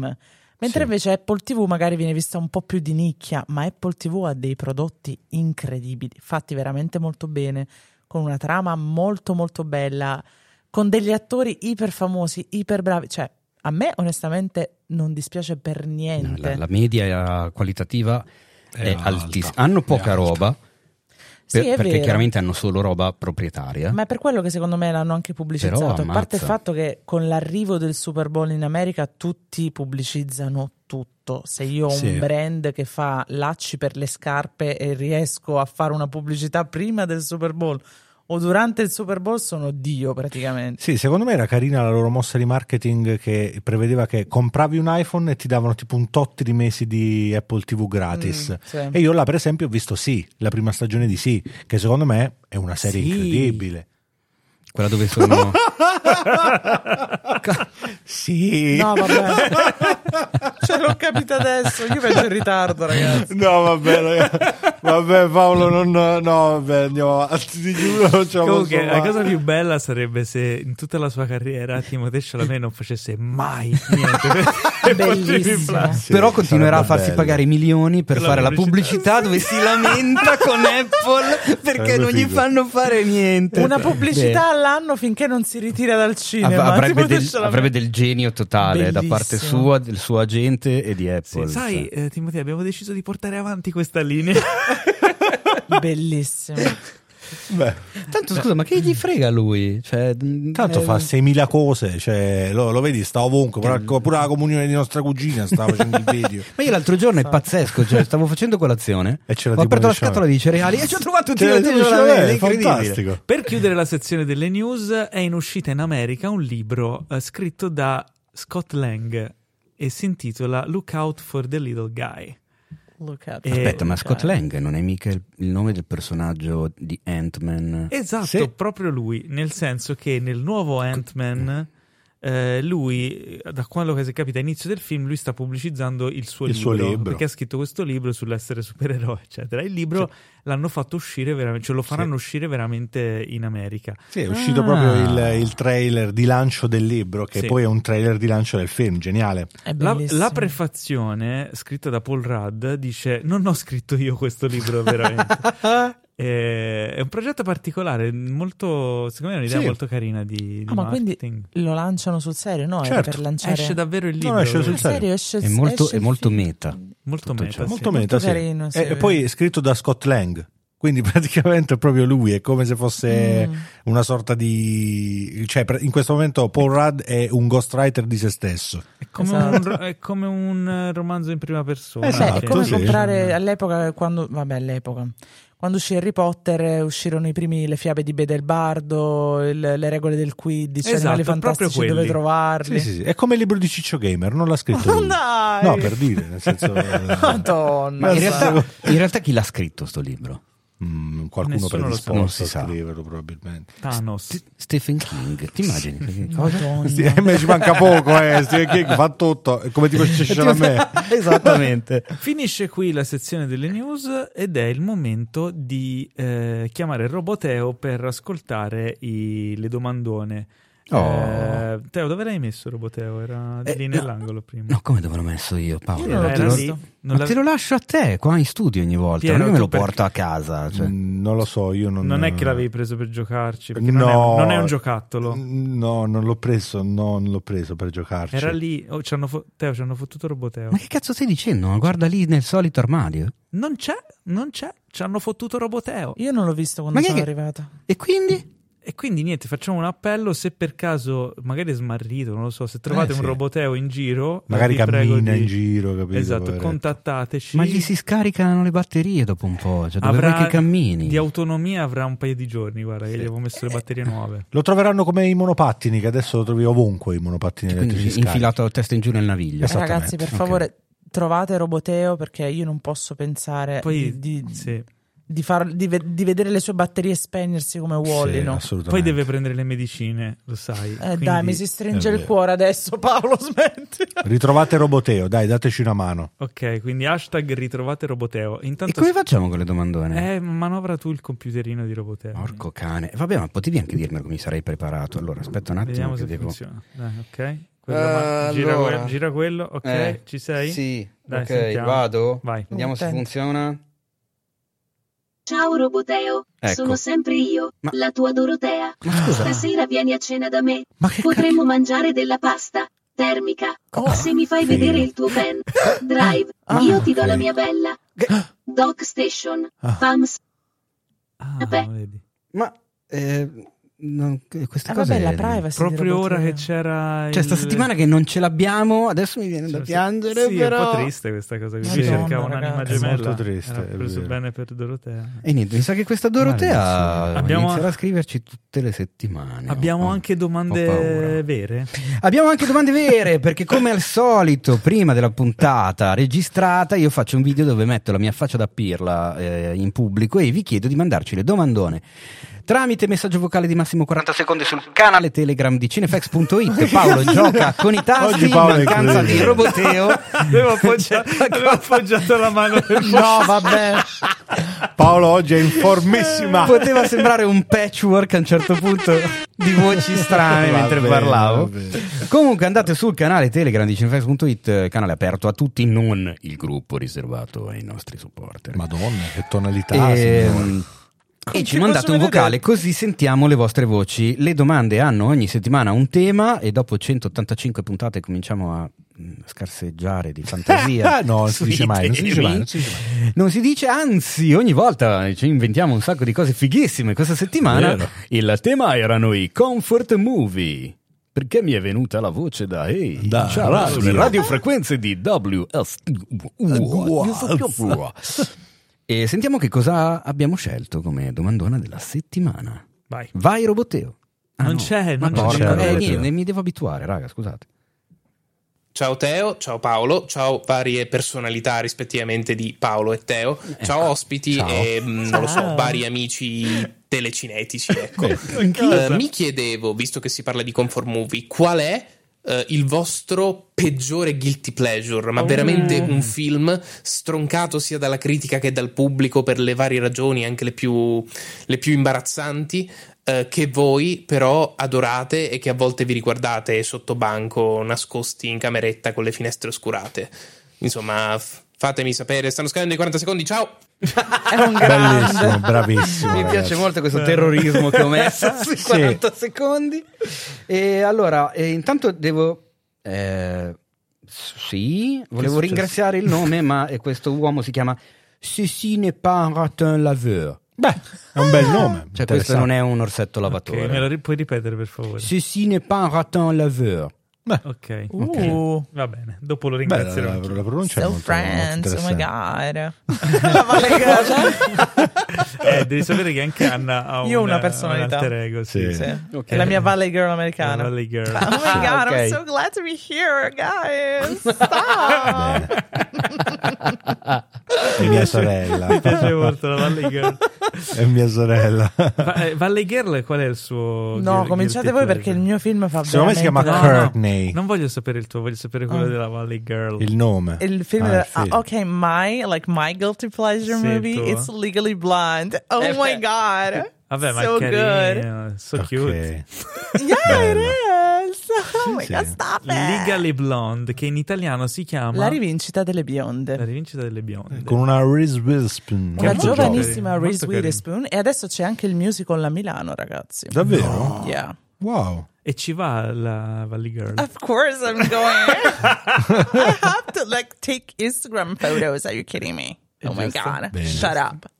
S4: Mentre
S2: Sì.
S4: invece Apple TV magari viene vista un po' più di nicchia, ma Apple TV ha dei prodotti incredibili, fatti veramente molto bene, con una trama molto molto bella, con degli attori iper famosi, iper bravi. Cioè, a me onestamente non dispiace per
S2: no,
S4: niente.
S2: la, la media qualitativa è,
S3: È alta,
S2: altissima hanno
S3: è
S2: poca
S3: alta.
S2: roba
S4: Sì,
S2: Per-
S4: è
S2: perché
S4: vero.
S2: chiaramente hanno solo roba proprietaria.
S4: Ma è per quello che secondo me l'hanno anche
S2: Però
S4: pubblicizzato. A parte il
S2: ammazza.
S4: fatto che con l'arrivo del Super Bowl in America tutti pubblicizzano tutto. Se io ho
S3: Sì.
S4: un brand che fa lacci per le scarpe e riesco a fare una pubblicità prima del Super Bowl o durante il Super Bowl sono Dio praticamente.
S3: Sì, secondo me era carina la loro mossa di marketing che prevedeva che compravi un iPhone e ti davano tipo un tot di mesi di Apple TV gratis.
S4: Mm, sì.
S3: E io là, per esempio, ho visto Sì, la prima stagione di Sì, che secondo me è una serie
S1: Sì.
S3: incredibile.
S2: Quella dove sono.
S3: Sì.
S4: No, vabbè. Ce l'ho capito adesso. Io penso in ritardo, ragazzi.
S3: No, vabbè, ragazzi. vabbè, Paolo, non, no, vabbè, andiamo avanti, ti giuro, non ce la
S1: Comunque,
S3: posso
S1: la
S3: fare.
S1: cosa più bella sarebbe se in tutta la sua carriera Timothée Chalamet non facesse mai niente. per- per
S4: Bellissimo.
S1: Apple TV+.
S3: Sì,
S2: Però continuerà a farsi
S3: sarebbe bello.
S2: pagare milioni per
S1: Per la
S2: fare la
S1: pubblicità.
S2: pubblicità dove si lamenta con Apple perché
S3: Sarebbe
S2: non gli
S3: figo.
S2: fanno fare niente.
S4: Una pubblicità all'anno finché non si ritira dal
S2: Beh,
S4: cinema.
S2: av- avrebbe,
S4: Timothée
S2: del,
S4: Chalamet.
S2: avrebbe del genio totale da
S4: Bellissimo.
S2: parte sua, del suo agente e di
S1: Sì,
S2: Apple.
S1: sai,
S2: Cioè,
S1: eh, Timothée, abbiamo deciso di portare avanti questa linea.
S4: Bellissimo.
S3: Beh,
S2: Tanto scusa, ma che gli frega lui? Cioè, mh,
S3: tanto
S2: eh,
S3: fa 6.000 cose, cioè, lo, lo vedi, sta ovunque, pure, pure la comunione di nostra cugina stava facendo il video.
S2: Ma io l'altro giorno è pazzesco, cioè, stavo facendo colazione,
S3: E c'era
S2: ho
S3: tipo
S2: aperto la
S3: un diciamo-
S2: scatola di cereali e ci ho trovato un
S3: Cioè,
S2: tiro di
S3: dicevo,
S2: cereali,
S3: eh,
S2: incredibile.
S3: fantastico.
S1: per chiudere la sezione delle news, è in uscita in America un libro eh, scritto da Scott Lang e si intitola Look Out for the Little Guy.
S4: Look out. cioè,
S1: Eh,
S2: Aspetta, ma Scott
S4: Dai.
S2: Lang non è mica il, il nome del personaggio di Ant-Man?
S1: Esatto,
S3: Sì.
S1: proprio lui, nel senso che nel nuovo Ant-Man eh, lui, da quello che si capita all'inizio del film, lui sta pubblicizzando il suo,
S3: Il
S1: libro,
S3: suo libro.
S1: perché ha scritto questo libro sull'essere supereroe, eccetera. Il libro l'hanno fatto uscire veramente, ce lo faranno
S3: Sì.
S1: uscire veramente in America.
S3: Sì, è uscito
S2: Ah.
S3: proprio il, il trailer di lancio del libro, che
S1: Sì.
S3: poi è un trailer di lancio del film, geniale.
S4: È
S1: La,
S4: bellissimo.
S1: la prefazione scritta da Paul Rudd dice: Non ho scritto io questo libro, veramente. Eh, è un progetto particolare, molto, secondo me è un'idea
S3: Sì.
S1: molto carina di, di
S4: Ah, ma quindi
S1: marketing.
S4: Lo lanciano sul serio? No, era
S3: Certo.
S4: per lanciare.
S1: Esce davvero il libro.
S3: no, esce
S1: eh,
S3: sul
S4: Sul serio esce
S2: È molto,
S4: esce
S2: è
S4: il
S2: molto
S4: film. Mm.
S2: meta.
S1: Molto
S2: Tutto
S1: meta.
S2: ciò.
S1: sì.
S3: Molto meta,
S4: Molto
S3: sì. Eh,
S4: carino, sì,
S3: e
S4: è
S3: e poi è scritto da Scott Lang. Quindi praticamente è proprio lui, è come se fosse
S4: Mm.
S3: una sorta di... cioè pre- in questo momento Paul Rudd è un ghostwriter di se stesso.
S1: È come,
S4: Esatto.
S1: un, è come un, eh, romanzo in prima persona.
S3: Esatto,
S4: Beh, è come
S3: sì.
S4: comprare all'epoca, quando, vabbè, all'epoca. Quando uscì Harry Potter eh, uscirono i primi Le fiabe di Bedelbardo, il- le regole del Quidditch,
S1: Esatto,
S4: animali
S1: proprio
S4: fantastici
S1: quelli.
S4: dove trovarli.
S3: Sì, sì, sì. È come il libro di Ciccio Gamer, non l'ha scritto
S4: Ma
S3: lui.
S4: dai!
S3: No, per dire, nel senso... eh,
S4: Madonna.
S2: Ma in
S3: Ma
S2: realtà,
S3: sai-
S2: in realtà chi l'ha scritto sto libro?
S3: Mm, qualcuno
S1: Nessuno lo sa.
S2: Non
S3: predisposto
S2: si
S3: a
S2: sa.
S3: scriverlo probabilmente.
S1: Thanos.
S2: Stephen King, ti immagini?
S4: Madonna.
S3: Sì, a me ci manca poco, eh. Stephen King fa tutto, è come tipo Ciccio a me.
S2: Esattamente.
S1: Finisce qui la sezione delle news ed è il momento di eh, chiamare il Roboteo per ascoltare i- le domandone.
S2: Oh.
S1: Eh, Teo, dove l'hai messo Roboteo? Era di
S2: Eh,
S1: lì
S2: no.
S1: nell'angolo prima.
S2: No, come dove l'ho messo io, Paolo?
S4: Io non l'ho
S2: Te
S1: Era
S2: lo-
S1: lì.
S4: Ma
S1: Non
S2: Ma
S1: la-
S2: te lo lascio a te, qua in studio ogni volta,
S1: Piero,
S2: non è che me
S1: tu
S2: lo
S1: perché-
S2: porto a casa. cioè.
S3: Mm, Non lo so, io non...
S1: Non è che l'avevi preso per giocarci, perché non, è un, non è un giocattolo.
S3: Mm, No, non l'ho preso, no, non l'ho preso per giocarci.
S1: Era lì, oh, ci hanno fo- Teo, ci hanno fottuto Roboteo.
S2: Ma che cazzo stai dicendo? Ma Guarda lì nel solito armadio.
S1: Non c'è, non c'è, ci hanno fottuto Roboteo.
S4: Io non l'ho visto quando
S2: Ma chi è
S4: sono
S2: che-
S4: arrivata.
S2: E quindi?
S1: E quindi niente, facciamo un appello, se per caso, magari è smarrito, non lo so, se trovate
S3: Eh,
S1: un
S3: sì.
S1: Roboteo in giro...
S3: Magari
S1: vi prego
S3: cammina
S1: di-
S3: in giro, capito?
S1: Esatto,
S3: poveretto.
S1: contattateci.
S2: Ma gli si scaricano le batterie dopo un po', cioè dove
S1: Avrà-
S2: vuoi che cammini?
S1: Di autonomia avrà un paio di giorni, guarda, che gli avevo messo le batterie nuove.
S3: Lo troveranno come i monopattini, che adesso lo trovi ovunque i monopattini
S2: Cioè, Quindi
S3: elettrici scarichi.
S2: infilato a testa in giù nel naviglio.
S3: Esattamente.
S4: Ragazzi, per
S2: Ok.
S4: favore, trovate Roboteo perché io non posso pensare
S1: Poi,
S4: eh, di, di-
S1: sì.
S4: di far- di ve- di vedere le sue batterie spegnersi come Wally,
S3: Sì,
S4: no?
S1: Poi
S3: assolutamente.
S1: deve prendere le medicine, lo sai.
S4: Eh, dai,
S1: quindi-
S4: mi si stringe
S3: è
S4: il
S3: vero.
S4: cuore adesso, Paolo, smetti.
S3: Ritrovate Roboteo, dai, dateci una mano.
S1: Ok, quindi hashtag ritrovate Roboteo.
S2: E
S1: Intanto...
S2: come facciamo con le domandone?
S1: Eh, manovra tu il computerino di Roboteo.
S2: Porco cane. Vabbè, ma potevi anche dirmelo che mi sarei preparato. Allora, aspetta un attimo.
S1: Vediamo
S2: che
S1: se
S2: devo-
S1: funziona. Dai, ok. Quello va-
S2: Eh,
S1: gira,
S2: allora.
S1: que- gira quello, ok.
S2: Eh,
S1: Ci sei?
S2: Sì,
S1: Dai,
S2: ok,
S1: sentiamo.
S2: vado.
S1: Vai.
S2: Vediamo se
S4: Contento.
S2: funziona.
S7: Ciao Roboteo,
S2: Ecco.
S7: sono sempre io,
S2: Ma-
S7: la tua Dorotea.
S2: Ma scusa,
S7: Stasera vieni a cena da me.
S2: ma che
S7: Potremmo mangiare della pasta termica.
S4: Oh,
S7: Se mi fai
S3: figo.
S7: vedere il tuo pen, drive,
S4: Ah,
S7: io ti do
S3: ok.
S7: la mia bella.
S2: cacchio-
S7: Doc Station,
S3: Ah.
S7: PAMS,
S1: Ah,
S7: Vabbè.
S1: vedi.
S2: Ma eh, non- queste
S4: eh,
S2: cose...
S4: vabbè, la privacy. di
S1: Proprio ora
S4: Roboteo.
S1: che c'era.
S2: Cioè, sta
S1: il-
S2: settimana che non ce l'abbiamo, adesso mi viene da
S1: Sì,
S2: piangere,
S1: sì, è
S2: però...
S1: un po' triste questa cosa. Qui
S3: Sì.
S1: cercava
S4: Madonna,
S1: un'anima
S4: ragazzi.
S1: gemella.
S3: È molto triste,
S1: Era
S3: è
S1: preso
S3: vero.
S1: bene per Dorotea.
S2: E niente, mi sa che questa Dorotea
S3: Malissimo.
S1: Abbiamo-
S2: inizierà a scriverci tutte le settimane.
S1: Abbiamo
S2: Ah, Ho-
S1: anche
S2: ho paura.
S1: domande vere.
S2: Abbiamo anche domande vere, perché come al solito, prima della puntata registrata, io faccio un video dove metto la mia faccia da pirla eh, in pubblico e vi chiedo di mandarci le domandone tramite messaggio vocale di massimo 40 secondi sul canale Telegram di cinefax.it. Paolo gioca con i tasti
S3: Oggi
S2: in
S3: Paolo è
S2: mancanza di
S3: incredibile.
S2: roboteo.
S1: Avevo appoggiato, avevo appoggiato la mano per
S3: No, vabbè. Paolo oggi è in formissima.
S2: Poteva sembrare un patchwork a un certo punto di voci strane
S3: Va
S2: mentre
S3: bene,
S2: parlavo.
S3: va bene.
S2: Comunque andate sul canale Telegram di cinefax.it, eh, canale aperto a tutti, non il gruppo riservato ai nostri supporter.
S3: Madonna, che tonalità. signore.
S2: Ehm, E, ci mandate un vocale così sentiamo le vostre voci. Le domande hanno ogni settimana un tema e dopo 185 puntate cominciamo a mh, scarseggiare di fantasia.
S3: no, non si
S2: sui
S3: dice mai, non si dice mai,
S2: temi.
S3: non si dice mai.
S2: Non si dice, anzi, ogni volta ci inventiamo un sacco di cose fighissime. Questa settimana
S3: Vero.
S2: il tema erano i comfort movie. Perché mi è venuta la voce da Ehi,
S3: Da
S2: ciao,
S3: radio.
S2: sulle radiofrequenze di WS. E sentiamo che cosa abbiamo scelto come domandona della settimana.
S1: Vai.
S2: Vai Roboteo.
S1: Non c'è,
S2: Ma
S1: non c'è.
S2: porca,
S3: Non c'è
S2: eh,
S3: Roboteo.
S2: niente, mi devo abituare, raga, scusate.
S8: Ciao Teo, ciao Paolo, ciao varie personalità rispettivamente di Paolo e Teo, ciao ospiti
S2: ciao.
S8: e mh, non lo so,
S4: Ciao.
S8: vari amici telecinetici, ecco. Eh, mi chiedevo, visto che si parla di comfort movie, qual è eh, il vostro peggiore guilty pleasure, ma veramente un film stroncato sia dalla critica che dal pubblico per le varie ragioni, anche le più, le più imbarazzanti, eh, che voi però adorate e che a volte vi riguardate sotto banco, nascosti in cameretta con le finestre oscurate. Insomma, f- fatemi sapere, stanno scadendo i 40 secondi, ciao!
S4: È un grande.
S3: Bellissimo, bravissimo.
S2: Mi
S3: ragazzi.
S2: piace molto questo terrorismo che ho messo sui
S3: Sì.
S2: 40 secondi. E allora, eh, intanto devo. eh, sì, volevo
S3: successo?
S2: ringraziare il nome, ma eh, questo uomo si chiama Cecine Paratin Laveur.
S3: Beh, è un bel nome.
S2: Cioè, questo non è un orsetto
S1: Ok,
S2: lavatore.
S1: me lo ri- puoi ripetere per favore?
S2: Ceci n'est pas un raton laveur.
S1: Ok,
S4: Uh,
S1: va bene. Dopo lo
S3: Beh, eh,
S1: ringrazierò.
S3: la,
S1: anch'io.
S3: la pronuncia è
S4: so
S3: molto,
S4: friends,
S3: molto
S4: oh my
S3: interessante.
S4: god. La cioè? Valle
S1: Eh, devi sapere che anche Anna ha
S4: Io ho
S1: un-
S4: una personalità.
S1: un alter ego, sì.
S3: Sì.
S4: Sì.
S2: Ok.
S4: È la mia Valley Girl americana.
S1: La Valley Girl.
S4: Oh my god,
S2: Ok.
S4: I'm so glad to be here, guys. Stop.
S3: È mia sorella.
S1: Mi piace molto la Valley Girl.
S3: è mia sorella.
S1: Va- eh, Valley Girl qual è il suo
S4: No,
S1: gui-
S4: cominciate
S1: guilty
S4: voi
S1: pleasure?
S4: perché il mio film fa
S3: Secondo me si chiama
S4: veramente
S1: No,
S4: da-
S1: no,
S3: Courtney.
S1: Non voglio sapere il tuo, voglio sapere quello
S4: Ah.
S1: della Valley Girl.
S3: Il nome.
S4: Il film
S3: Ah,
S4: della- ah,
S3: film.
S4: ok, my like my guilty pleasure
S1: Sì, il
S4: movie
S1: tuo.
S4: it's Legally Blonde. Oh
S8: Eh,
S4: my
S8: beh.
S4: god.
S1: Vabbè, ma
S4: so
S1: è
S4: good.
S1: carino, so
S3: Ok.
S1: cute.
S4: Yeah, it is.
S3: Sì,
S4: Oh my
S3: sì.
S4: god, stop it.
S1: Legally Blonde, che in italiano si chiama
S4: La rivincita delle bionde.
S1: La rivincita delle bionde.
S3: Eh, Con una Reese Witherspoon.
S4: Una
S3: Molto
S1: giovane-
S3: giovane.
S4: giovanissima
S1: giovane. Molto
S4: Reese
S1: carino.
S4: Witherspoon e adesso c'è anche il musical a Milano, ragazzi.
S3: Davvero?
S4: Yeah.
S3: Wow.
S1: E ci va la Valley Girl.
S4: Of course I'm going. I have to like take Instagram photos. Are you kidding me? Oh my
S1: Giusto.
S4: god.
S3: Bene.
S4: Shut up.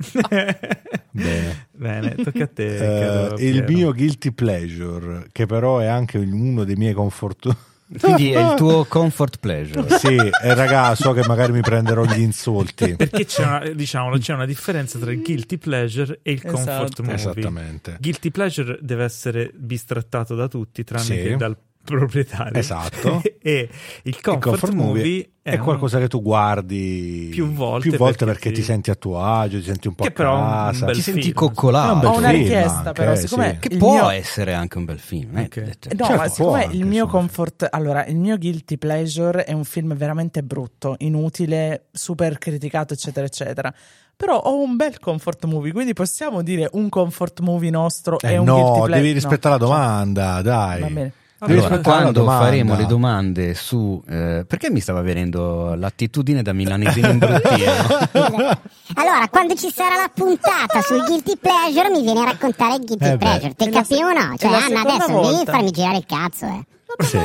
S3: Bene.
S1: Bene, tocca a te.
S3: Eh,
S1: caro
S3: il
S1: Piero.
S3: mio guilty pleasure, che però è anche uno dei miei comfort.
S2: Quindi è il tuo comfort pleasure.
S3: sì, e raga, so che magari mi prenderò gli insulti.
S1: Perché c'è una, diciamolo, c'è una differenza tra il guilty pleasure e il
S4: Esatto.
S1: comfort movie.
S3: Esattamente.
S1: Guilty pleasure deve essere bistrattato da tutti, tranne
S3: Sì.
S1: che dal proprietario.
S3: Esatto.
S1: e il comfort, movie, è,
S3: è,
S1: un-
S3: qualcosa che tu guardi
S1: Più volte
S3: perché,
S1: perché
S3: ti...
S1: ti-
S3: senti a tuo agio, ti senti un po'
S1: Che
S3: a
S1: però è un
S3: casa.
S1: bel
S2: Ti
S1: film.
S2: senti coccolato.
S3: È
S4: Ho una
S3: film
S4: richiesta
S3: anche,
S4: però,
S3: eh,
S4: siccome
S3: sì.
S2: Che
S4: il
S2: può
S4: mio-
S2: essere anche un bel film. eh.
S1: Ok.
S4: No,
S3: Certo,
S4: ma
S3: può
S4: siccome
S3: anche,
S4: il mio
S3: insomma.
S4: comfort, allora, il mio guilty pleasure è un film veramente brutto, inutile, super criticato, eccetera, eccetera. Però ho un bel comfort movie, quindi possiamo dire un comfort movie nostro
S3: Eh,
S4: è un guilty
S3: no,
S4: pleasure.
S3: devi rispettare la
S4: cioè,
S3: domanda, dai.
S4: va bene.
S3: Devi
S2: Allora,
S3: rispettare la
S2: quando
S3: domanda.
S2: faremo le domande su eh, perché mi stava venendo l'attitudine da milanesino imbruttito?
S6: Allora, quando ci sarà la puntata sul guilty pleasure, mi vieni a raccontare il guilty
S3: Eh beh.
S6: pleasure.
S4: È
S6: Te
S4: la
S6: capivo o no?
S4: se-
S6: Cioè,
S4: è la
S6: Anna,
S4: seconda
S6: adesso non devi
S4: volta.
S6: farmi girare il cazzo, eh.
S3: Sì.
S6: È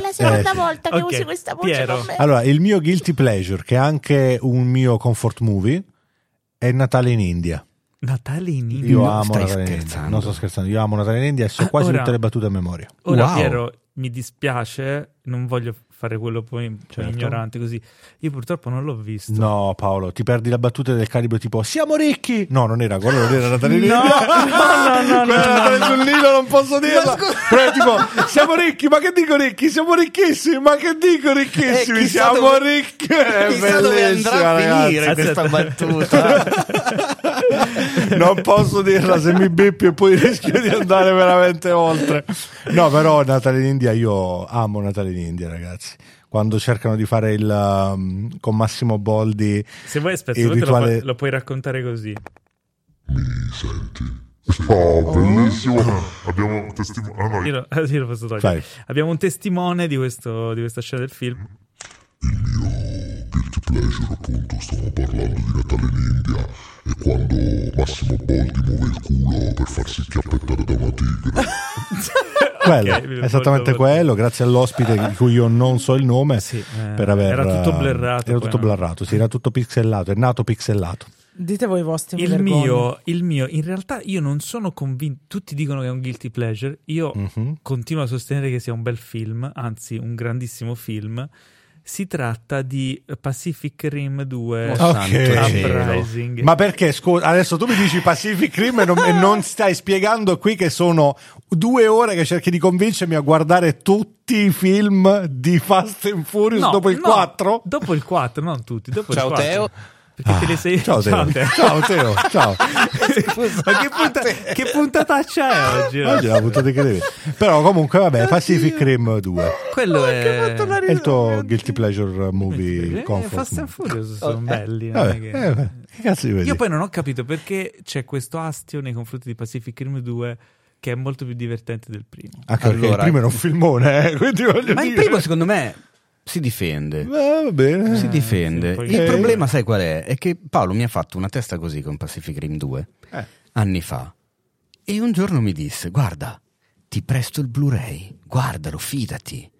S6: la
S3: seconda Eh, sì.
S6: volta
S1: che Ok, usi questa voce Piero. con me.
S3: Allora, il mio guilty pleasure, che è anche un mio comfort movie, è Natale in India.
S1: Natale in India.
S3: Io
S2: Non
S3: amo
S2: stai
S3: Natale in India.
S2: scherzando.
S3: Non sto scherzando, io amo Natale in India e so
S1: Ah,
S3: quasi
S1: ora-
S3: tutte le battute a memoria.
S1: Ora,
S2: Wow.
S1: Piero, mi dispiace, non voglio fare quello poi poi
S3: Certo.
S1: ignorante così. Io purtroppo non l'ho visto.
S3: No, Paolo, ti perdi la battuta del calibro tipo Siamo ricchi! No, non era quello, non era Natale in
S1: No,
S3: India.
S1: no, no, no,
S3: Quella
S1: no,
S3: Natale
S1: no.
S3: sul Nilo, non posso dirla. Però è tipo Siamo ricchi, ma che dico ricchi? Siamo ricchissimi, ma che dico ricchissimi?
S2: Eh, chissà
S3: siamo
S2: dove-
S3: ricchi! È
S2: Chissà dove andrà
S3: bellissima,
S2: a
S3: ragazzi.
S2: finire
S1: Aspetta.
S2: questa battuta.
S3: Non posso dirla se mi bippi e poi rischio di andare veramente oltre. No, però Natale in India, io amo Natale in India, ragazzi. Quando cercano di fare il um, con Massimo Boldi
S1: Se vuoi, aspetta,
S3: Il
S1: se vuoi te lo
S3: rituale-
S1: fa- lo puoi raccontare così.
S5: Oh, bellissimo. Abbiamo testimoniato. Ah, no,
S1: Io lo, io lo posso togliere.
S3: Vai.
S1: Abbiamo un testimone di, questo- di questa scena del film.
S5: guilty pleasure, appunto, stavamo parlando di Natale in India e quando Massimo Boldi muove il culo per farsi chiappettare da una tigre.
S3: quello,
S1: mi ricordo
S3: esattamente
S1: molto.
S3: quello, grazie all'ospite di cui io non so il nome,
S1: Sì, eh,
S3: per aver,
S1: era tutto
S3: eh,
S1: blurrato,
S3: Era
S1: poi,
S3: tutto
S1: no?
S3: blurrato, sì, era tutto pixellato, è nato pixellato.
S4: Dite voi i vostri
S1: Il
S4: vergogni.
S1: mio, il mio, in realtà io non sono convinto. Tutti dicono che è un guilty pleasure. Io
S3: Mhm.
S1: continuo a sostenere che sia un bel film, anzi, un grandissimo film. Si tratta di Pacific Rim 2
S3: Oh, santo cielo.
S1: Uprising.
S3: Ma perché, scusa, adesso tu mi dici Pacific Rim e non, e non stai spiegando qui che sono due ore che cerchi di convincermi a guardare tutti i film di Fast and Furious
S1: No,
S3: dopo il
S1: no,
S3: 4?
S1: Dopo il 4, non tutti. Dopo
S8: Ciao,
S1: il 4.
S8: Teo.
S1: Perché te le sei...
S3: Ah, Ciao Teo, ciao Teo, ciao.
S1: Ma che, punta- che puntataccia è oggi?
S3: Ah, Oggi è la puntata che devi. Però comunque vabbè, Pacific Rim 2.
S1: Quello è...
S3: È il tuo guilty pleasure movie
S1: Eh,
S3: comfort.
S1: Fast and Furious sono belli. non
S3: Vabbè,
S1: Oh, è che-
S3: eh, vabbè, che cazzo di vedi?
S1: Io poi non ho capito perché c'è questo astio nei confronti di Pacific Rim 2 che è molto più divertente del primo.
S3: Anche perché il
S2: Allora-
S3: primo era un filmone, eh, quindi voglio
S2: Ma il
S3: dire-
S2: primo, secondo me, si difende.
S3: Eh, va bene.
S2: Si difende.
S1: sì, poi-
S2: Il
S3: Eh.
S2: problema, sai qual è? È che Paolo mi ha fatto una testa così con Pacific Rim 2
S3: Eh.
S2: anni fa. E un giorno mi disse: Guarda, ti presto il
S3: Eh.
S2: Blu-ray, guardalo, fidati.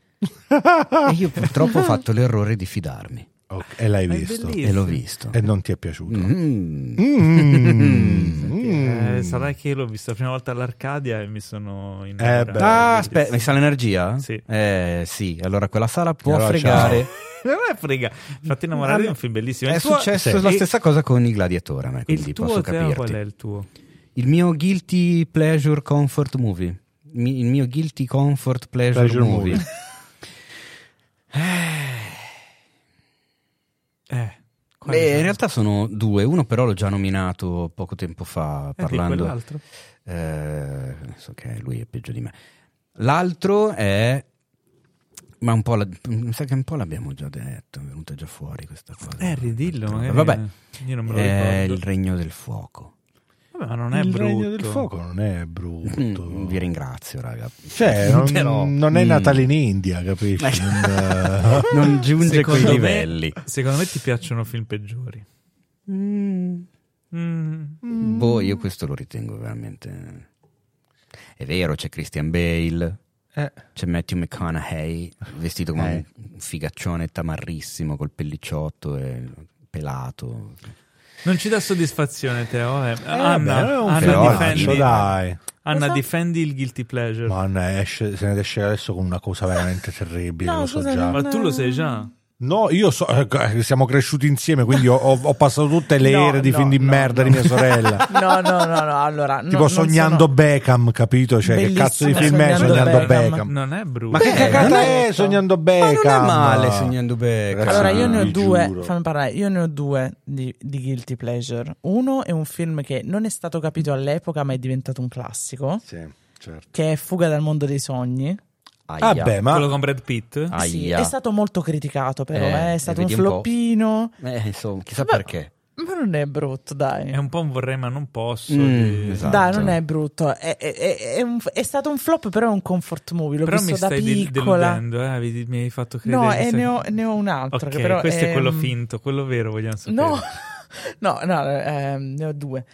S2: e io purtroppo ho fatto l'errore di fidarmi.
S3: Ok, e l'hai
S1: È
S3: visto.
S1: bellissimo.
S2: E l'ho visto.
S3: E non ti è piaciuto. Mm-hmm.
S2: Mm.
S3: Mm.
S1: Eh, sarà che l'ho visto la prima volta all'Arcadia e mi sono
S3: beh.
S1: innamorato.
S2: Ah,
S1: Quindi-
S2: aspetta, mi sa l'energia?
S1: Sì.
S2: Eh, sì, allora quella sala può
S3: Allora,
S2: fregare.
S1: Non è frega. Fatti innamorare è un film bellissimo.
S2: Ah, È
S1: Il tuo-
S2: successo
S1: Sì.
S2: la
S1: E-
S2: stessa cosa con i gladiatori, a me,
S1: Il
S2: quindi
S1: tuo
S2: posso
S1: Teo,
S2: capirti.
S1: qual è il tuo?
S2: Il mio guilty pleasure comfort movie. Mi- il mio guilty comfort pleasure,
S3: Pleasure
S2: movie.
S3: movie.
S1: Eh, quale
S2: Beh,
S1: sono?
S2: in realtà sono due, uno però l'ho già nominato poco tempo fa
S1: Eh, di
S2: parlando.
S1: quell'altro.
S2: Eh, so che lui è peggio di me. L'altro è ma un po' la- mi sa che un po' l'abbiamo già detto, è venuta già fuori questa cosa.
S1: Eh, ridillo, magari.
S2: Vabbè,
S1: Io non me lo
S2: è
S1: ricordo.
S2: il regno del fuoco.
S1: Vabbè, ma non è
S3: il
S1: brutto.
S3: regno del fuoco non è brutto.
S2: Mm, Vi ringrazio, raga.
S3: Cioè, non,
S2: Però-
S3: non è
S2: Mm. Eh,
S3: Natale in India, capisci? Non, eh,
S2: Non giunge a quei
S1: Secondo me-
S2: livelli.
S1: Secondo me ti piacciono film peggiori. Mm.
S2: Boh, io questo lo ritengo veramente. È vero, c'è Christian Bale,
S3: eh,
S2: c'è Matthew McConaughey vestito come
S3: Eh.
S2: un figaccione tamarrissimo col pellicciotto e pelato.
S1: Non ci dà soddisfazione, Teo. eh.
S3: vabbè, non è
S1: Anna,
S3: un
S1: Anna,
S3: fenomeno,
S1: difendi,
S3: dai.
S1: Anna
S4: Cosa?
S1: difendi il guilty pleasure. Ma,
S3: Manna, esce, se ne esce adesso con una cosa veramente terribile,
S4: No,
S3: lo so
S4: scusa,
S3: già.
S4: non-
S1: tu lo sai già.
S3: No, io so, eh, eh, siamo cresciuti insieme, quindi ho, ho- ho passato tutte le
S4: No,
S3: ere di
S4: no,
S3: film di
S4: no,
S3: merda di
S4: no.
S3: mia sorella.
S4: No, no, no, no, allora no,
S3: tipo
S4: non
S3: Sognando
S4: sono-
S3: Beckham, capito? Cioè, che
S4: Bellissimo,
S3: cazzo di film è
S4: Sognando
S3: Sognando
S4: Beckham.
S3: Beckham?
S1: Eh, Non è brutto.
S2: Ma
S3: Ma che
S2: Eh,
S3: cagata
S2: non
S3: è,
S2: è-
S3: Sognando
S2: Ma
S3: Beckham?
S2: non è male, sognando Beckham.
S3: Ragazzi,
S4: Allora, io ne ho
S3: vi
S4: due,
S3: giuro.
S4: fammi parlare, io ne ho due di, di guilty pleasure. Uno è un film che non è stato capito all'epoca, ma è diventato un classico,
S3: Sì, certo.
S4: che è Fuga dal mondo dei sogni.
S2: Aia.
S3: Vabbè, Ah, ma
S1: Quello con Brad Pitt?
S4: Sì,
S2: Aia.
S4: è stato molto criticato, però
S2: Eh,
S4: eh,
S2: eh,
S4: è stato un
S2: vedi un po'.
S4: floppino,
S2: Eh, insomma, chissà
S4: Ma-
S2: perché.
S4: ma non è brutto, dai.
S1: È un po' un vorrei ma non posso.
S2: Mm,
S1: di-
S2: esatto.
S4: Dai, non è brutto. È, è- è- è un- è stato un flop, però è un comfort movie. L'ho
S1: Però mi
S4: visto da
S1: stai del-
S4: piccola.
S1: deludendo, eh, vedi- mi hai fatto credere.
S4: No,
S1: che
S4: e
S1: sei-
S4: ne ho, ne ho un altro.
S1: Ok,
S4: che però
S1: questo è quello
S4: ehm,
S1: finto, quello vero vogliamo sapere.
S4: No, no, no, ehm, ne ho due.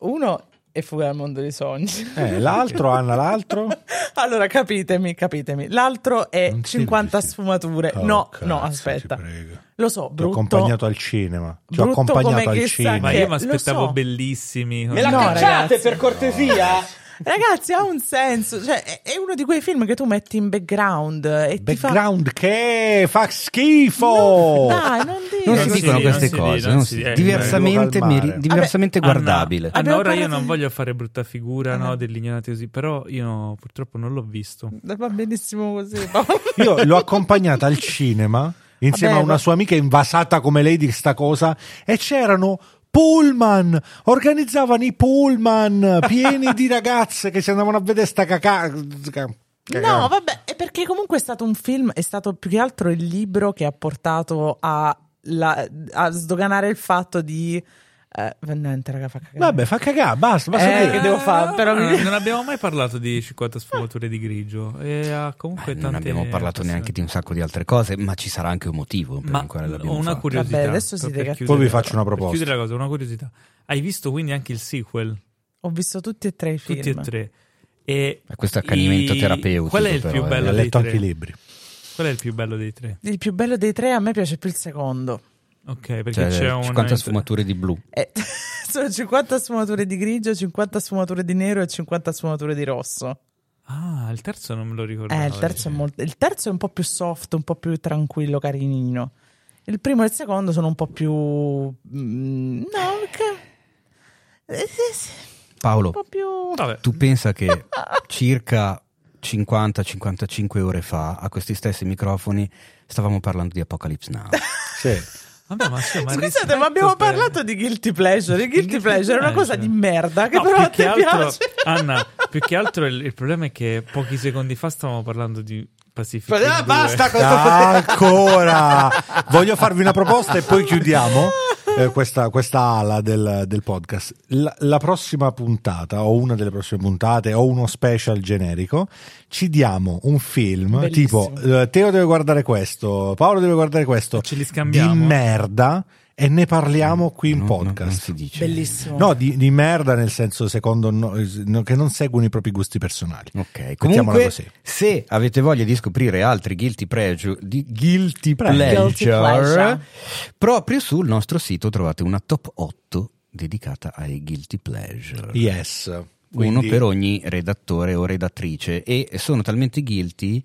S4: Uno è Fuga dal mondo dei sogni.
S3: eh, l'altro, Anna, l'altro?
S4: allora, capitemi, capitemi. L'altro è
S3: Non ti
S4: 50
S3: dici.
S4: Eh, sfumature.
S3: Oh,
S4: no,
S3: cazzo,
S4: no,
S3: ti
S4: aspetta.
S3: prego.
S4: Lo so,
S3: Ti ho
S4: brutto.
S3: accompagnato al cinema. Ti ho
S4: brutto
S3: accompagnato
S4: come
S3: al
S4: chissà
S3: cinema.
S1: Ma io mi
S4: eh, Lo
S1: aspettavo
S4: so.
S1: bellissimi.
S4: la No, cacciate, ragazzi. per
S2: cortesia?
S4: Ragazzi, ha un senso. Cioè, è- è uno di quei film che tu metti in background e ti fa...
S3: Background che fa schifo!
S4: No, dai, non dire.
S2: Non
S1: Non
S2: si
S1: si
S2: dicono
S1: di-
S2: queste
S1: non si
S2: cose.
S1: di- non
S2: non
S1: si
S2: si-
S1: di- eh,
S2: diversamente
S3: devo calmare.
S2: meri- diversamente
S1: Anna-
S2: guardabile.
S1: Anna,
S4: Abbiamo
S1: ora io
S4: parlato
S1: non
S4: di-
S1: voglio fare brutta figura no,
S4: Ah.
S1: dell'ignorante così, però io purtroppo non l'ho visto.
S4: Va benissimo così. Paolo.
S3: Io l'ho accompagnata al cinema insieme
S4: Vabbè,
S3: a una
S4: ma-
S3: sua amica invasata come lei di sta cosa e c'erano pullman, organizzavano i pullman pieni di ragazze che si andavano a vedere sta cacà.
S4: No, vabbè, è perché comunque è stato un film, è stato più che altro il libro che ha portato a, la- a sdoganare il fatto di... eh, niente, raga, fa cagare.
S3: Vabbè, fa cagà, basta, basta
S4: Eh,
S3: dire.
S4: che devo fare? Però mi-
S1: Ah, non abbiamo mai parlato di 50 sfumature di grigio. E ha comunque
S2: non
S1: tante
S2: abbiamo parlato
S1: passioni.
S2: neanche di un sacco di altre cose, ma ci sarà anche un motivo per
S1: Ma
S2: il quale l'abbiamo
S1: ho una
S2: fatto.
S1: curiosità.
S4: Vabbè, adesso si
S1: per- per
S4: deve-
S1: chiudere-
S3: Poi vi faccio una
S1: per
S3: proposta.
S1: Chiudere la cosa, una curiosità. Hai visto quindi anche il sequel?
S4: Ho visto tutti e tre i film.
S1: Tutti e tre. E
S2: Ma Eh, questo è accanimento
S1: i-
S2: terapeutico,
S1: Qual è il
S2: però,
S1: più
S2: eh.
S1: bello
S3: Ho
S1: dei
S3: letto
S1: tre?
S3: anche i libri.
S1: Qual è il più bello dei tre?
S4: Il più bello dei tre a me piace più il secondo.
S1: Ok, perché
S2: Cioè,
S1: c'è un
S2: 50 sfumature di blu.
S4: Eh, sono 50 sfumature di grigio, 50 sfumature di nero e 50 sfumature di rosso.
S1: Ah, il terzo non me lo ricordavo.
S4: Eh, il, terzo è molto- il terzo è un po' più soft, un po' più tranquillo, carinino. Il primo e il secondo sono un po' più... mm, no, che... eh, sì, sì,
S2: Paolo,
S4: un po' più...
S1: Vabbè,
S2: tu pensa che circa 50-55 ore fa, a questi stessi microfoni, stavamo parlando di Apocalypse Now.
S3: Sì.
S1: vabbè, ma sì, ma
S4: Scusate,
S1: rispetto eh.
S4: ma abbiamo
S1: per-
S4: parlato di guilty pleasure. Il guilty pleasure è una cosa di merda che
S1: No,
S4: però a
S1: più
S4: te
S1: che altro-
S4: piace.
S1: Anna, più che altro il, il problema è che pochi secondi fa stavamo parlando di Pacific
S4: ah,
S1: Rim 2.
S3: Ah, Ancora! Voglio farvi una proposta e poi chiudiamo eh, questa, questa ala del, del podcast. La, la prossima puntata, o una delle prossime puntate, o uno special generico, ci diamo un film
S4: Bellissimo.
S3: tipo eh, Teo deve guardare questo, Paolo deve guardare questo.
S1: Ce li scambiamo?
S3: Di merda. e ne parliamo qui in
S2: No, no,
S3: podcast.
S2: non si dice.
S4: Bellissimo.
S3: No, di, di merda nel senso secondo no- no- che non seguono i propri gusti personali.
S2: Ok,
S3: Mettiamola
S2: comunque
S3: così.
S2: se avete voglia di scoprire altri guilty, pleasure- di guilty pleasure,
S4: Guilty pleasure.
S2: proprio sul nostro sito trovate una top 8 dedicata ai guilty pleasure.
S3: Yes.
S2: Uno
S3: Quindi-
S2: per ogni redattore o redattrice e sono talmente guilty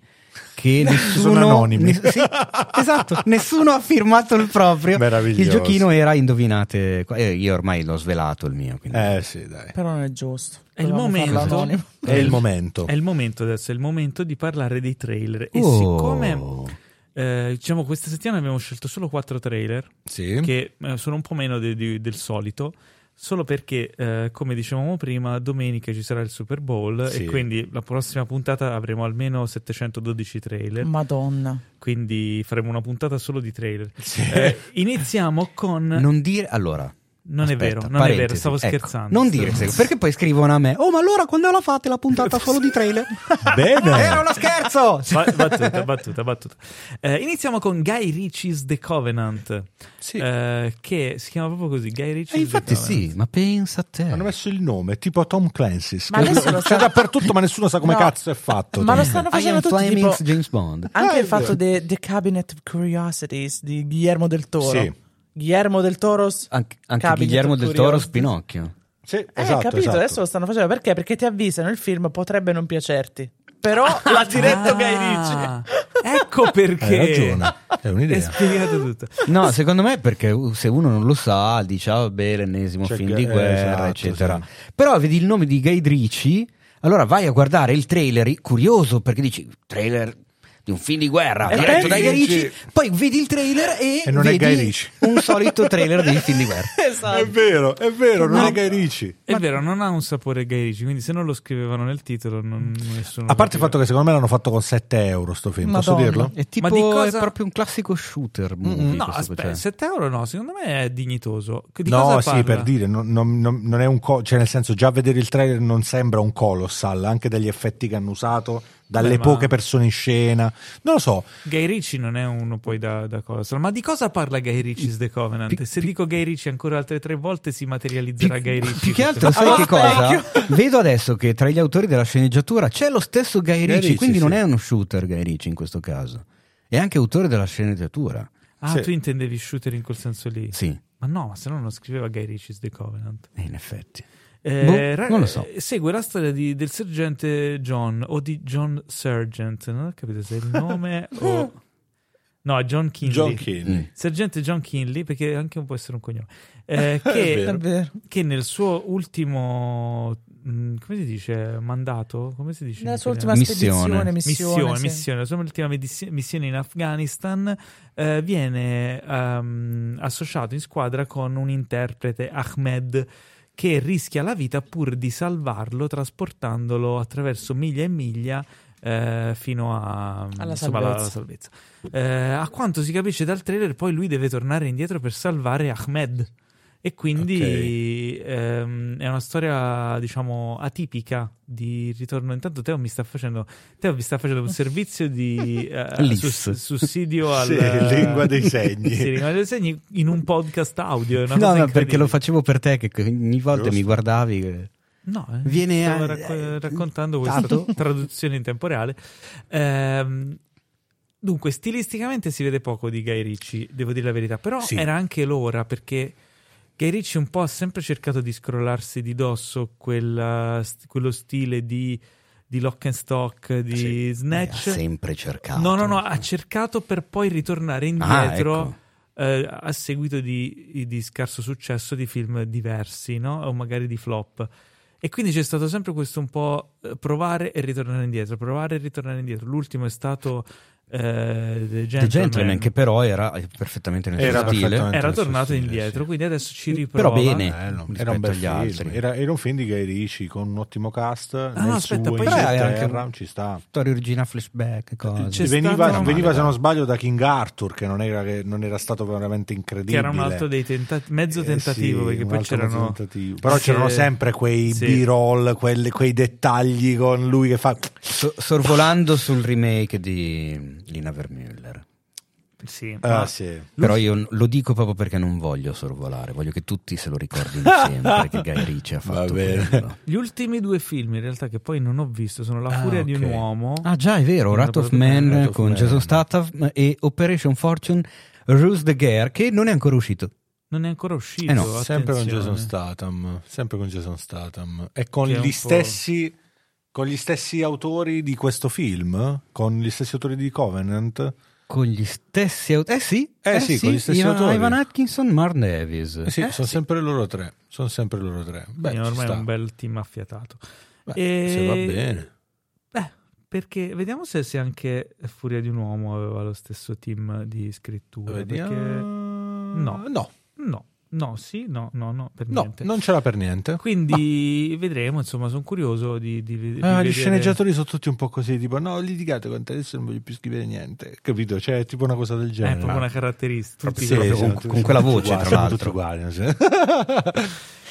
S2: che nessuno...
S3: Sono anonimi.
S2: ne- sì, esatto, nessuno ha firmato il proprio.
S3: Meraviglioso.
S2: Il giochino era indovinate, eh, io ormai l'ho svelato il mio. quindi-
S3: Eh sì, dai.
S4: Però non è giusto.
S1: È il
S4: Dovevamo farlo
S1: momento.
S4: anonimo.
S3: È il momento.
S1: È il momento adesso, è il momento di parlare dei trailer. E
S2: Oh.
S1: siccome eh, diciamo questa settimana abbiamo scelto solo quattro trailer,
S4: Mm.
S3: Sì.
S1: che eh, sono un po' meno de- di- del solito, solo perché, eh, come dicevamo prima, domenica ci sarà il Super Bowl
S3: Sì.
S1: e quindi la prossima puntata avremo almeno 712 trailer,
S4: Madonna.
S1: quindi faremo una puntata solo di trailer. Eh, iniziamo con... Non,
S2: Non dire... Allora,
S1: è
S2: Aspetta,
S1: vero, non è
S2: parentesi,
S1: vero, stavo
S2: ecco,
S1: scherzando.
S2: Non dire, se- perché poi scrivono a me, oh ma allora quando la fate la puntata solo di trailer?
S4: Eh,
S1: Eh,
S3: Bene.
S2: Era uno scherzo!
S1: Ba- battuta, battuta, battuta. Eh, iniziamo con Guy Ritchie's The Covenant,
S3: Sì. Eh,
S1: eh, che si chiama proprio così, Guy Ritchie's
S2: E infatti
S1: The Covenant.
S2: sì, ma pensa a te.
S3: Hanno messo il nome, tipo Tom Clancy's.
S4: Ma adesso lo
S3: C'è
S4: sa-
S3: dappertutto, ma nessuno sa come
S4: No.
S3: cazzo è fatto.
S4: Ma lo
S3: Tom
S4: stanno
S2: I am
S4: facendo tutti tipo...
S2: Fleming's James Bond.
S4: Anche
S3: Eh,
S4: il fatto
S3: eh.
S4: de- The Cabinet of Curiosities di Guillermo del Toro.
S3: Sì.
S4: Guillermo del Toro. s-
S2: Anche, anche
S4: Cabinet
S2: Guillermo
S4: of
S2: del Toro
S4: Curiosities.
S2: Spinocchio.
S3: Sì,
S4: Eh,
S3: esatto,
S4: capito,
S3: esatto.
S4: adesso lo stanno facendo perché? Perché ti avvisano il film potrebbe non piacerti. Però
S3: Ah.
S4: l'ha diretto Guy Ritchie.
S1: Ah, Ecco perché.
S3: Hai ragione, è
S1: È
S4: Esatto.
S3: un'idea.
S1: spiegato tutto.
S2: No, secondo me è perché uh, se uno non lo sa, dice ah, vabbè, l'ennesimo
S3: C'è
S2: film
S3: Ga-
S2: di guerra,
S3: esatto,
S2: eccetera.
S3: sì.
S2: Però vedi il nome di Guy Ritchie, allora vai a guardare il trailer, curioso, perché dici trailer di un film di guerra,
S3: Eh,
S2: diretto da Guy
S3: dici-
S2: Ritchie, poi vedi il trailer e,
S3: E non è
S2: vedi
S3: Guy Ritchie.
S2: un solito trailer di film di guerra.
S4: Esatto.
S3: È vero, è vero, non è Guy Ritchie.
S1: È vero, non ha un sapore Guy Ritchie, quindi se non lo scrivevano nel titolo non nessuno
S3: A parte il
S1: capiva.
S3: fatto che secondo me l'hanno fatto con 7 euro sto film, posso
S4: Madonna.
S3: dirlo?
S2: È
S1: tipo-
S2: tipo di cosa...
S1: è proprio
S2: proprio un classico shooter
S1: Mm, No,
S2: cioè.
S1: aspetta, 7 euro no, secondo me è dignitoso. Che Di
S3: No,
S1: cosa
S3: sì,
S1: parla?
S3: per dire, non, non- non- non è un co- cioè nel senso già vedere il trailer non sembra un colossal, anche dagli effetti che hanno usato, dalle
S1: Beh, ma-
S3: poche persone in scena, non lo so,
S1: Guy Ritchie non è uno poi da, da cosa. Ma di cosa parla Guy Ritchie's The Covenant? Se dico Guy Ritchie ancora altre tre volte si materializzerà Guy Ritchie.
S2: Più che
S1: tutto.
S2: altro, sai che cosa? Vedo adesso che tra gli autori della sceneggiatura c'è lo stesso Guy Ritchie,
S3: Ritchie,
S2: quindi
S3: sì.
S2: non è uno shooter Guy Ritchie in questo caso. È anche autore della sceneggiatura.
S1: Ah,
S3: Sì.
S1: tu intendevi shooter in quel senso lì?
S2: Sì,
S1: Ma no, ma se no non scriveva Guy Ritchie's The Covenant.
S2: eh, in effetti.
S1: Eh,
S2: Boh,
S1: ra-
S2: non lo so.
S1: Segue la storia di- del sergente John o di John Sergeant. Non ho capito se è il nome o. No, è John Kinley.
S3: John Kinney.
S1: Sergente John Kinley, perché anche un può essere un cognome. Eh, che,
S3: vero.
S4: Davvero.
S1: che nel suo ultimo. mh, come si dice? Mandato? Come si dice? in
S4: Nella sua ultima
S1: italiano?
S2: Missione.
S4: spedizione, missione.
S1: missione,
S4: sì.
S1: missione, la sua ultima medis- missione in Afghanistan eh, viene ehm, associato in squadra con un interprete Ahmed che rischia la vita pur di salvarlo trasportandolo attraverso miglia e miglia eh, fino a,
S4: Alla
S1: insomma, alla- alla salvezza. Eh, a quanto si capisce dal trailer poi lui deve tornare indietro per salvare Ahmed e quindi ehm, è una storia diciamo atipica di ritorno intanto Teo mi sta facendo Teo vi sta facendo un servizio di eh,
S2: Liss.
S1: sus- sussidio al
S3: Sì, lingua dei segni.
S1: Sì, lingua dei segni in un podcast audio. è una
S2: No,
S1: cosa
S2: no, perché
S1: incredibile.
S2: lo facevo per te, che ogni volta
S3: Giusto.
S2: mi guardavi. eh.
S1: No, eh,
S2: Viene
S1: stavo
S2: a-
S1: racco-
S2: eh,
S1: raccontando questa
S2: dato.
S1: traduzione in tempo reale. Ehm, dunque, stilisticamente si vede poco di Guy Ritchie, devo dire la verità, però
S3: Sì.
S1: era anche l'ora perché Guy Ritchie un po' ha sempre cercato di scrollarsi di dosso quella- st- quello stile di, di lock and stock, di
S3: Sì.
S2: Ah, Eh, Ha
S1: snatch.
S2: sempre cercato.
S1: No, no, no, ha cercato per poi ritornare
S2: Ah,
S1: indietro
S2: ecco.
S1: eh, a seguito di, di scarso successo di film diversi, no? O magari di flop. E quindi c'è stato sempre questo un po' eh, provare e ritornare indietro, provare e ritornare indietro. L'ultimo è stato eh, The Gentleman.
S2: The Gentleman, che però era eh, perfettamente nel
S3: Era
S2: suo stile.
S3: perfettamente-
S1: era
S3: nel suo
S1: tornato
S3: stile,
S1: indietro,
S3: sì.
S1: quindi adesso ci riprova.
S2: Però bene,
S3: Bello,
S2: Eh, rispetto
S3: era un bel
S2: agli
S3: film,
S2: altri. Ah,
S3: era, era un film di Guy Ritchie con un ottimo cast, nel
S1: no, aspetta,
S3: suo
S1: poi-
S3: in
S1: Beh,
S2: era anche
S3: Inghilterra,
S2: un-
S3: ci sta.
S2: Storia originale, flashback, cose.
S1: C'è
S3: veniva,
S1: stato-
S3: veniva, se non sbaglio da King Arthur che non era, che non era stato veramente incredibile
S1: Che era un altro dei tenta- mezzo
S3: Eh,
S1: tentativo,
S3: sì,
S1: perché
S3: un
S1: poi
S3: altro
S1: c'erano-
S3: mezzo tentativo. però
S1: Sì.
S3: c'erano sempre quei
S1: Sì.
S3: b-roll quelli- quei dettagli con lui che fa
S2: So- sorvolando sul remake di Lina Vermüller.
S1: Sì,
S3: Ah,
S1: ma-
S3: sì.
S2: Però io n- lo dico proprio perché non voglio sorvolare, voglio che tutti se lo ricordino sempre che Guy Ritchie ha
S3: Va
S2: fatto
S3: bene.
S2: quello.
S1: Gli ultimi due film, in realtà, che poi non ho visto, sono La
S3: Ah,
S1: furia di
S3: ok.
S1: un uomo.
S2: Ah già, è vero,
S1: Non
S2: Rat of
S1: ricordo bene,
S2: Man
S3: Wrath of
S2: con
S3: Man.
S2: Jason Statham e Operation Fortune Ruse the Gear che non è ancora uscito.
S1: Non è ancora uscito.
S2: Eh no,
S3: Sempre con
S1: attenzione.
S3: Jason Statham, sempre con Jason Statham e con
S1: Che è un
S3: gli
S1: po'-
S3: stessi con gli stessi autori di questo film, con gli stessi autori di Covenant.
S2: Con gli stessi autori. Eh sì,
S3: Eh sì, con gli stessi
S2: Ivan,
S3: autori.
S2: Ivan Atkinson, Mark Davis.
S3: Eh sì,
S2: Eh
S3: sono
S2: sì.
S3: sempre loro tre, sono sempre loro tre. Beh,
S1: Quindi
S3: ci
S1: ormai è
S3: sta.
S1: un bel team affiatato.
S3: Beh,
S1: E-
S3: se va bene.
S1: Beh, perché vediamo se, se anche Furia di un uomo aveva lo stesso team di scrittura. Perché
S3: No. No,
S1: no, no, sì, no, no, no, per
S3: no,
S1: niente.
S3: non ce l'ha per niente.
S1: Quindi vedremo, insomma, sono curioso di, di, di
S3: Ah,
S1: vedere- Eh,
S3: gli sceneggiatori sono tutti un po' così, tipo no, litigate con te, adesso non voglio più scrivere niente. Capito? Cioè, è tipo una cosa del
S1: È
S3: genere.
S1: proprio una caratteristica.
S3: Sì,
S1: Tutti proprio-
S3: sono
S2: con-
S3: tutti-
S2: con quella
S3: sono
S2: voce,
S3: tutti
S2: tra
S3: uguali,
S2: l'altro.
S3: sono tutti uguali, sì.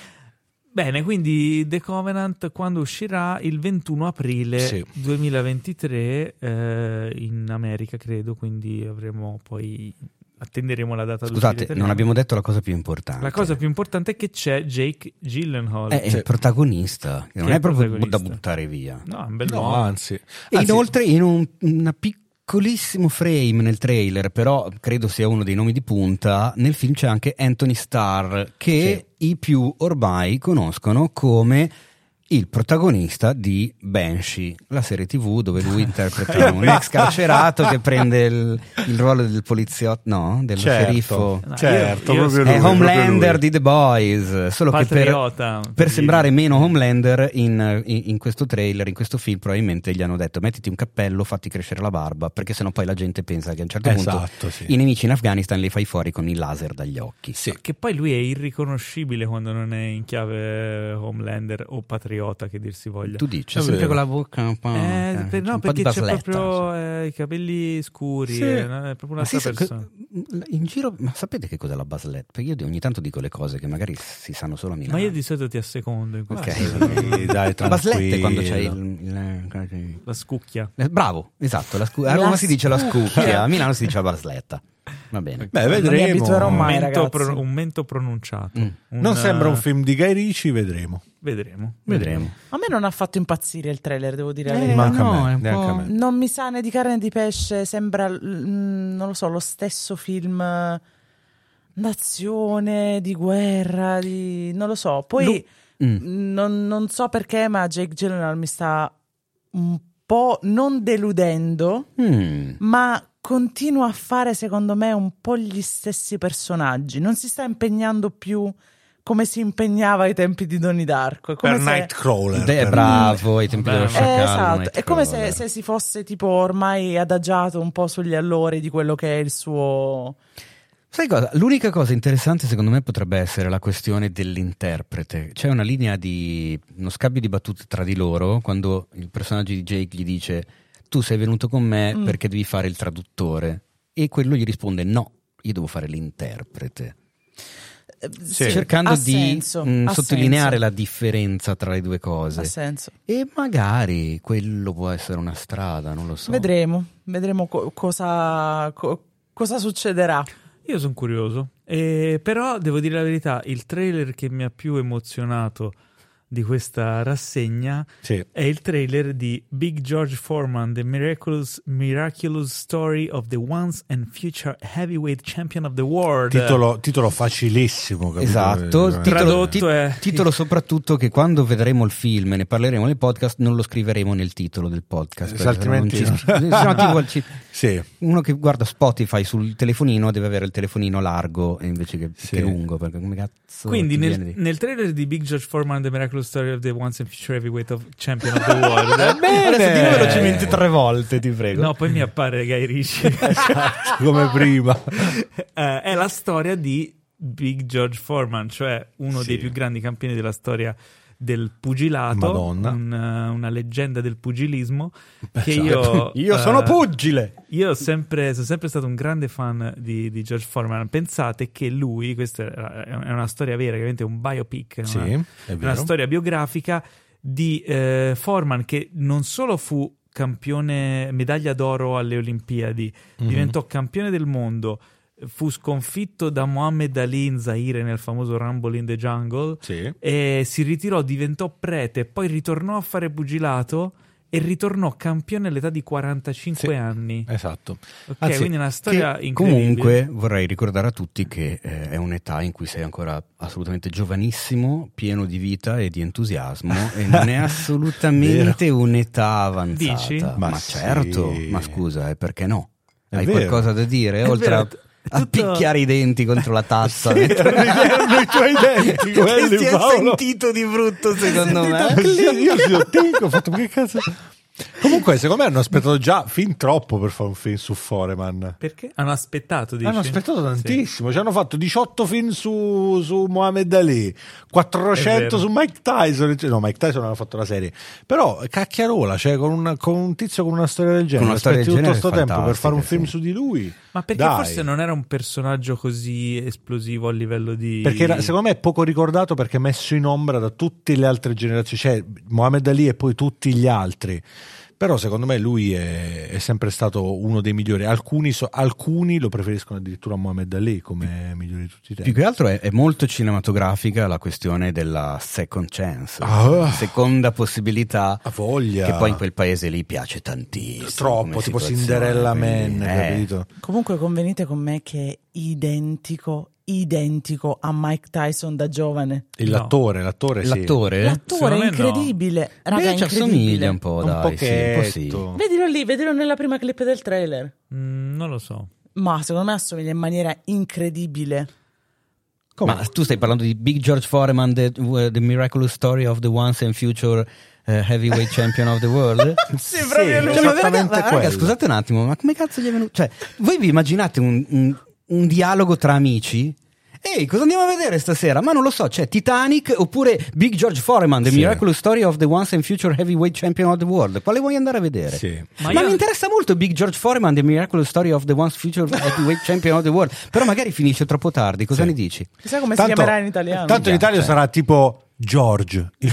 S1: Bene, quindi The Covenant quando uscirà il 21 aprile
S3: Sì.
S1: 2023 eh, in America, credo, quindi avremo poi attenderemo la data d'uscita
S2: Scusate,
S1: italiana.
S2: non abbiamo detto la cosa più importante.
S1: La cosa più importante è che c'è Jake Gyllenhaal.
S4: Eh,
S2: è il protagonista, che non
S1: Che
S2: è proprio
S1: protagonista.
S2: da buttare via.
S1: No, è un bel
S3: No,
S1: uomo.
S3: anzi.
S2: E
S3: Anzi,
S2: inoltre in un una piccolissimo frame nel trailer, però credo sia uno dei nomi di punta, nel film c'è anche Anthony Starr che i più ormai conoscono come il protagonista di Banshee, la serie tv dove lui interpreta un ex carcerato che prende il, il ruolo del poliziotto, no, del
S3: Certo.
S2: sceriffo.
S1: No,
S3: Certo,
S1: io- io-
S3: proprio
S2: È
S3: lui, proprio
S2: Homelander
S3: lui.
S2: di The Boys, solo
S1: Patriota,
S2: che per, per
S1: per
S2: sembrare
S1: dire.
S2: meno Homelander in, in- in questo trailer, in questo film, probabilmente gli hanno detto mettiti un cappello, fatti crescere la barba, perché sennò poi la gente pensa che a un certo punto
S3: Esatto, sì.
S2: i nemici in Afghanistan li fai fuori con il laser dagli occhi.
S3: Sì.
S1: Che poi lui è irriconoscibile quando non è in chiave eh, Homelander o Patriota, che dir si voglia.
S2: Tu dici,
S3: È
S2: sempre
S3: vero.
S2: con la bocca un po'...
S1: Eh,
S2: eh,
S1: per- no,
S2: un po' di
S1: perché c'è
S2: basletta,
S1: proprio
S2: sì.
S1: eh, i capelli scuri,
S3: Sì.
S1: eh, no? è proprio
S2: Ma sì,
S1: un'altra
S2: sa-
S1: persona.
S2: in giro, ma sapete che cos'è la basletta? Perché io di- ogni tanto dico le cose che magari si sanno solo a Milano.
S1: Ma io di solito ti assecondo in questo.
S3: Sì, dai,
S2: La basletta è quando c'è
S3: tranquillo.
S2: il- eh, il
S1: La scucchia.
S2: Eh, Bravo, esatto. la scu- a Roma si dice la scucchia, a Milano si dice la basletta. Va bene.
S3: Beh,
S4: Non mi abituerò
S3: vedremo.
S4: mai.
S1: Mento
S4: ragazzi.
S1: pro- un mento pronunciato.
S2: Mm.
S3: Non sembra un
S1: eh,
S3: film di Guy Ritchie, vedremo.
S1: Vedremo.
S2: Vedremo.
S4: A me non ha fatto impazzire il trailer, devo dire. la
S2: Eh,
S4: verità.
S3: Manca a
S2: no,
S3: me,
S2: è un
S3: neanche
S2: po'-
S3: a me.
S4: Oh, Non mi sa né di carne né di pesce, sembra, l- mm, non lo so, lo stesso film eh, d'azione, di guerra, di... non lo so. Poi
S2: Mm.
S4: non, non so perché, ma Jake Gyllenhaal mi sta un po' non deludendo,
S2: Mm.
S4: ma continua a fare, secondo me, un po' gli stessi personaggi. Non si sta impegnando più come si impegnava ai tempi di Donnie Darko. È come
S3: Per
S4: se-
S3: Nightcrawler.
S2: Beh,
S3: per-
S2: bravo, ai tempi
S1: Beh,
S2: dello
S1: eh,
S4: eh,
S2: sciacallo.
S4: esatto,
S2: Nightcrawler.
S4: è come se, se si fosse tipo ormai adagiato un po' sugli allori di quello che è il suo...
S2: Sai cosa? L'unica cosa interessante secondo me potrebbe essere la questione dell'interprete. C'è una linea di... uno scambio di battute tra di loro quando il personaggio di Jake gli dice tu sei venuto con me
S4: Mm.
S2: perché devi fare il traduttore e quello gli risponde no, io devo fare l'interprete.
S4: eh,
S3: Sì.
S2: cercando
S4: ha
S2: di
S4: senso,
S2: mh,
S4: ha
S2: sottolineare
S4: senso,
S2: la differenza tra le due cose.
S4: Ha senso.
S2: E magari quello può essere una strada, non lo so.
S4: Vedremo, vedremo co- cosa, co- cosa succederà.
S1: Io sono curioso. Eh, però devo dire la verità, il trailer che mi ha più emozionato di questa rassegna
S3: Sì.
S1: è il trailer di Big George Foreman, The Miraculous, Miraculous Story of the Once and Future Heavyweight Champion of the World.
S3: Titolo, titolo facilissimo, capito?
S2: Esatto,
S3: Eh,
S2: titolo,
S1: Tradotto
S2: ti-
S1: è-
S2: titolo soprattutto che quando vedremo il film e ne parleremo nel podcast non lo scriveremo nel titolo del podcast.
S3: Se
S2: perché
S3: altrimenti
S2: non ci-
S3: no.
S2: se no tipo ci-
S3: Sì.
S2: uno che guarda Spotify sul telefonino deve avere il telefonino largo e invece che,
S3: Sì.
S2: che lungo, perché come cazzo
S1: Quindi
S2: ti
S1: nel,
S2: viene di-
S1: nel trailer di Big George Foreman, The Miraculous Story of the Once and Future Heavyweight of Champion of the World.
S2: Adesso dillo velocemente
S3: Eh.
S2: tre volte, ti prego.
S1: No, poi mi appare Guy Ritchie.
S3: come prima.
S1: Eh, è la storia di Big George Foreman, cioè uno
S3: Sì.
S1: dei più grandi campioni della storia del pugilato,
S3: Madonna.
S1: un, eh, una leggenda del pugilismo che io
S3: Esatto.
S1: eh,
S2: pugile.
S1: Io ho sempre- sono sempre stato un grande fan di, di George Foreman. Pensate che lui, questa è è una storia vera, chiaramente è un biopic,
S3: Sì,
S1: una,
S3: è
S1: una
S3: vero.
S1: storia biografica di eh, Foreman che non solo fu campione, medaglia d'oro alle Olimpiadi,
S3: Mm. Mm-hmm.
S1: diventò campione del mondo, fu sconfitto da Mohammed Ali in Zaire nel famoso Rumble in the Jungle,
S3: Sì.
S1: e si ritirò, diventò prete, poi ritornò a fare pugilato e ritornò campione all'età di 45
S3: Sì.
S1: anni.
S3: Esatto.
S1: Ok,
S3: Anzi,
S1: quindi è una storia
S2: Che
S1: incredibile.
S2: comunque vorrei ricordare a tutti che eh, è un'età in cui sei ancora assolutamente giovanissimo, pieno di vita e di entusiasmo e non è assolutamente un'età avanzata.
S1: Dici?
S2: Ma,
S3: Ma
S2: certo,
S3: sì.
S2: ma scusa, eh, perché no?
S3: È
S2: Hai
S3: vero.
S2: qualcosa da dire
S1: È
S2: oltre a,
S1: vero,
S2: a
S1: tutto-
S2: picchiare i denti contro la tazza?
S3: Sì, erano i tuoi denti quelli,
S2: Che si è
S3: Paolo.
S2: sentito di brutto secondo me.
S3: Io ho detto, "Tic", ho fatto che cazzo. Comunque, secondo me hanno aspettato già fin troppo per fare un film su Foreman.
S1: Perché? Hanno aspettato, dici?
S3: Hanno aspettato
S1: Sì.
S3: tantissimo, ci hanno fatto 18 film su, su Mohamed Ali,
S1: È vero.
S3: 400 su Mike Tyson, cioè, no Mike Tyson aveva fatto la serie, però cacchiarola, cioè con, un- con un tizio con una storia del genere,
S2: una storia
S3: aspetti
S2: del
S3: tutto
S2: genere
S3: sto tempo per
S2: fantastica,
S3: fare un
S2: sì.
S3: film su di lui.
S1: Ma perché
S3: Dai.
S1: forse non era un personaggio così esplosivo a livello di...
S3: Perché era- secondo me è poco ricordato perché è messo in ombra da tutte le altre generazioni, cioè Mohamed Ali e poi tutti gli altri. Però secondo me lui è, è sempre stato uno dei migliori. Alcuni, so- alcuni lo preferiscono addirittura a Mohamed Ali come migliore di tutti i
S2: Più
S3: tempi.
S2: che altro è, è molto cinematografica la questione della second chance,
S3: Ah.
S2: seconda possibilità
S3: Ha voglia.
S2: che poi in quel paese lì piace tantissimo.
S3: Troppo,
S2: come
S3: tipo
S2: situazione,
S3: Cinderella Man,
S2: quindi, eh,
S3: capito?
S4: Comunque convenite con me che è identico, identico a Mike Tyson da giovane.
S3: Il-
S1: No.
S3: L'attore, l'attore, sì.
S2: L'attore?
S1: Eh,
S4: L'attore
S1: Secondo
S4: è
S1: me no.
S4: incredibile. Raga, è
S2: Beh, ci
S4: incredibile.
S2: assomiglia un po',
S3: Un
S2: dai, sì, un po' sì.
S3: pochetto.
S4: Vedilo lì, vedilo nella prima clip del trailer.
S1: Mm, non lo so.
S4: Ma secondo me assomiglia in maniera incredibile.
S3: Come?
S2: Ma tu stai parlando di Big George Foreman, The, the Miraculous Story of the Once and Future eh, Heavyweight Champion of the World?
S3: Sì, esattamente
S2: Cioè, ma raga, ma raga,
S3: quello.
S2: scusate un attimo, ma come cazzo gli è venuto? Cioè, voi vi immaginate un, un- un dialogo tra amici? Ehi, cosa andiamo a vedere stasera? Ma non lo so, c'è Titanic oppure Big George Foreman, The
S3: Sì.
S2: Miraculous Story of the Once and Future Heavyweight Champion of the World. Quale vuoi andare a vedere?
S3: Sì.
S1: Ma
S2: Ma,
S1: io-
S2: mi interessa molto Big George Foreman, The Miraculous Story of the Once Future Heavyweight Champion of the World. Però magari finisce troppo tardi, cosa
S3: Sì.
S2: ne dici?
S4: Chissà come si chiamerà in italiano.
S3: Tanto in Italia sarà tipo George, il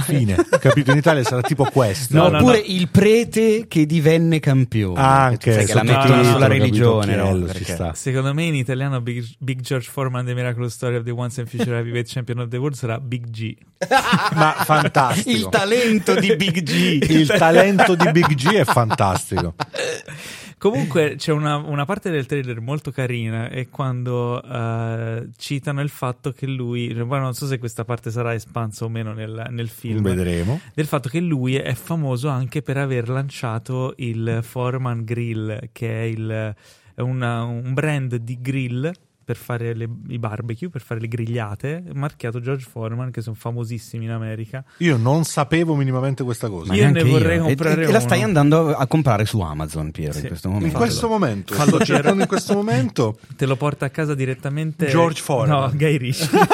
S3: fine. Capito? In Italia sarà tipo questo.
S1: No, no,
S2: Oppure il prete che divenne campione.
S3: Anche
S2: Sai che la
S1: sottotitolo,
S2: mettono sulla
S1: capito,
S2: religione, no?
S3: Chiello, ci
S2: Perché-
S3: sta.
S1: Secondo me in italiano Big, Big George Foreman The Miraculous Story of the Once and Future Heavyweight Champion of the World sarà Big G.
S3: Ma fantastico.
S2: Il talento di Big G.
S3: Il talento di Big G è fantastico.
S1: Comunque c'è una, una parte del trailer molto carina è quando eh, citano il fatto che lui, poi non so se questa parte sarà espansa o meno nel, nel film,
S3: Vedremo.
S1: del fatto che lui è famoso anche per aver lanciato il Foreman Grill, che è, il- è una- un brand di grill per fare le- i barbecue, per fare le grigliate, marchiato George Foreman, che sono famosissimi in America.
S3: Io non sapevo minimamente questa cosa.
S1: Ma io
S2: neanche
S1: ne vorrei comprare
S2: e, e la
S1: uno.
S2: stai andando a comprare su Amazon, Piero,
S1: Sì.
S2: in questo
S1: In
S2: momento.
S3: In questo momento,
S1: Fallo
S3: sto
S1: Piero.
S3: cercando in questo momento.
S1: Te lo porta a casa direttamente
S3: George Foreman.
S1: No, Guy Ritchie.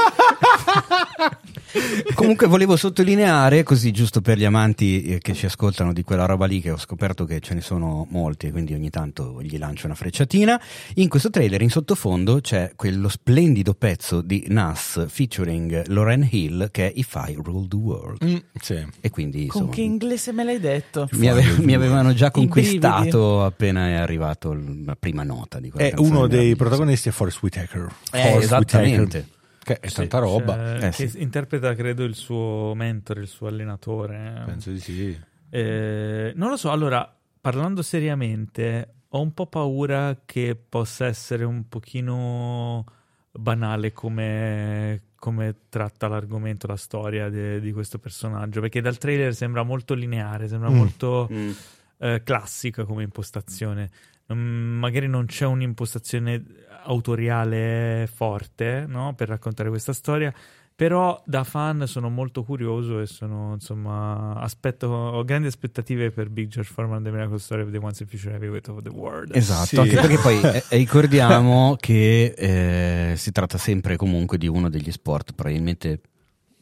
S2: Comunque volevo sottolineare, così giusto per gli amanti eh, che ci ascoltano di quella roba lì, che ho scoperto che ce ne sono molti, quindi ogni tanto gli lancio una frecciatina. In questo trailer, in sottofondo, c'è quello splendido pezzo di Nas featuring Lauren Hill che è If I Rule the World.
S3: Mm, sì.
S2: E quindi
S4: Con
S2: insomma,
S4: che inglese me l'hai detto?
S2: mi, ave- mi avevano già
S4: brividi.
S2: conquistato appena è arrivato l- la prima nota di quella
S3: È
S2: canzone
S3: uno dei
S2: meravigliosa.
S3: protagonisti è Forrest Whitaker.
S2: Eh,
S3: Forrest
S2: esattamente.
S3: Whitaker, Che è tanta roba.
S1: Cioè,
S2: Eh,
S1: che interpreta credo il suo mentore, il suo allenatore.
S3: Penso di sì.
S1: Eh, non lo so, allora, parlando seriamente, ho un po' paura che possa essere un pochino banale come, come tratta l'argomento, la storia de- di questo personaggio, perché dal trailer sembra molto lineare, sembra
S3: Mm.
S1: molto
S2: Mm.
S1: eh, classica come impostazione. Mm, magari non c'è un'impostazione autoriale forte no, per raccontare questa storia. Però da fan sono molto curioso e sono insomma aspetto, ho grandi aspettative per Big George Foreman The Miracle Story of the Once and Future Heavyweight of the World.
S2: Esatto,
S3: Sì.
S2: anche perché poi eh, ricordiamo che eh, si tratta sempre comunque di uno degli sport probabilmente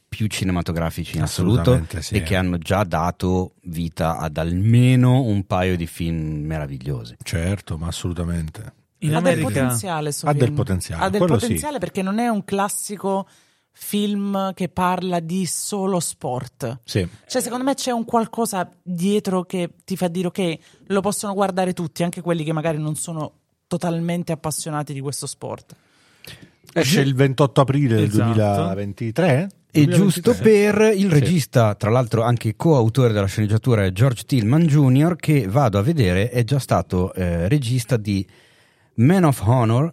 S2: più cinematografici in assoluto
S3: Assolutamente sì. eh.
S2: e che hanno già dato vita ad almeno un paio di film meravigliosi.
S3: Certo, ma assolutamente.
S1: In
S4: ha del
S1: America
S4: potenziale sto
S3: Ha del
S4: film.
S3: potenziale,
S4: ha del
S3: quello sì.
S4: potenziale perché non è un classico film che parla di solo sport.
S3: Sì.
S4: Cioè, secondo me c'è un qualcosa dietro che ti fa dire ok, lo possono guardare tutti, anche quelli che magari non sono totalmente appassionati di questo sport.
S3: Esce il 28 aprile del
S1: Esatto.
S3: 2023.
S2: E giusto per il regista, tra l'altro anche coautore della sceneggiatura, George Tillman Jr., che vado a vedere, è già stato eh, regista di Man of Honor,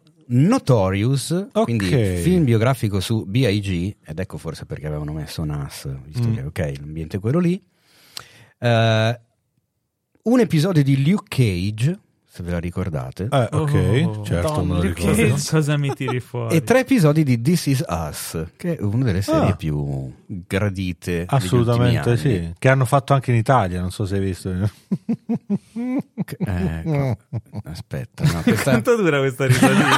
S2: Notorious,
S3: Ok.
S2: quindi film biografico su B.I.G., ed ecco forse perché avevano messo NAS, visto
S3: Mm.
S2: che ok, l'ambiente è quello lì. Eh, un episodio di Luke Cage, se ve la ricordate,
S3: Eh, ok,
S1: Oh,
S3: certo, me lo
S4: Madonna,
S3: ricordo.
S1: Che
S4: Ricordo.
S1: cosa mi tiri fuori?
S2: e tre episodi di This Is Us, che è una delle serie
S3: Ah.
S2: più gradite. degli
S3: Assolutamente
S2: ultimi anni.
S3: sì, che hanno fatto anche in Italia, non so se hai visto.
S2: Ecco, aspetta, no, questa... eh,
S1: Quanto dura questa risalita?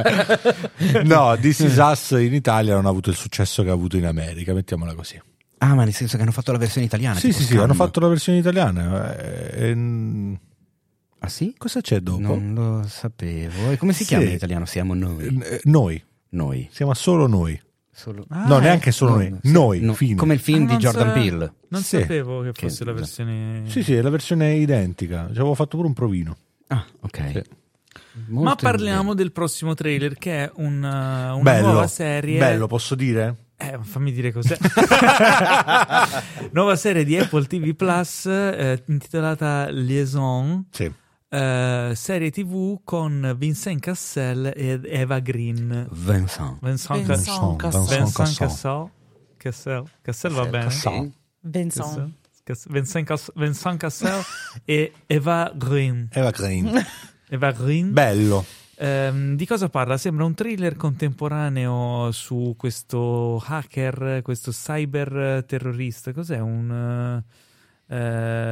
S3: Eh, no, This Is Us in Italia non ha avuto il successo che ha avuto in America, mettiamola così.
S2: Ah, ma nel senso che hanno fatto la versione italiana.
S3: Sì,
S2: tipo
S3: sì, sì,
S2: Scam.
S3: hanno fatto la versione italiana. eh, ehm,
S2: Ah sì?
S3: cosa c'è dopo?
S2: Non lo sapevo. E come si
S3: Sì.
S2: chiama in italiano? Siamo noi. Eh.
S3: Eh, Noi,
S2: Noi.
S3: siamo solo noi.
S2: Solo...
S3: no, neanche solo noi.
S2: No, sì,
S3: Noi,
S2: no,
S3: fine.
S2: Come il film
S1: Ah,
S2: di
S1: non
S2: Jordan
S1: sa-
S2: Peele.
S1: Non
S3: Sì.
S1: sapevo che fosse
S2: Che-
S1: la versione...
S3: Sì, sì, è la versione identica. Ci avevo fatto pure un provino.
S2: Ah, ok.
S3: Sì.
S2: Molto
S1: Ma parliamo del prossimo trailer che è un, uh, una
S3: bello,
S1: nuova serie.
S3: bello, posso dire?
S1: Eh, ma fammi dire cos'è. nuova serie di Apple TV Plus eh, intitolata Liaison.
S3: Sì.
S1: eh, serie TV con Vincent Cassel ed Eva Green.
S2: Vincent.
S1: Vincent, Cassel.
S4: Vincent
S3: Vincent,
S4: Cassel.
S3: Vincent
S1: Vincent
S3: Cassel.
S1: Cassel. Cassel. Cassel va bene.
S3: Cassel.
S4: Vincent.
S1: Cassel. Vincent, Cass- Vincent Cassel e Eva Green.
S3: Eva Green.
S1: Eva Green.
S3: Bello.
S1: Ehm, di cosa parla? Sembra un thriller contemporaneo su questo hacker, questo cyber terrorista. Cos'è? Un. eh,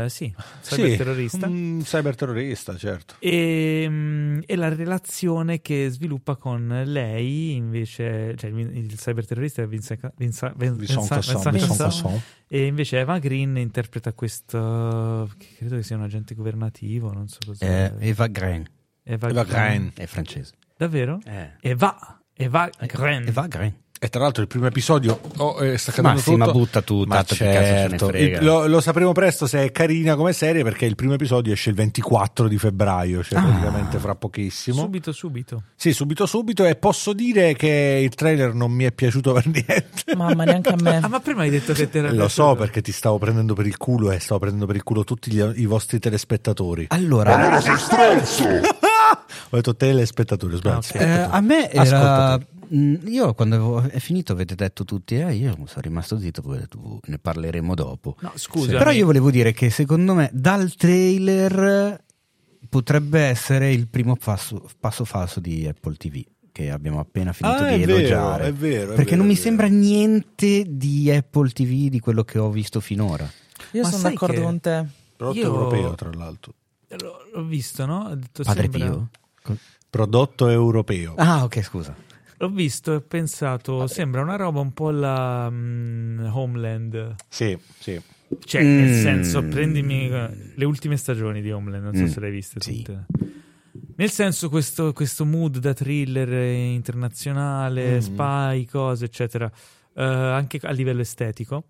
S1: eh, sì, cyber terrorista.
S2: Mm.
S3: Un cyberterrorista, Mm, certo.
S1: E, mm, e la relazione che sviluppa con lei, invece, cioè il, il cyberterrorista è Vincent, Ca- Vincent- Vin-
S3: Vincent
S1: Vincent-
S3: Cassel,
S1: Vincent
S3: Vincent
S1: Cassel.
S3: Cassel.
S1: e invece Eva Green interpreta questo, che credo che sia un agente governativo, non so cos'è.
S2: Eh, Eva Green.
S1: Eva
S3: Eva
S1: Green.
S3: Green.
S2: È francese.
S1: Davvero?
S2: Eh.
S1: Eva, Eva Green.
S2: Eva Green.
S3: Ecco, E tra l'altro il primo episodio oh, eh, sta
S2: Ma
S3: cadendo
S2: sì, ma
S3: tutto.
S2: butta tu,
S3: Ma
S2: tanto che cazzo ce ne
S3: certo.
S2: frega.
S3: Il- Lo, lo sapremo presto se è carina come serie perché il primo episodio esce il 24 di febbraio, cioè
S2: Ah.
S3: praticamente fra pochissimo.
S1: Subito, subito.
S3: sì, subito subito e posso dire che il trailer non mi è piaciuto per niente.
S4: Mamma, neanche a
S1: Ah,
S4: me.
S1: ma prima hai detto che te era
S3: Eh. Lo so
S1: piaciuto.
S3: perché ti stavo prendendo per il culo e stavo prendendo per il culo tutti gli- i vostri telespettatori.
S2: Allora,
S5: Allora sei stronzo!
S3: Ho detto telespettatori, ho
S1: Ah,
S3: sbagliato.
S1: ok.
S2: Eh,
S3: spettatori.
S2: a me era.
S3: Ascoltatori.
S2: Mm, Io quando avevo- è finito avete detto tutti, eh, io sono rimasto zitto, poi ho detto, "Uh, ne parleremo dopo.
S1: No, scusa.
S2: Però io volevo dire che secondo me dal trailer potrebbe essere il primo passo, passo falso di Apple TV che abbiamo appena finito
S3: Ah,
S2: di
S3: è vero,
S2: elogiare.
S3: è vero, è
S2: perché
S3: vero,
S2: non
S3: è
S2: mi
S3: vero.
S2: sembra niente di Apple TV di quello che ho visto finora.
S4: Io
S1: Ma
S4: sono
S1: sai
S4: d'accordo
S1: che-
S4: con te.
S3: Prodotto
S1: io-
S3: europeo, tra l'altro.
S1: L'ho l'ho visto, no? Ho detto,
S2: Padre
S1: sembra-
S2: Pio? Co-
S3: Prodotto europeo.
S2: Ah, ok, scusa.
S1: L'ho visto e ho pensato, sembra una roba un po' la mm, Homeland.
S3: Sì, sì.
S1: Cioè, nel
S2: Mm.
S1: senso, prendimi eh, le ultime stagioni di Homeland, non so
S2: Mm,
S1: se le hai viste
S2: sì.
S1: tutte. Nel senso, questo, questo mood da thriller eh,
S2: Mm.
S1: internazionale, spy, cose, eccetera, eh, anche a livello estetico.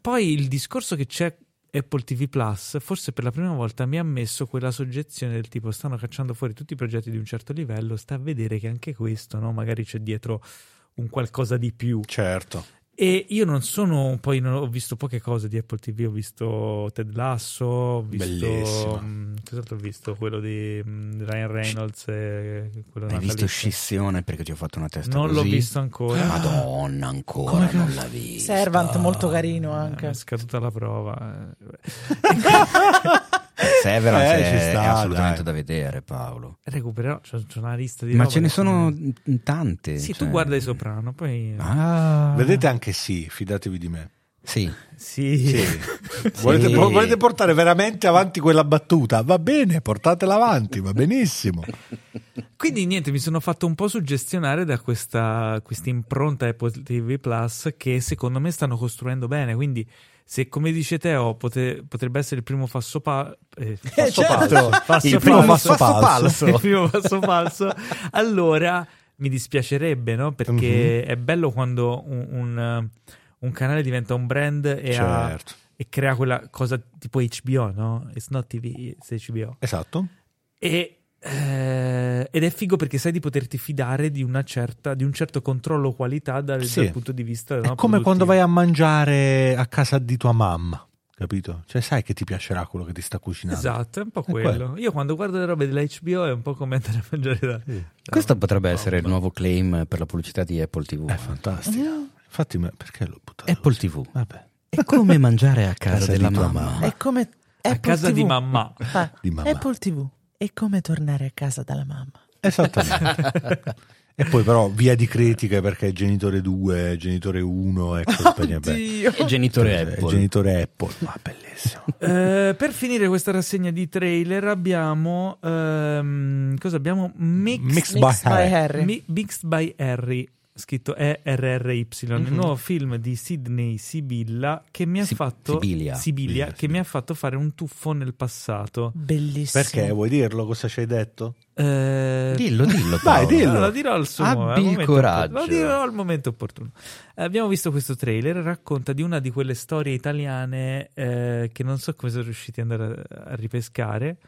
S1: Poi il discorso che c'è Apple TV Plus, forse per la prima volta mi ha messo quella soggezione del tipo stanno cacciando fuori tutti i progetti di un certo livello, sta a vedere che anche questo, no? magari c'è dietro un qualcosa di più.
S3: Certo.
S1: E io non sono, poi non- ho visto poche cose di Apple TV, ho visto Ted Lasso, ho visto...
S3: Bellissima.
S1: mh, cos'altro ho visto? Quello di mh, Ryan Reynolds e quello
S2: Hai visto
S1: natalizio.
S2: Scissione perché ti ho fatto una testa
S1: Non
S2: così?
S1: l'ho visto
S2: Ah.
S1: ancora.
S2: Madonna, ancora non l'ha vista.
S4: Servant, molto carino
S1: Eh, È
S4: anche.
S1: scaduta la prova. Eh,
S2: Severance
S3: Eh, ci
S2: è,
S3: sta,
S2: è assolutamente da
S3: dai.
S2: vedere, Paolo.
S1: Recupererò, c'è, c'è una lista di
S2: Ma
S1: roba
S2: ce ne
S1: che-
S2: sono n- tante.
S1: Sì,
S2: cioè.
S1: tu guarda i soprano, poi...
S2: Ah.
S3: Vedete anche sì, fidatevi di me.
S2: Sì.
S1: Sì.
S3: Volete, po- volete portare veramente avanti quella battuta? Va bene, portatela avanti, va benissimo.
S1: Eh, Quindi niente, mi sono fatto un po' suggestionare da questa, questa impronta Apple TV Plus che secondo me stanno costruendo bene. Quindi se come dice Teo pote- potrebbe essere il primo passo pa- eh, passo
S3: certo.
S1: falso, passo
S3: Il primo
S1: falso,
S3: passo falso.
S1: il primo passo falso, allora mi dispiacerebbe, no? Perché
S3: Mhm.
S1: è bello quando un, un, un canale diventa un brand e, ha-
S3: Certo.
S1: e crea quella cosa tipo HBO, no? It's not TV, it's HBO.
S3: Esatto.
S1: E, eh, ed è figo perché sai di poterti fidare di, una certa, di un certo controllo qualità dal,
S3: Sì.
S1: dal punto di vista.
S3: È come quando vai a mangiare a casa di tua mamma, capito? Cioè, sai che ti piacerà quello che ti sta cucinando.
S1: Esatto, è un po'
S3: È
S1: quello.
S3: quello.
S1: Io quando guardo le robe della HBO è un po' come andare a mangiare da.
S3: Sì.
S2: Questo potrebbe essere il nuovo claim per la pubblicità di Apple TV.
S3: È fantastico. Infatti, ma perché l'ho buttato?
S2: Apple
S3: così?
S2: TV.
S3: Vabbè,
S2: È come mangiare a casa,
S3: Casa di
S2: della
S3: tua
S2: mamma.
S3: mamma.
S4: È come
S1: A casa di mamma.
S3: di mamma.
S4: Ah, Apple TV. È come tornare a casa dalla mamma.
S3: Esattamente. e poi, però, via di critiche perché genitore 2, genitore ecco, 1 e compagnia bella.
S2: E genitore
S3: Cioè,
S2: Apple.
S3: Genitore Apple. Ma bellissimo.
S1: Eh, per finire questa rassegna di trailer abbiamo. ehm, cosa abbiamo? Mix,
S3: Mixed
S4: Mixed
S3: by
S4: by
S3: Harry.
S4: Harry.
S1: Mi- Mixed by Harry, scritto ERRY,
S2: Mhm.
S1: il nuovo film di Sidney Sibilla che mi ha
S2: Si-
S1: fatto.
S2: Sibilia.
S1: Sibilia, che
S3: Sibilia.
S1: mi ha fatto fare un tuffo nel passato.
S4: Bellissimo.
S3: Perché vuoi dirlo cosa ci hai detto?
S1: Eh,
S2: Dillo, dillo. Paolo.
S3: Dai, dillo.
S1: No, lo dirò al suo eh,
S2: Abbi
S1: al
S2: il
S1: momento
S2: coraggio.
S1: opportuno. Lo dirò al momento opportuno. Abbiamo visto questo trailer, racconta di una di quelle storie italiane eh, che non so come sono riusciti ad andare a, a ripescare.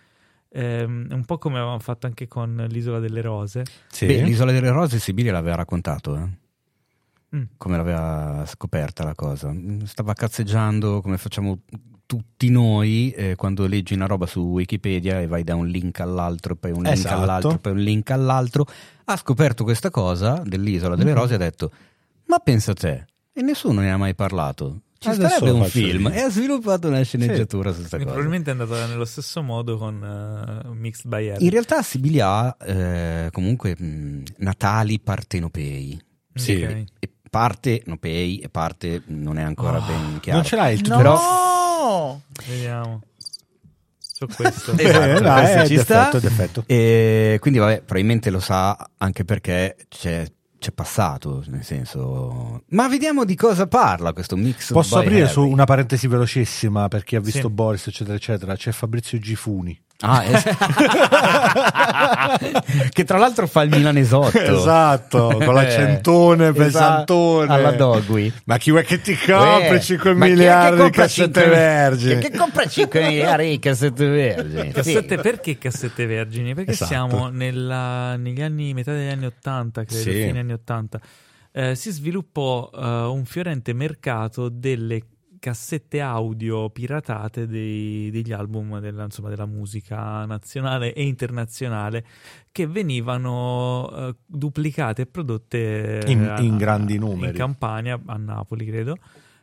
S1: Ehm, un po' come avevamo fatto anche con l'Isola delle Rose.
S3: Sì.
S2: Beh, l'isola delle rose Sibilia l'aveva raccontato, eh?
S1: Mm.
S2: come l'aveva scoperta la cosa. Mm, Stava cazzeggiando come facciamo tutti noi eh, quando leggi una roba su Wikipedia e vai da un link all'altro, poi un link
S3: Esatto.
S2: all'altro, poi un link all'altro. Ha scoperto questa cosa dell'isola
S3: Mm.
S2: delle rose e ha detto: Ma pensa te, e nessuno ne ha mai parlato. Ci
S3: Ah, Adesso
S2: sarebbe
S3: lo
S2: un
S3: faccio
S2: film
S3: io.
S2: e ha sviluppato una sceneggiatura su questa
S1: Quindi
S2: cosa.
S1: probabilmente è andata nello stesso modo con eh, Mixed by Air.
S2: In realtà Sibilia ha eh, comunque mh, natali partenopei.
S1: sì.
S2: E- e parte nopei e parte mh, non è ancora ben chiaro.
S3: Oh, Non ce l'hai il tuo
S4: No!
S1: Vediamo. So questo.
S2: Esatto,
S3: Eh, dai,
S2: questo
S3: è
S2: ci sta.
S3: difetto, difetto.
S2: E quindi vabbè, probabilmente lo sa anche perché c'è, c'è passato, nel senso... Ma vediamo di cosa parla questo mix.
S3: Posso
S2: by
S3: aprire
S2: Harry.
S3: su una parentesi velocissima per chi ha visto
S1: Sì.
S3: Boris, eccetera, eccetera. C'è Fabrizio Gifuni.
S2: Ah, es- che tra l'altro fa il milanesotto.
S3: Esatto, con l'accentone
S2: Eh,
S3: pesantone.
S2: esatto, alla Dogui.
S3: Ma chi vuoi che ti
S2: Uè,
S3: compri 5
S2: ma chi è che
S3: miliardi di
S2: compra
S3: cassette
S2: cinque-
S3: vergini?
S2: Chi è Che compra 5 miliardi di cassette vergini?
S1: Cassette, perché cassette vergini? Perché
S3: Esatto.
S1: siamo nella, negli anni, metà degli anni 80, credo,
S3: Sì.
S1: fine anni 80, eh, si sviluppò eh, un fiorente mercato delle cassette audio piratate dei- degli album della, insomma, della musica nazionale e internazionale che venivano eh, duplicate e prodotte eh,
S3: In-
S1: a-
S3: in grandi
S1: in
S3: numeri.
S1: Campania, a Napoli credo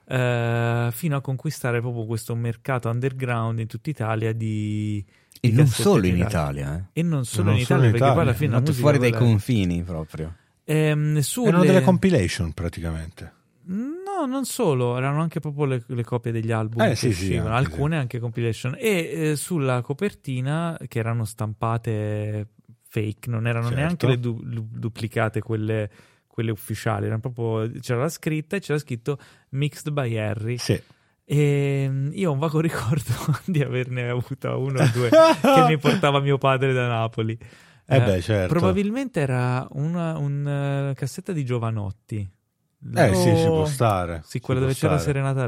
S1: eh, fino a conquistare proprio questo mercato underground in tutta Italia di
S2: E
S1: di
S2: non
S1: cassette
S2: solo in
S1: pirate.
S2: Italia, eh.
S1: e non solo
S3: Non
S1: in
S3: solo
S1: Italia
S3: in
S1: perché poi alla
S3: Italia,
S1: fine la
S2: Andato
S1: musica
S2: fuori dai
S1: quella-
S2: confini proprio.
S1: Ehm, sulle-
S3: Erano delle compilation praticamente.
S1: no non solo erano anche proprio le, le copie degli album
S3: Eh,
S1: che
S3: sì, sì,
S1: uscivano,
S3: anche, sì.
S1: alcune anche compilation e eh, sulla copertina che erano stampate fake non erano
S3: Certo.
S1: neanche le du- lu- duplicate quelle quelle ufficiali erano proprio c'era la scritta e c'era scritto mixed by Harry
S3: Sì.
S1: E mm, io ho un vago ricordo di averne avuta uno o due che mi portava mio padre da Napoli.
S3: Eh beh, certo.
S1: Probabilmente era una un, eh, cassetta di Giovanotti. La-
S3: Eh sì, ci può
S4: Oh.
S3: stare.
S1: sì, quella
S3: ci
S1: dove
S3: può
S1: c'era la
S3: stare.
S1: Serenata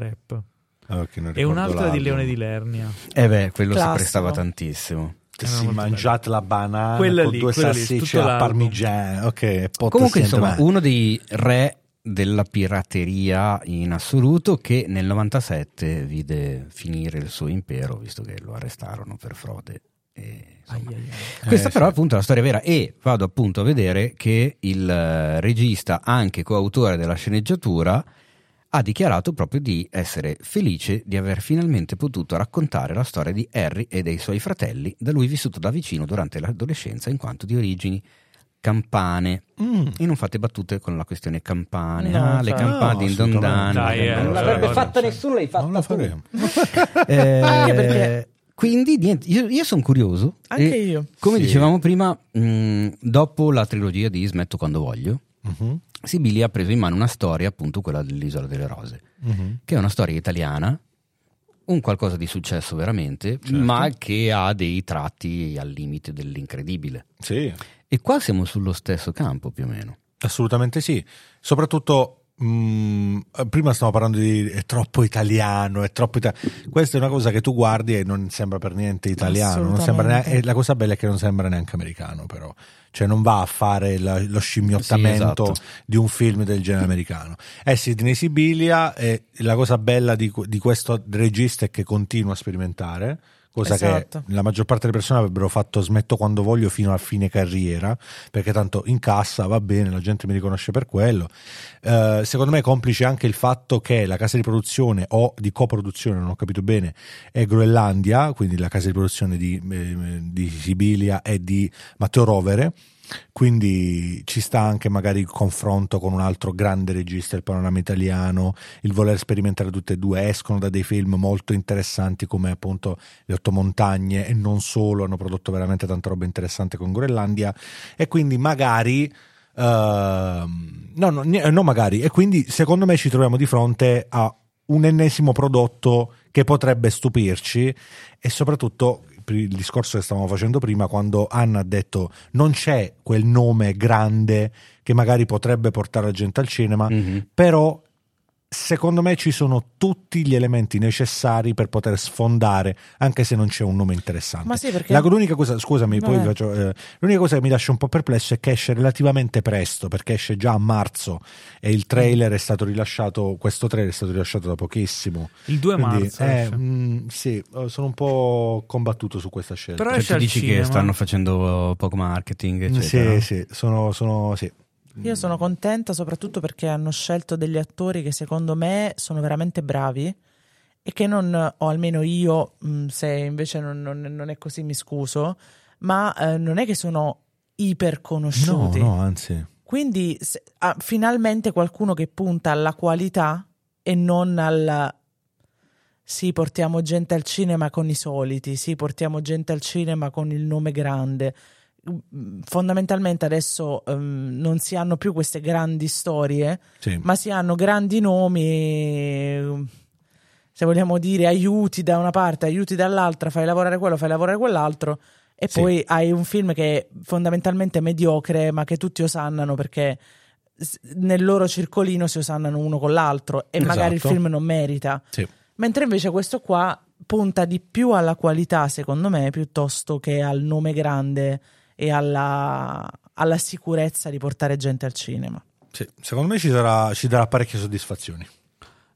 S1: Rap.
S3: Ah, che non
S1: E
S3: ricordo
S1: un'altra di
S3: l'album.
S1: Leone di Lernia.
S2: Eh beh, quello
S4: Classico.
S2: si prestava tantissimo.
S3: Che
S1: Erano
S3: si
S1: molto
S3: mangiate la banana
S1: Quella
S3: con
S1: lì,
S3: due
S1: quella lì,
S3: salsicce
S1: tutto
S3: alla
S1: l'album.
S3: parmigiana. Ok, e poi
S2: Comunque,
S3: ti sento
S2: insomma,
S3: male.
S2: uno dei re della pirateria in assoluto che nel 97 vide finire il suo impero visto che lo arrestarono per frode. E, insomma,
S1: Ai, ai, ai.
S2: Questa
S3: Eh,
S2: però
S3: sì.
S2: appunto è la storia vera e vado appunto a vedere che il eh, regista, anche coautore della sceneggiatura, ha dichiarato proprio di essere felice di aver finalmente potuto raccontare la storia di Harry e dei suoi fratelli, da lui vissuto da vicino durante l'adolescenza in quanto di origini campane.
S3: Mm.
S2: E non fate battute con la questione campane,
S4: No,
S2: ah, le
S4: cioè,
S3: no,
S2: campane in
S3: assolutamente.
S2: dondana.
S1: Dai, eh, non l'avrebbe
S2: fatto
S1: fatta
S2: nessuno, l'hai
S3: Non la faremo.
S2: eh,
S4: Anche perché-
S2: Quindi niente, io, sono curioso.
S4: Anche
S2: e
S4: io.
S2: Come
S3: Sì.
S2: dicevamo prima, mh, dopo la trilogia di Smetto quando voglio,
S3: Mhm,
S2: Sibili ha preso in mano una storia, appunto quella dell'Isola delle Rose,
S3: mhm.
S2: che è una storia italiana, un qualcosa di successo veramente, ma che ha dei tratti al limite dell'incredibile.
S3: Sì,
S2: E qua siamo sullo stesso campo più o meno.
S3: Assolutamente sì. Soprattutto, mh, prima stiamo parlando di è troppo italiano, è troppo ita- Questa è una cosa che tu guardi e non sembra per niente italiano. non sembra neanche-
S4: Assolutamente.
S3: e la cosa bella è che non sembra neanche americano, però. Cioè non va a fare la- lo scimmiottamento
S2: Sì, esatto.
S3: di un film del genere americano. È Sidney Sibilia e la cosa bella di, di questo regista è che continua a sperimentare. Cosa
S4: Esatto.
S3: che la maggior parte delle persone avrebbero fatto smetto quando voglio fino a fine carriera, perché tanto in cassa va bene, la gente mi riconosce per quello. Eh, secondo me è complice anche il fatto che la casa di produzione o di coproduzione, non ho capito bene, è Groenlandia, quindi la casa di produzione di, eh, di Sibilia e di Matteo Rovere. Quindi ci sta anche magari il confronto con un altro grande regista del panorama italiano, il voler sperimentare tutte e due, escono da dei film molto interessanti come appunto Le Otto Montagne e non solo, hanno prodotto veramente tanta roba interessante con Groenlandia e quindi magari... ehm, no, no, ne- no, magari. E quindi secondo me ci troviamo di fronte a un ennesimo prodotto che potrebbe stupirci e soprattutto per il discorso che stavamo facendo prima quando Anna ha detto non c'è quel nome grande che magari potrebbe portare la gente al cinema,
S2: Mhm.
S3: però secondo me ci sono tutti gli elementi necessari per poter sfondare anche se non c'è un nome interessante.
S4: Ma sì, perché
S3: La- l'unica cosa, scusami, poi
S4: Vabbè.
S3: faccio, eh, l'unica cosa che mi lascia un po' perplesso è che esce relativamente presto, perché esce già a marzo e il trailer è stato rilasciato, questo trailer è stato rilasciato da pochissimo.
S1: Il 2
S3: Quindi,
S1: marzo.
S3: eh,
S1: esce.
S3: mm, sì, eh, sono un po' combattuto su questa scelta.
S1: Però
S2: Cioè,
S1: esce
S2: tu
S1: al
S2: dici
S1: cinema.
S2: che stanno facendo poco marketing,
S3: Mm,
S2: eccetera.
S3: sì, sì, sono, sono- sì.
S4: Io sono contenta soprattutto perché hanno scelto degli attori che secondo me sono veramente bravi e che non, o almeno io, mh, se invece non, non- non è così mi scuso, ma eh, non è che sono iper
S3: No,
S4: conosciuti.
S3: no, anzi.
S4: Quindi se- ah, finalmente qualcuno che punta alla qualità e non al sì, portiamo gente al cinema con i soliti, sì, portiamo gente al cinema con il nome grande. Mm, Fondamentalmente adesso ehm, non si hanno più queste grandi storie,
S3: Sì.
S4: ma si hanno grandi nomi, eh, se vogliamo dire, aiuti da una parte, aiuti dall'altra, fai lavorare quello, fai lavorare quell'altro. E
S3: Sì.
S4: poi hai un film che è fondamentalmente mediocre, ma che tutti osannano perché s- nel loro circolino si osannano uno con l'altro e magari il
S3: Esatto.
S4: film non merita.
S3: Sì.
S4: Mentre invece questo qua punta di più alla qualità, secondo me, piuttosto che al nome grande e alla, alla sicurezza di portare gente al cinema.
S3: Sì, Secondo me ci, sarà, ci darà parecchie soddisfazioni.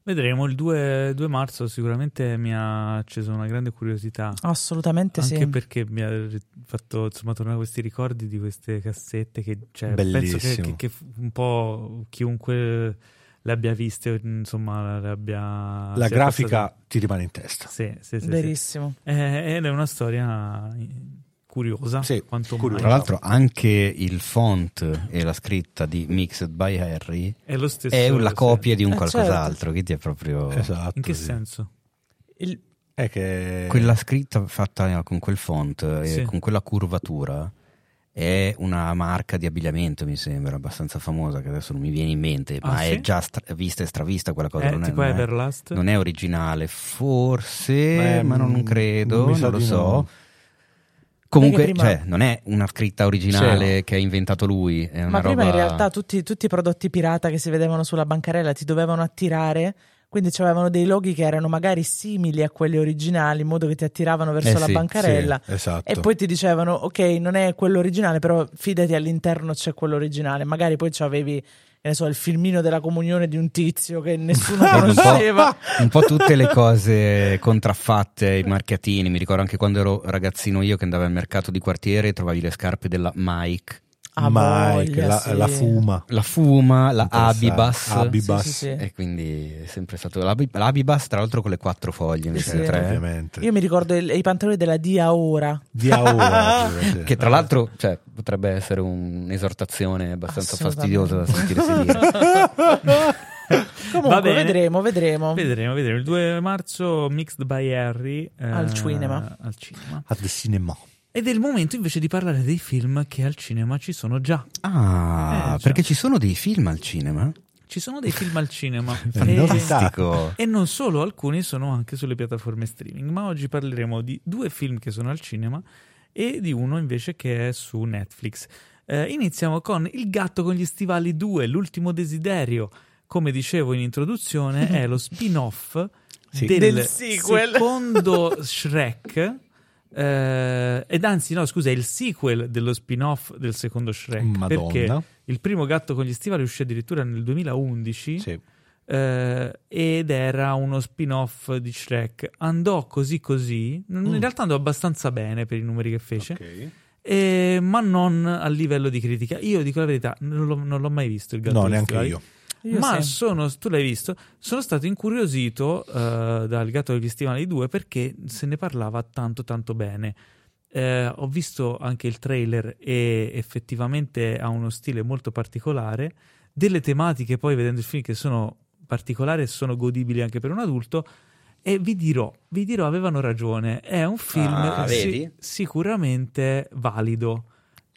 S1: Vedremo, il 2, 2 marzo sicuramente mi ha acceso una grande curiosità.
S4: Assolutamente
S1: Anche
S4: sì.
S1: perché mi ha ri- fatto insomma, tornare questi ricordi di queste cassette che cioè, penso che,
S3: Bellissimo.
S1: che- che fu- un po' chiunque le abbia viste, insomma, le abbia...
S3: La
S1: sia
S3: grafica
S1: passata-
S3: ti rimane in testa.
S1: Sì, sì, sì, sì.
S4: Verissimo.
S1: Eh, ed è una storia eh, curiosa,
S3: Sì,
S1: quanto
S3: curiosa.
S2: Tra
S1: mai.
S2: l'altro anche il font e la scritta di Mixed by Harry
S1: È lo stesso.
S2: è
S1: sì.
S2: la copia di un
S4: Eh,
S2: qualcos'altro, quindi è proprio...
S3: Esatto.
S1: In che
S3: sì.
S1: senso?
S4: Il-
S3: È che...
S4: Eh.
S2: Quella scritta fatta eh, con quel font e
S1: Sì.
S2: con quella curvatura è una marca di abbigliamento, mi sembra, abbastanza famosa, che adesso non mi viene in mente,
S1: Ah,
S2: ma
S1: sì?
S2: è già stra- vista e stravista quella cosa.
S1: Eh,
S2: non, è,
S1: tipo
S2: non è-
S1: Everlast?
S2: non è originale, forse,
S3: Beh,
S2: ma non
S3: mm,
S2: credo,
S3: mi sa
S2: non lo
S3: di
S2: so.
S3: no.
S2: Comunque,
S4: Perché prima-
S2: cioè, non è una scritta originale che ha inventato lui, è una
S4: Ma prima in
S2: roba-
S4: realtà tutti, tutti i prodotti pirata che si vedevano sulla bancarella ti dovevano attirare, quindi c'avevano dei loghi che erano magari simili a quelli originali, in modo che ti attiravano verso
S2: Eh
S4: la
S2: sì,
S4: bancarella.
S3: Sì, esatto.
S4: E poi ti dicevano, ok, non è quello originale, però fidati all'interno c'è quello originale. Magari poi c'avevi, che ne so, il filmino della comunione di un tizio che nessuno
S2: Vedo un po'-
S4: conosceva.
S2: un po' tutte le cose contraffatte, i marchiatini. Mi ricordo anche quando ero ragazzino io che andavo al mercato di quartiere e trovavi le scarpe della Mike,
S4: Ah,
S3: Mike,
S4: voglia,
S3: la,
S4: sì.
S3: la fuma.
S2: la Fuma, la
S3: Interessante.
S2: Abibas.
S3: Abibas.
S4: Sì, sì, sì.
S2: E quindi è sempre stato l'Abi- l'Abibas, tra l'altro con le quattro foglie invece
S4: Sì,
S2: delle
S4: sì.
S2: tre.
S3: Ovviamente.
S4: Io mi ricordo il- i pantaloni della Dia Ora.
S3: Di Aura. sì,
S2: Che
S3: sì.
S2: tra l'altro cioè, potrebbe essere un'esortazione abbastanza fastidiosa da
S4: Assolutamente.
S2: sentirsi dire.
S4: Comunque,
S1: Va bene.
S4: vedremo, vedremo.
S1: Vedremo, vedremo. Il 2 marzo, Mixed by Harry. eh,
S4: Al cinema.
S1: Al cinema.
S3: At the cinema.
S1: Ed è il momento invece di parlare dei film che al cinema ci sono già.
S2: Ah,
S1: Eh, già.
S2: perché ci sono dei film al cinema?
S1: Ci sono dei film al cinema.
S3: Novità.
S2: Fantastico.
S1: E non solo, alcuni sono anche sulle piattaforme streaming, ma oggi parleremo di due film che sono al cinema e di uno invece che è su Netflix. Eh, iniziamo con Il gatto con gli stivali 2, l'ultimo desiderio. Come dicevo in introduzione, è lo spin-off
S2: Sì.
S1: del,
S4: Del sequel.
S1: secondo Shrek. eh, ed anzi, no, scusa, è il sequel dello spin-off del secondo Shrek. Perché
S3: Madonna.
S1: il primo gatto con gli stivali uscì addirittura nel 2011
S3: Sì.
S1: eh, ed era uno spin-off di Shrek. Andò così così, in realtà andò abbastanza bene per i numeri che fece,
S3: Mm. Ok.
S1: eh, ma non a livello di critica. Io dico la verità, non l'ho, non l'ho mai visto il gatto.
S3: No,
S1: con gli
S3: neanche
S1: stivali.
S3: io.
S4: Io
S1: ma
S4: sì.
S1: sono, tu l'hai visto, sono stato incuriosito eh, dal gatto degli stivali 2 perché se ne parlava tanto tanto bene. Eh, ho visto anche il trailer e effettivamente ha uno stile molto particolare, delle tematiche poi vedendo il film che sono particolari e sono godibili anche per un adulto e vi dirò, vi dirò avevano ragione, è un film
S2: Ah,
S1: si-
S2: vedi?
S1: sicuramente valido.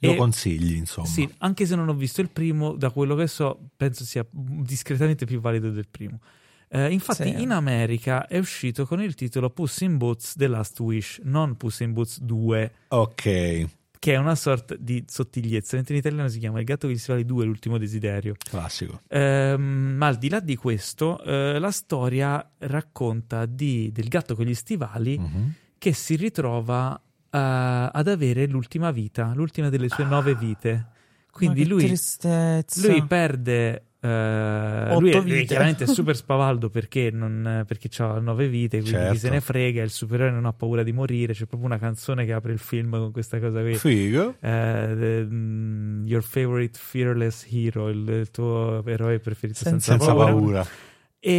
S3: Lo
S1: E-
S3: consigli, insomma.
S1: sì, anche se non ho visto il primo, da quello che so, penso sia discretamente più valido del primo. Eh, infatti,
S4: Sì.
S1: in America è uscito con il titolo Puss in Boots The Last Wish, non Puss in Boots 2,
S3: Ok,
S1: che è una sorta di sottigliezza, mentre in italiano si chiama Il gatto che gli stivali 2, l'ultimo desiderio.
S3: classico.
S1: Ehm, ma al di là di questo, eh, la storia racconta di- del gatto con gli stivali
S3: Mhm.
S1: che si ritrova eh, ad avere l'ultima vita, l'ultima delle sue nove vite. Quindi
S4: Ah, Ma che
S1: lui
S4: tristezza.
S1: lui perde. eh, lui, è,
S4: Otto
S1: lui è
S4: vite.
S1: chiaramente super spavaldo perché, non, perché ha nove vite, quindi
S3: Certo.
S1: chi se ne frega, il supereroe non ha paura di morire, c'è proprio una canzone che apre il film con questa cosa qui.
S3: Figo.
S1: Eh, the- mm, your favorite fearless hero, il, il tuo eroe preferito senza,
S4: Senza
S3: Senza
S1: paura.
S3: paura.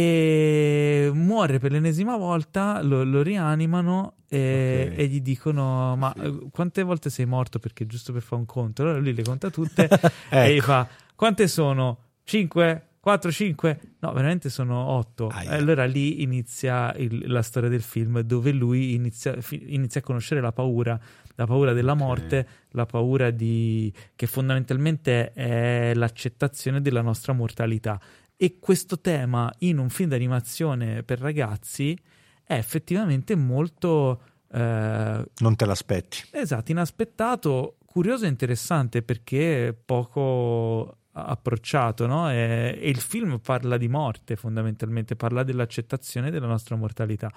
S1: E muore per l'ennesima volta, lo, lo rianimano e,
S3: Ok.
S1: e gli dicono ma eh, quante volte sei morto perché giusto per fare un conto? Allora lui le conta tutte e gli
S3: Ecco.
S1: fa quante sono? 5? 4, 5? No, veramente sono 8.
S3: Aia.
S1: Allora lì inizia il- la storia del film dove lui inizia, fi- inizia a conoscere la paura, la paura della morte, la paura di, che fondamentalmente è l'accettazione della nostra mortalità. E questo tema in un film d'animazione per ragazzi è effettivamente molto... eh,
S3: Non te l'aspetti.
S1: Esatto, inaspettato, curioso e interessante perché poco approcciato, no? E, e il film parla di morte fondamentalmente, parla dell'accettazione della nostra mortalità.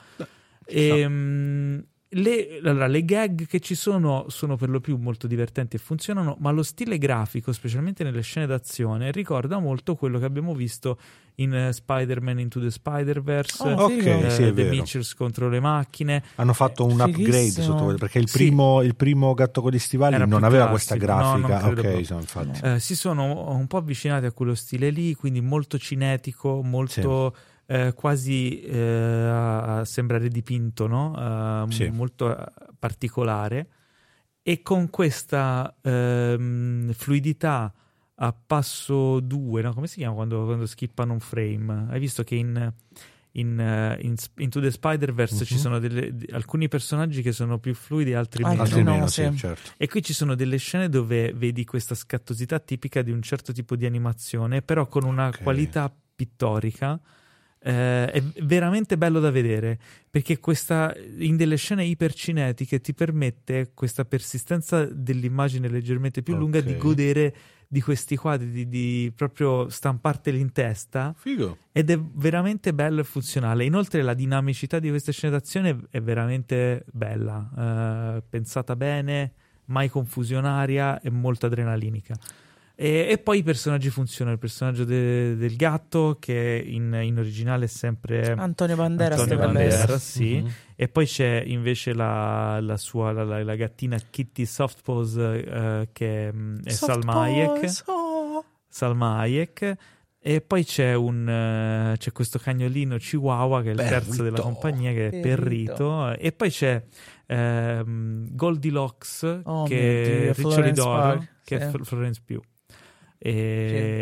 S1: Ehm, le, allora, le gag che ci sono sono per lo più molto divertenti e funzionano, ma lo stile grafico, specialmente nelle scene d'azione, ricorda molto quello che abbiamo visto in eh, Spider-Man Into the Spider-Verse,
S4: Oh,
S3: Ok,
S4: figo.
S1: eh,
S3: sì, è
S1: The
S3: vero.
S1: Mitchells contro le macchine,
S3: Hanno fatto un upgrade
S4: Fighissimo.
S3: sotto quello, perché il
S1: Sì.
S3: primo, il primo gatto con gli stivali
S1: Era
S3: non
S1: più
S3: aveva
S1: classico.
S3: questa
S1: No, non
S3: grafica.
S1: credo
S3: ok,
S1: proprio.
S3: so, infatti.
S1: Eh, si sono un po' avvicinati a quello stile lì, quindi molto cinetico, molto eh, quasi eh, a sembrare dipinto, no? Eh,
S3: Sì.
S1: molto eh, particolare. E con questa ehm, fluidità a passo 2, no? come si chiama quando, quando skippano un frame? Hai visto che in, in, eh, in Sp- Into the Spider-Verse ci
S3: Mhm.
S1: sono delle- di- alcuni personaggi che sono più fluidi, altri
S4: Ah,
S1: meno.
S3: Altri
S4: no,
S3: meno, sì,
S4: sì.
S3: certo.
S1: E qui ci sono delle scene dove vedi questa scattosità tipica di un certo tipo di animazione, però con una
S3: Ok.
S1: qualità pittorica. Eh, è veramente bello da vedere perché questa, in delle scene ipercinetiche ti permette questa persistenza dell'immagine leggermente più lunga di
S3: Ok.
S1: godere di questi quadri, di, di proprio stamparteli in testa
S3: Figo.
S1: ed è veramente bello e funzionale. Inoltre, la dinamicità di queste scene d'azione è veramente bella, eh, pensata bene, mai confusionaria e molto adrenalinica. E, e poi i personaggi funzionano. Il personaggio de- del gatto, che in, in originale è sempre
S4: Antonio Banderas
S1: Antonio
S4: dovrebbe
S1: Banderas,
S4: essere.
S1: sì.
S3: Mm-hmm. Mhm.
S1: E poi c'è invece la, la sua la, la- la gattina Kitty Softpose, eh, che mm, è
S4: Soft
S1: Salma Hayek.
S4: boys, oh.
S1: Salma Hayek. E poi c'è, un, eh, c'è questo cagnolino Chihuahua che è il terzo
S3: Perrito.
S1: della compagnia che è
S4: Perrito.
S1: Perrito. E poi c'è ehm, Goldilocks
S4: Oh mio
S1: che è
S4: Dio,
S1: Riccioli
S4: Florence
S1: d'Oro
S4: Pugh,
S1: che è
S4: sì.
S1: Fl- Florence Pugh. E,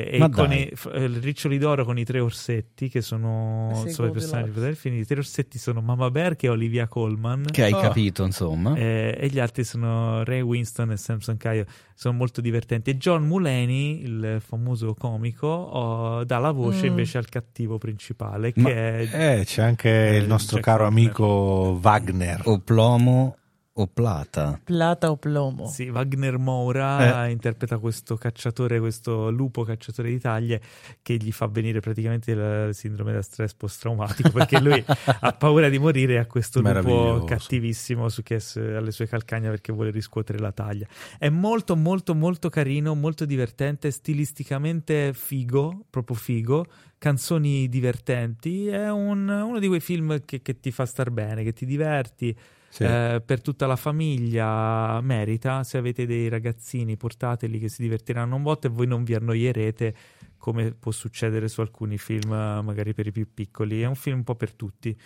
S2: Sì.
S1: e
S2: Ma
S1: con
S2: dai.
S1: i, f- eh, il Riccioli d'Oro con i tre orsetti che sono,
S4: Sì,
S1: sono i personaggi
S4: Goldilocks.
S1: del film. I tre orsetti sono Mama Bear che è Olivia Colman.
S2: Che hai
S4: Oh.
S2: capito, insomma.
S1: Eh, e gli altri sono Ray Winston e Samson Caio. Sono molto divertenti. E John Mulaney, il famoso comico, oh, dà la voce
S4: Mm.
S1: invece al cattivo principale, che
S2: Ma-
S1: è
S3: Eh, c'è anche
S1: Eh, Oh,
S3: il nostro
S1: Jack
S3: caro
S1: Wagner.
S3: amico Wagner.
S2: O plomo o Plata?
S4: Plata o plomo.
S1: Sì, Wagner Moura interpreta questo cacciatore, questo lupo cacciatore di taglie che gli fa venire praticamente la sindrome da stress post-traumatico perché lui ha paura di morire e ha questo lupo
S3: Meraviglioso.
S1: cattivissimo su che s- alle sue calcagna perché vuole riscuotere la taglia. È molto molto molto carino, molto divertente, stilisticamente figo, proprio figo, canzoni divertenti, è un- uno di quei film che, che ti fa star bene, che ti diverti,
S3: Sì.
S1: eh, per tutta la famiglia merita. Se avete dei ragazzini, portateli che si divertiranno un botto e voi non vi annoierete, come può succedere su alcuni film, eh, magari per i più piccoli. È un film un po' per tutti.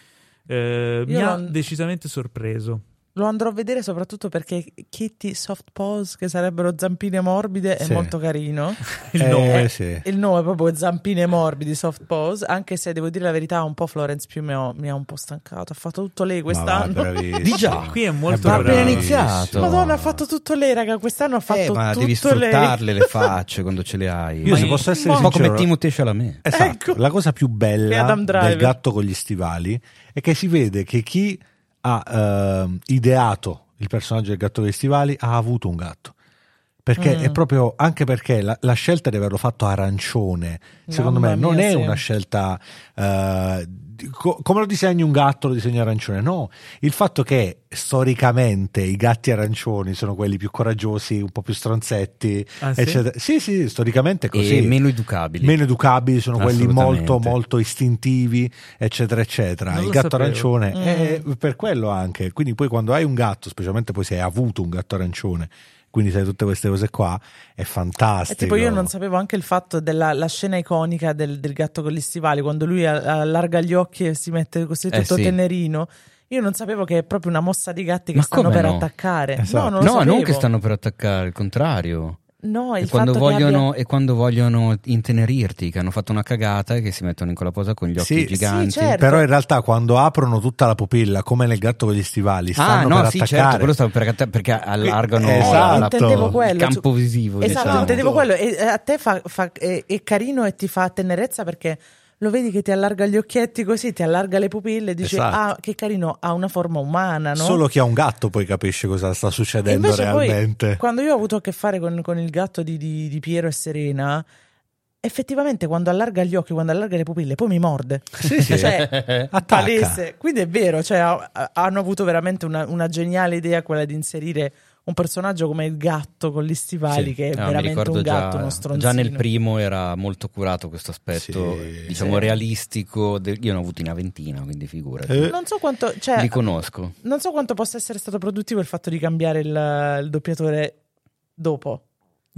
S1: Eh, mi
S4: Io
S1: ha
S4: non-
S1: decisamente sorpreso.
S4: Lo andrò a vedere soprattutto perché Kitty Soft Paws, che sarebbero zampine morbide, è
S3: Sì.
S4: molto carino.
S1: Il
S3: Eh,
S1: nome.
S3: sì.
S4: Il nome è proprio Zampine Morbidi, Soft Paws, anche se devo dire la verità, un po' Florence più mi, ho- mi ha un po' stancato. Ha fatto tutto lei
S3: Ma va,
S4: quest'anno.
S3: bravissimo.
S2: Di già?
S1: Qui è molto
S2: Ma
S1: bravo.
S2: appena iniziato.
S4: Madonna, ha fatto tutto lei, raga. Quest'anno ha fatto
S2: eh, ma
S4: tutto
S2: devi sfruttarle
S4: lei.
S2: le facce quando ce le hai.
S3: Io
S2: Ma Eh,
S3: se
S2: è-
S3: posso essere
S2: un po' come
S3: sincero,
S2: Timothée Chalamet.
S3: Esatto,
S4: Ecco.
S3: la cosa più
S4: E
S3: bella
S4: Adam Driver.
S3: del gatto con gli stivali è che si vede che chi ha ehm, ideato il personaggio del gatto con gli stivali ha avuto un gatto. Perché
S4: Mm.
S3: è proprio anche perché la, la scelta di averlo fatto arancione, secondo
S4: Mamma
S3: me, non
S4: mia,
S3: è
S4: sì.
S3: una scelta eh, di- co- come lo disegni un gatto, lo disegni arancione. No, il fatto che storicamente i gatti arancioni sono quelli più coraggiosi, un po' più stronzetti,
S1: Ah, sì?
S3: eccetera. Sì, sì, storicamente è così.
S2: E meno educabili.
S3: Meno educabili sono quelli
S2: Assolutamente.
S3: molto, molto istintivi, eccetera, eccetera.
S1: Non
S3: il
S1: lo
S3: gatto
S1: sapevo.
S3: arancione è
S4: Mm.
S3: per quello anche. Quindi, poi quando hai un gatto, specialmente poi se hai avuto un gatto arancione, quindi sai tutte queste cose qua, è
S4: E
S3: fantastico.
S4: Eh, tipo io non sapevo anche il fatto della la scena iconica del, del gatto con gli stivali, quando lui a- allarga gli occhi e si mette così
S2: Eh,
S4: tutto
S2: sì.
S4: tenerino. Io non sapevo che è proprio una mossa di gatti che
S2: Ma
S4: stanno
S2: come
S4: per
S2: no?
S4: attaccare. No,
S3: Esatto.
S2: No,
S4: non lo sapevo.
S2: non che stanno per attaccare, il contrario.
S4: No,
S2: E
S4: il
S2: quando,
S4: fatto che
S2: vogliono,
S4: abbia-
S2: e quando vogliono intenerirti, che hanno fatto una cagata e che si mettono in quella posa con gli occhi
S3: Sì, sì,
S2: giganti.
S4: certo.
S3: Però in realtà quando aprono tutta la pupilla, come nel gatto con gli stivali,
S2: Ah,
S3: stanno
S2: no,
S3: per
S2: sì,
S3: attaccare.
S2: certo, quello stanno per attaccare perché allargano
S3: Eh,
S2: la-
S3: esatto.
S2: la-
S3: Intendevo
S2: il
S4: quello,
S2: campo visivo.
S4: Esatto,
S2: diciamo.
S4: intendevo quello. E eh, a te fa, fa- è, è carino e ti fa tenerezza perché lo vedi che ti allarga gli occhietti così, ti allarga le pupille e dici
S3: Esatto.
S4: ah che carino, ha una forma umana, Ah, no?
S3: Solo chi ha un gatto poi capisce cosa sta
S4: E
S3: succedendo
S4: invece poi,
S3: realmente.
S4: quando io ho avuto a che fare con, con il gatto di, di- di Piero e Serena, effettivamente quando allarga gli occhi, quando allarga le pupille, poi mi morde.
S3: Sì, sì.
S4: Cioè,
S3: Attacca.
S4: palese. Quindi è vero, cioè, ha- ha- hanno avuto veramente una, una geniale idea quella di inserire un personaggio come il gatto con gli stivali,
S2: Sì.
S4: che è
S2: Ah, mi
S4: veramente
S2: ricordo
S4: un
S2: già-
S4: gatto, uno stronzino.
S2: Già nel primo era molto curato questo aspetto,
S3: Sì.
S2: diciamo,
S4: Sì.
S2: realistico. del- Io ne ho avuto una ventina, quindi figurati.
S3: Eh.
S4: Non so quanto... cioè,
S2: Li conosco.
S4: non so quanto possa essere stato produttivo il fatto di cambiare il, il doppiatore dopo.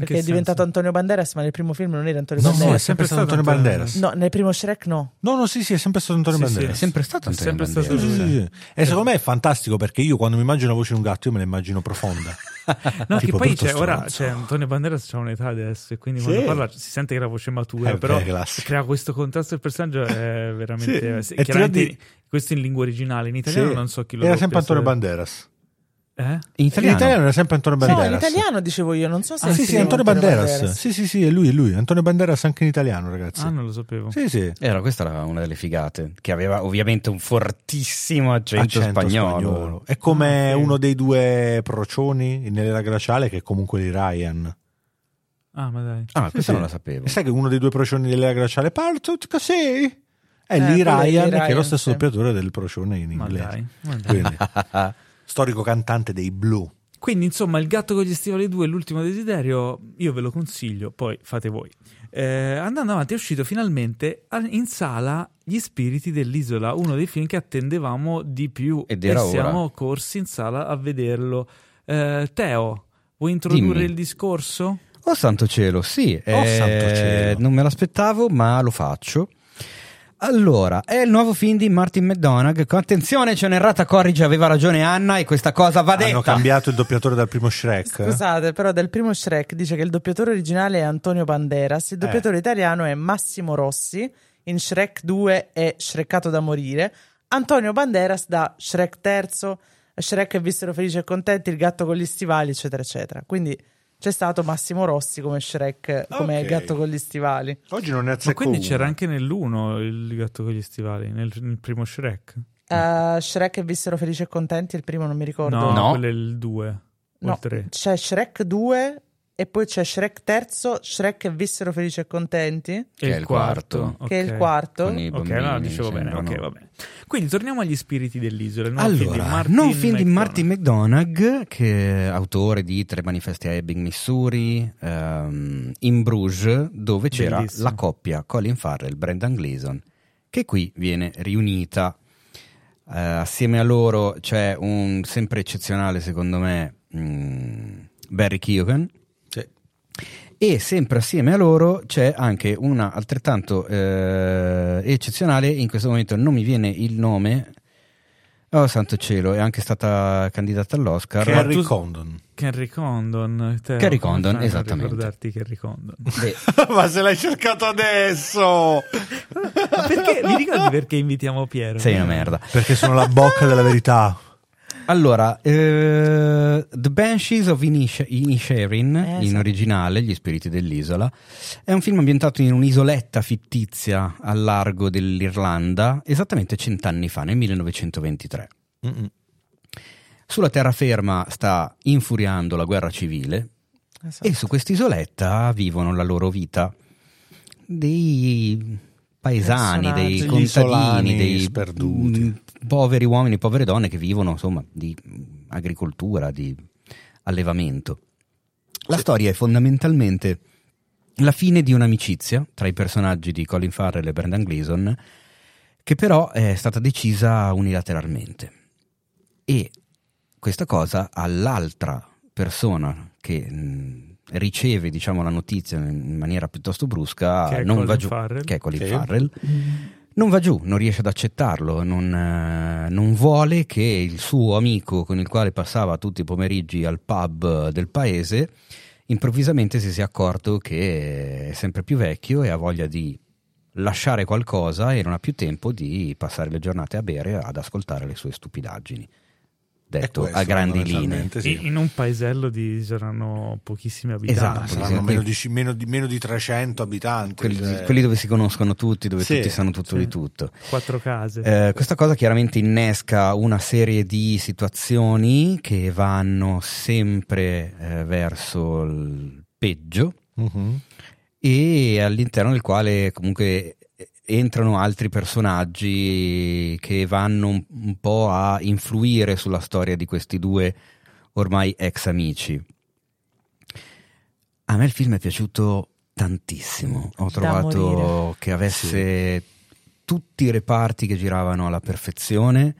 S1: In che
S4: Perché è diventato
S1: senso?
S4: Antonio Banderas, ma nel primo film non era Antonio
S3: No, no, è
S4: Banderas.
S3: sempre stato Antonio Banderas.
S4: No, nel primo Shrek no.
S3: No, no, sì, sì, è sempre stato Antonio
S1: Sì, sì.
S3: Banderas.
S2: È sempre stato
S1: È
S2: Antonio
S1: sempre
S2: Banderas.
S1: stato
S3: Sì, sì, sì, sì. E secondo me è fantastico perché io quando mi immagino la voce di un gatto io me la immagino profonda.
S1: No,
S3: Tipo,
S1: che poi
S3: brutto
S1: c'è, ora
S3: stronzo. Eh,
S1: c'è Antonio Banderas c'ha un'età adesso e quindi
S3: Sì.
S1: quando parla si sente che la voce è matura,
S3: Eh,
S1: però
S3: beh, classico.
S1: crea questo contrasto del personaggio è veramente...
S3: Sì.
S1: eh,
S3: E ti
S1: chiaramente
S3: rendi-
S1: questo in lingua originale, in italiano
S3: Sì.
S1: non so chi lo
S3: Era
S1: doppia,
S3: sempre Antonio
S1: se-
S3: Banderas.
S1: Eh?
S2: In italiano.
S3: In italiano era sempre Antonio
S4: No,
S3: Banderas.
S4: Cioè, in italiano dicevo io, non so se
S3: Ah, sì,
S4: si
S3: sì,
S4: chiama
S3: Antonio Banderas. Sì, sì, sì, è lui, è lui. Antonio Banderas anche in italiano, ragazzi.
S1: Ah, non lo sapevo.
S3: Sì, sì.
S2: Era questa era una delle figate, che aveva ovviamente un fortissimo accento,
S3: Accento
S2: spagnolo.
S3: È come
S1: Ah, ok.
S3: uno dei due procioni nell'era glaciale che è comunque di Ryan.
S1: Ah, ma dai.
S2: Ah, questa
S3: sì.
S2: non la sapevo.
S3: E sai che uno dei due procioni dell'era glaciale parto così? È
S4: Eh,
S3: lì
S4: quello è Lee
S3: Ryan, che è lo
S4: Ryan,
S3: stesso
S4: sì.
S3: doppiatore del procione in
S1: Ma
S3: inglese.
S1: dai, ma dai.
S3: Quindi, storico cantante dei blu.
S1: Quindi, insomma, Il gatto con gli stivali 2 è l'ultimo desiderio. Io ve lo consiglio, poi fate voi. Eh, andando avanti, è uscito finalmente a- in sala Gli spiriti dell'isola, uno dei film che attendevamo di più.
S2: Ed era
S1: e siamo
S2: ora.
S1: corsi in sala a vederlo. Eh, Teo, vuoi introdurre
S2: Dimmi.
S1: il discorso?
S2: Oh santo cielo, sì, eh,
S3: santo cielo.
S2: non me l'aspettavo ma lo faccio. Allora, è il nuovo film di Martin McDonagh. con- Attenzione, c'è un'errata corrige, aveva ragione Anna e questa cosa va detta.
S3: Hanno cambiato il doppiatore dal primo Shrek.
S4: Scusate, però del primo Shrek dice che il doppiatore originale è Antonio Banderas, il
S3: Eh.
S4: doppiatore italiano è Massimo Rossi, in Shrek 2 è Shrekkato da morire, Antonio Banderas da Shrek 3, Shrek e vissero felici e contenti, il gatto con gli stivali, eccetera, eccetera. Quindi c'è stato Massimo Rossi come Shrek, come
S3: Ok.
S4: gatto con gli stivali.
S3: Oggi non ne
S1: Ma
S3: azzecco
S1: quindi
S3: uno.
S1: c'era anche nell'uno il gatto con gli stivali, nel, nel primo Shrek.
S4: eh, Shrek e Vissero Felici e Contenti, il primo non mi ricordo.
S1: No,
S2: No.
S1: quello è il 2 o
S4: No,
S1: il 3.
S4: c'è Shrek 2 e poi c'è Shrek terzo, Shrek e Vissero Felici e Contenti,
S2: Che è il quarto.
S4: che è il quarto.
S2: Con i
S1: Ok,
S2: bambini,
S1: no, dicevo bene,
S2: sembrano-
S1: ok, va bene. Quindi torniamo agli spiriti dell'isola. il nuovo film di
S2: Allora,
S1: Martin
S2: non film di
S1: McDonagh.
S2: Martin McDonagh, che è autore di Tre manifesti a Ebbing, Missouri, ehm, In Bruges, dove c'era
S1: Bellissimo.
S2: la coppia Colin Farrell, Brendan Gleeson, che qui viene riunita. Eh, assieme a loro c'è un sempre eccezionale, secondo me, mh, Barry Keoghan. E sempre assieme a loro c'è anche una altrettanto eh, eccezionale, in questo momento non mi viene il nome, oh santo cielo, è anche stata candidata all'Oscar.
S1: Car-
S3: Carrie
S1: tu-
S3: Condon.
S1: Henry Condon. Teo,
S2: Henry
S1: come
S2: Condon,
S1: fai a
S2: esattamente.
S1: Ricordarti Henry Condon.
S2: Beh,
S3: Ma se l'hai cercato adesso!
S1: perché, mi ricordi perché invitiamo Piero?
S2: sei una merda.
S3: Perché sono la bocca della verità.
S2: Allora, eh, The Banshees of Inish- Inisherin,
S4: Eh, sì.
S2: in originale, Gli spiriti dell'isola, è un film ambientato in un'isoletta fittizia al largo dell'Irlanda, esattamente cent'anni fa, nel 1923.
S3: Mm-mm.
S2: Sulla terraferma sta infuriando la guerra civile
S4: Esatto.
S2: e su quest'isoletta vivono la loro vita dei paesani,
S4: Personaggi.
S2: dei
S4: Degli
S2: contadini,
S3: isolani
S2: dei
S3: sperduti.
S2: mh, poveri uomini, povere donne che vivono insomma di mh, agricoltura, di allevamento. La storia è fondamentalmente la fine di un'amicizia tra i personaggi di Colin Farrell e Brendan Gleeson, che però è stata decisa unilateralmente. E questa cosa all'altra persona che mh, riceve diciamo, la notizia in maniera piuttosto brusca
S1: Che è
S2: non va
S1: Colin
S2: giù,
S1: Farrell.
S2: che è Colin
S3: Sì.
S2: Farrell, non va giù, non riesce ad accettarlo, non, eh, non vuole che il suo amico con il quale passava tutti i pomeriggi al pub del paese improvvisamente si sia accorto che è sempre più vecchio e ha voglia di lasciare qualcosa e non ha più tempo di passare le giornate a bere ad ascoltare le sue stupidaggini. Detto
S3: È questo,
S2: a grandi linee.
S3: fondamentalmente,
S1: In-
S3: sì.
S1: In un paesello di saranno pochissimi abitanti.
S3: Ah,
S2: Esatto.
S3: saranno meno di, meno di- meno di 300 abitanti.
S2: Quelli,
S3: cioè.
S2: quelli dove si conoscono tutti, dove
S3: Sì,
S2: tutti sanno
S1: sì.
S2: tutto di tutto.
S1: Quattro case.
S2: Eh, questa cosa chiaramente innesca una serie di situazioni che vanno sempre eh, verso il peggio
S3: Mhm.
S2: e all'interno del quale comunque eh, entrano altri personaggi che vanno un- un po' a influire sulla storia di questi due ormai ex amici. A me il film è piaciuto tantissimo, ho trovato
S4: morire.
S2: che avesse tutti i reparti che giravano alla perfezione.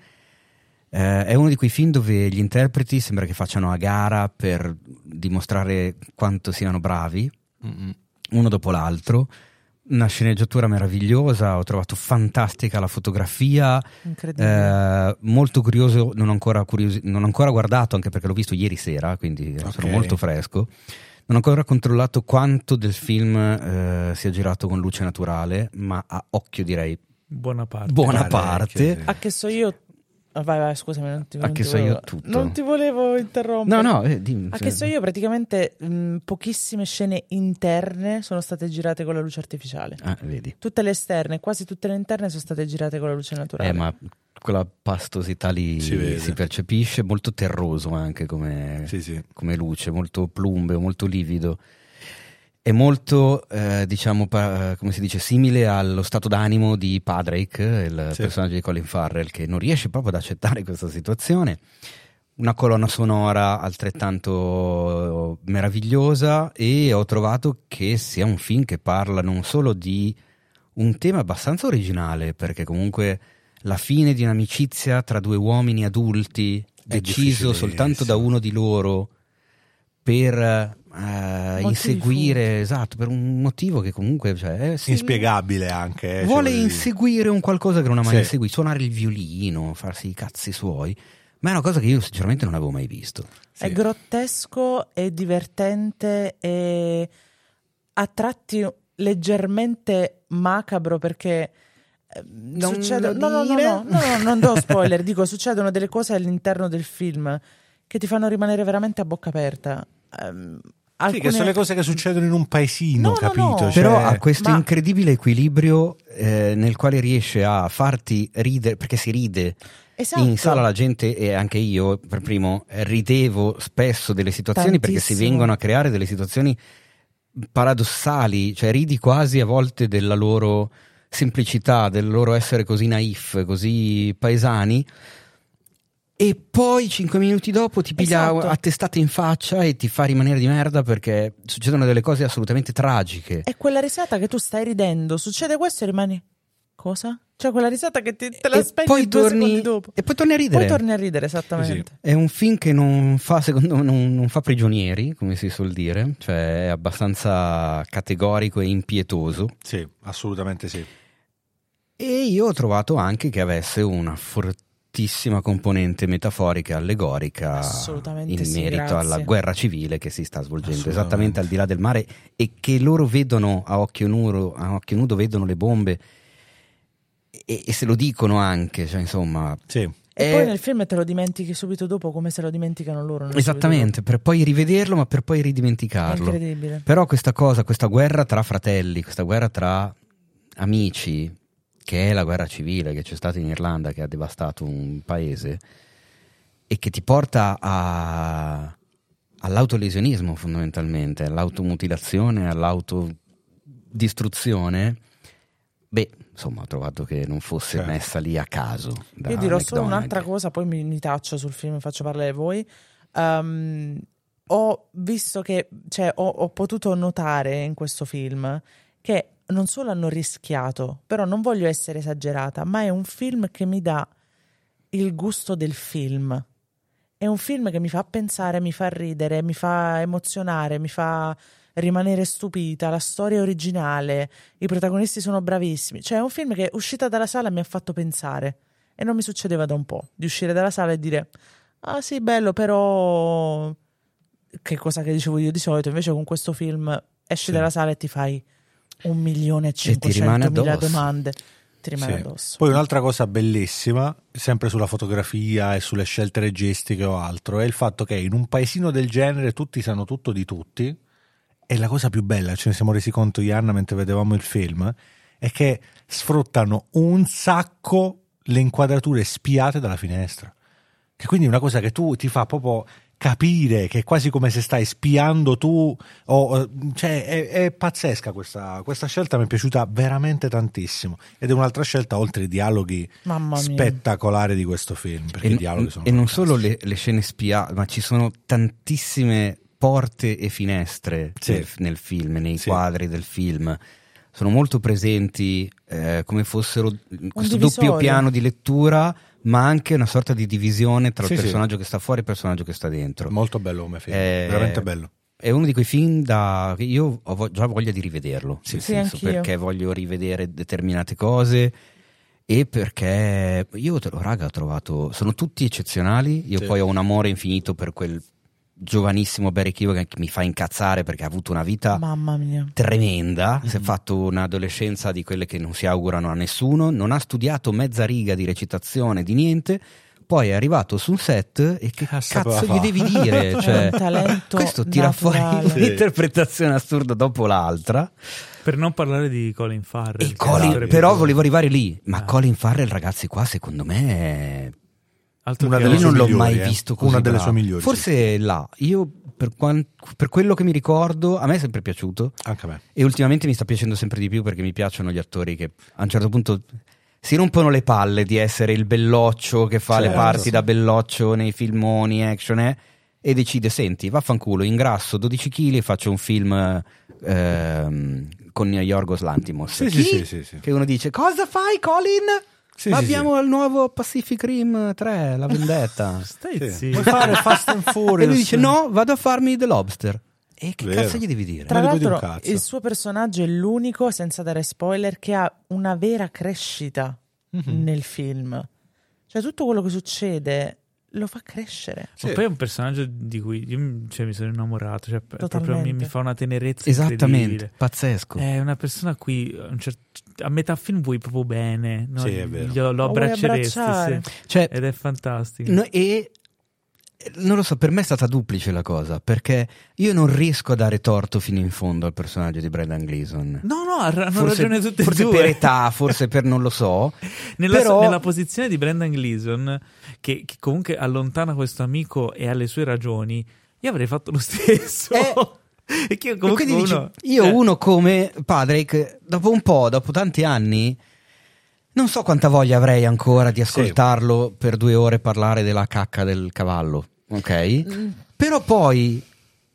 S2: Eh, è uno di quei film dove gli interpreti sembra che facciano a gara per dimostrare quanto siano bravi
S3: Mm-mm.
S2: uno dopo l'altro. Una sceneggiatura meravigliosa, ho trovato fantastica la fotografia,
S4: Incredibile.
S2: eh, molto curioso, non ho, ancora curiosi- non ho ancora guardato anche perché l'ho visto ieri sera, quindi
S3: Ok.
S2: sono molto fresco. Non ho ancora controllato quanto del film eh, sia girato con luce naturale, ma a occhio direi
S1: Buona parte.
S2: buona
S3: parecchio,
S2: parte.
S3: sì.
S4: A che so io... ah, Vai, vai, scusami, non ti,
S2: A
S4: non
S2: che
S4: ti
S2: so io
S4: volevo-
S2: tutto.
S4: Non ti volevo interrompere.
S2: No, no, eh, dimmi.
S4: A che so io praticamente mh, pochissime scene interne sono state girate con la luce artificiale.
S2: Ah, vedi.
S4: Tutte le esterne, quasi tutte le interne sono state girate con la luce naturale.
S2: Eh, ma quella pastosità lì
S3: Si vede.
S2: si, percepisce, molto terroso anche come,
S3: Sì, sì.
S2: come luce, molto plumbeo, molto livido. È molto, eh, diciamo, pa- come si dice, simile allo stato d'animo di Padraig, il
S3: Sì.
S2: personaggio di Colin Farrell, che non riesce proprio ad accettare questa situazione. Una colonna sonora altrettanto meravigliosa e ho trovato che sia un film che parla non solo di un tema abbastanza originale, perché comunque la fine di un'amicizia tra due uomini adulti, deciso
S3: difficilissimo.
S2: soltanto da uno di loro per eh, inseguire, esatto, per un motivo che comunque cioè, eh, sì,
S3: Inspiegabile anche. eh,
S2: vuole
S3: cioè, voglio dire.
S2: inseguire un qualcosa che non ha mai
S3: Sì.
S2: inseguito, suonare il violino, farsi i cazzi suoi, ma è una cosa che io sinceramente non avevo mai visto.
S3: Sì.
S4: È grottesco, è divertente, è a tratti leggermente macabro perché eh,
S2: Non
S4: succedono-
S2: lo
S4: no, no, no,
S2: dire.
S4: no, no, no, non do spoiler, dico succedono delle cose all'interno del film che ti fanno rimanere veramente a bocca aperta. Ehm,
S3: Sì,
S4: alcune...
S3: che sono le cose che succedono in un paesino,
S4: No, no,
S3: capito?
S4: no.
S3: Cioè,
S2: Però ha questo
S4: ma-
S2: incredibile equilibrio eh, nel quale riesce a farti ridere, perché si ride.
S4: Esatto.
S2: In sala la gente e anche io per primo eh, ridevo spesso delle situazioni perché si
S4: Tantissimo.
S2: vengono a creare delle situazioni paradossali, cioè ridi quasi a volte della loro semplicità, del loro essere così naif, così paesani. E poi cinque minuti dopo ti piglia
S4: Esatto.
S2: a testata in faccia e ti fa rimanere di merda perché succedono delle cose assolutamente tragiche.
S4: È quella risata che tu stai ridendo, succede questo e rimani... Cosa? Cioè quella risata che ti, te la
S2: e
S4: spegni
S2: poi
S4: due
S2: torni,
S4: secondi dopo.
S2: e poi torni a ridere.
S4: Poi torni a ridere, esattamente.
S2: È un film che non fa, secondo me, non, non fa prigionieri, come si suol dire, cioè è abbastanza categorico e impietoso.
S3: Sì, assolutamente sì.
S2: E io ho trovato anche che avesse una fortissima componente metaforica e allegorica
S4: Assolutamente
S2: in
S4: sì,
S2: merito
S4: grazie.
S2: alla guerra civile che si sta svolgendo
S3: Assolutamente.
S2: esattamente al di là del mare e che loro vedono a occhio nudo, a occhio nudo vedono le bombe e, e se lo dicono anche, cioè insomma...
S3: Sì.
S4: E
S2: è-
S4: poi nel film te lo dimentichi subito dopo come se lo dimenticano loro. non
S2: Esattamente, per poi rivederlo ma per poi
S4: subito dopo. È
S2: ridimenticarlo.
S4: incredibile.
S2: Però questa cosa, questa guerra tra fratelli, questa guerra tra amici, che è la guerra civile che c'è stata in Irlanda, che ha devastato un paese, e che ti porta a- all'autolesionismo fondamentalmente, all'automutilazione, all'autodistruzione, beh, insomma ho trovato che non fosse
S3: Certo.
S2: messa lì a caso. da
S4: Io dirò solo
S2: McDonagh.
S4: un'altra cosa, poi mi, mi taccio sul film e faccio parlare voi. Ehm, ho visto che, cioè, ho, ho potuto notare in questo film che non solo hanno rischiato, però non voglio essere esagerata, ma è un film che mi dà il gusto del film. È un film che mi fa pensare, mi fa ridere, mi fa emozionare, mi fa rimanere stupita. La storia è originale, i protagonisti sono bravissimi. Cioè, è un film che uscita dalla sala mi ha fatto pensare. E non mi succedeva da un po' di uscire dalla sala e dire: Ah, sì, bello, però. Che cosa che dicevo io di solito. Invece, con questo film esci dalla sala e ti fai un milione e
S2: ti rimane
S4: cinquecentomila
S2: addosso.
S4: domande. Ti rimane
S3: Sì.
S4: addosso.
S3: Poi un'altra cosa bellissima, sempre sulla fotografia e sulle scelte registiche o altro, è il fatto che in un paesino del genere tutti sanno tutto di tutti. E la cosa più bella, ce ne siamo resi conto Ianna mentre vedevamo il film, è che sfruttano un sacco le inquadrature spiate dalla finestra. Che quindi è una cosa che tu ti fa proprio capire che è quasi come se stai spiando tu. o, eh, cioè, è, è pazzesca questa, questa scelta, mi è piaciuta veramente tantissimo. Ed è un'altra scelta, oltre ai dialoghi
S4: Mamma mia.
S3: spettacolari di questo film. Perché i
S2: E,
S3: dialoghi sono
S2: e non
S3: fantastici.
S2: solo le, le scene spiate, ma ci sono tantissime porte e finestre
S3: Sì.
S2: nel, nel film, nei
S3: Sì.
S2: quadri del film. Sono molto presenti eh, come fossero questo
S4: divisorio.
S2: doppio piano di lettura, ma anche una sorta di divisione tra
S3: Sì,
S2: il
S3: sì.
S2: personaggio che sta fuori e il personaggio che sta dentro.
S3: Molto bello come film,
S2: Eh,
S3: veramente bello.
S2: È uno di quei film da. che Io ho vo- già voglia di rivederlo. nel
S4: Sì,
S2: senso,
S4: anch'io.
S2: perché voglio rivedere determinate cose. E perché io, te lo- raga, ho trovato. Sono tutti eccezionali. Io
S3: Sì.
S2: poi ho un amore infinito per quel giovanissimo Barry Keoghan che mi fa incazzare perché ha avuto una vita
S4: Mamma mia.
S2: tremenda. Si
S4: Mhm.
S2: è fatto un'adolescenza di quelle che non si augurano a nessuno. Non ha studiato mezza riga di recitazione, di niente. Poi è arrivato su un set e che
S3: sapeva
S2: cazzo gli
S3: fare.
S2: devi dire? Cioè,
S4: un talento
S2: questo tira
S4: naturale.
S2: fuori un'interpretazione assurda dopo l'altra.
S1: Per non parlare di Colin Farrell.
S2: E
S1: che
S2: Colin-
S4: esatto.
S1: sarebbe-
S2: però volevo arrivare lì. Ma
S1: Ah.
S2: Colin Farrell, ragazzi, qua secondo me è-
S1: Altro
S3: Una
S1: che
S3: delle
S2: io
S1: altro.
S2: non l'ho
S3: migliori,
S2: mai
S3: eh.
S2: visto così.
S3: Una delle
S2: bravo.
S3: sue migliori,
S2: Forse là. Io, per, quan- per quello che mi ricordo, a me è sempre piaciuto.
S3: Anche a me.
S2: E ultimamente mi sta piacendo sempre di più perché mi piacciono gli attori che a un certo punto si rompono le palle di essere il belloccio che fa le
S3: Certo,
S2: parti
S3: sì.
S2: da belloccio nei filmoni action eh, e decide: Senti, vaffanculo, ingrasso 12 kg e faccio un film ehm, con Yorgos Lantimos.
S3: Sì,
S2: Chi?
S3: sì, sì, sì, sì.
S2: Che uno dice: Cosa fai, Colin?
S3: Sì,
S2: Ma
S3: sì,
S2: abbiamo il nuovo Pacific Rim 3, la vendetta.
S1: Stai
S3: Sì.
S1: zitto.
S3: Vuoi fare Fast and Furious?
S2: e lui dice: No, vado a farmi The Lobster. E che
S3: Vero.
S2: cazzo gli devi dire?
S4: Tra
S3: Non ne puoi dire un
S4: l'altro,
S3: cazzo.
S4: il suo personaggio è l'unico, senza dare spoiler, che ha una vera crescita
S1: Mm-hmm.
S3: Mm.
S4: nel film. Cioè, tutto quello che succede lo fa crescere.
S1: Ma poi è un personaggio di cui io cioè, mi sono innamorato, cioè, p- proprio mi, mi
S4: Totalmente.
S1: fa una tenerezza
S2: Esattamente, Ecco.
S1: incredibile.
S2: pazzesco.
S3: Eh,
S1: È una persona a cui a, un cer- a metà film vuoi proprio bene, no?
S3: Sì, è vero.
S1: Glielo- lo
S4: Lo vuoi
S1: abbracceresti
S2: Eh,
S4: abbracciare.
S1: sì.
S2: Cioè,
S1: ed è fantastico.
S2: no, Cioè, e Non lo so, per me è stata duplice la cosa, perché io non riesco a dare torto fino in fondo al personaggio di Brendan Gleeson.
S1: No, no, har- hanno
S2: forse,
S1: ragione tutte
S2: forse
S1: e due.
S2: per età, forse per non lo so.
S1: Nella,
S2: però-
S1: nella posizione di Brendan Gleeson, che, che comunque allontana questo amico e ha le sue ragioni, io avrei fatto lo stesso.
S2: Eh.
S1: e che io
S2: E
S1: comunque
S2: quindi dici,
S1: uno-
S2: io
S1: eh,
S2: uno come Patrick, dopo un po', dopo tanti anni, non so quanta voglia avrei ancora di ascoltarlo per due ore parlare della cacca del cavallo, ok? Però poi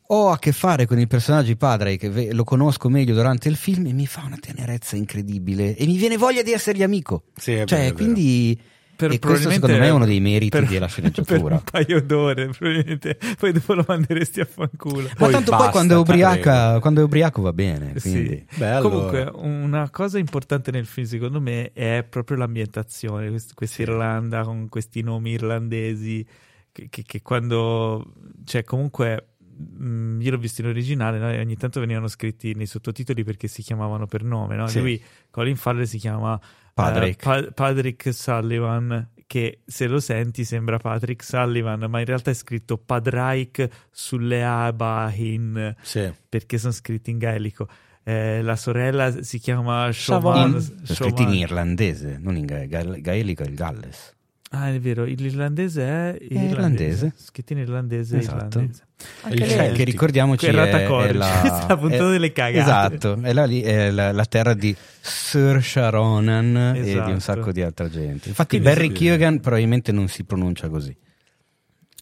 S2: ho a che fare con il personaggio di Patrick, ve- lo conosco meglio durante il film e mi fa una tenerezza incredibile e mi viene voglia di essergli amico.
S3: Sì, è
S2: cioè,
S3: vero, è vero.
S2: quindi...
S1: per-
S2: e questo
S1: probabilmente-
S2: secondo me è uno dei meriti
S1: per-
S2: della
S1: Per
S2: sceneggiatura.
S1: un paio d'ore, probabilmente. Poi dopo lo manderesti a fanculo.
S2: Ma
S3: Poi
S2: tanto poi
S3: basta,
S2: quando è,
S3: ti
S2: ubriaca,
S3: prego.
S2: quando è ubriaco va bene.
S1: Sì.
S2: Eh, Quindi.
S3: Beh, allora.
S1: Comunque, una cosa importante nel film, secondo me, è proprio l'ambientazione. Quest- Questa Irlanda con questi nomi irlandesi. Che, che- che quando. cioè, comunque. mh, Io l'ho visto in originale, no? E ogni tanto venivano scritti nei sottotitoli perché si chiamavano per nome. no?
S3: Sì.
S1: Lui, Colin Farrell, si chiama
S2: Patrick.
S1: eh, Pa- Patrick Sullivan, che se lo senti sembra Patrick Sullivan, ma in realtà è scritto Padraic sulle Abahin
S3: Sì.
S1: perché sono scritti in gaelico. Eh, la sorella si chiama
S4: Siobhan.
S1: Shoman.
S2: In- sono scritti in irlandese, non in ga- ga- gaelico, il Galles.
S1: Ah, è vero, il- l'irlandese è irlandese.
S2: irlandese.
S1: Scritto in irlandese.
S2: Esatto.
S1: irlandese.
S4: Anche
S3: il
S4: lei-
S3: Celtic.
S2: Che ricordiamoci è,
S1: Quel
S2: è
S1: ratacorgi,
S2: la,
S1: sta puntando
S2: è-
S1: delle cagate.
S2: Esatto, è la, lì- è la- la terra di Sir Sharonan e
S1: Esatto.
S2: di un sacco di altra gente. Infatti
S3: Quindi
S2: Barry
S3: sì.
S2: Keoghan probabilmente non si pronuncia così.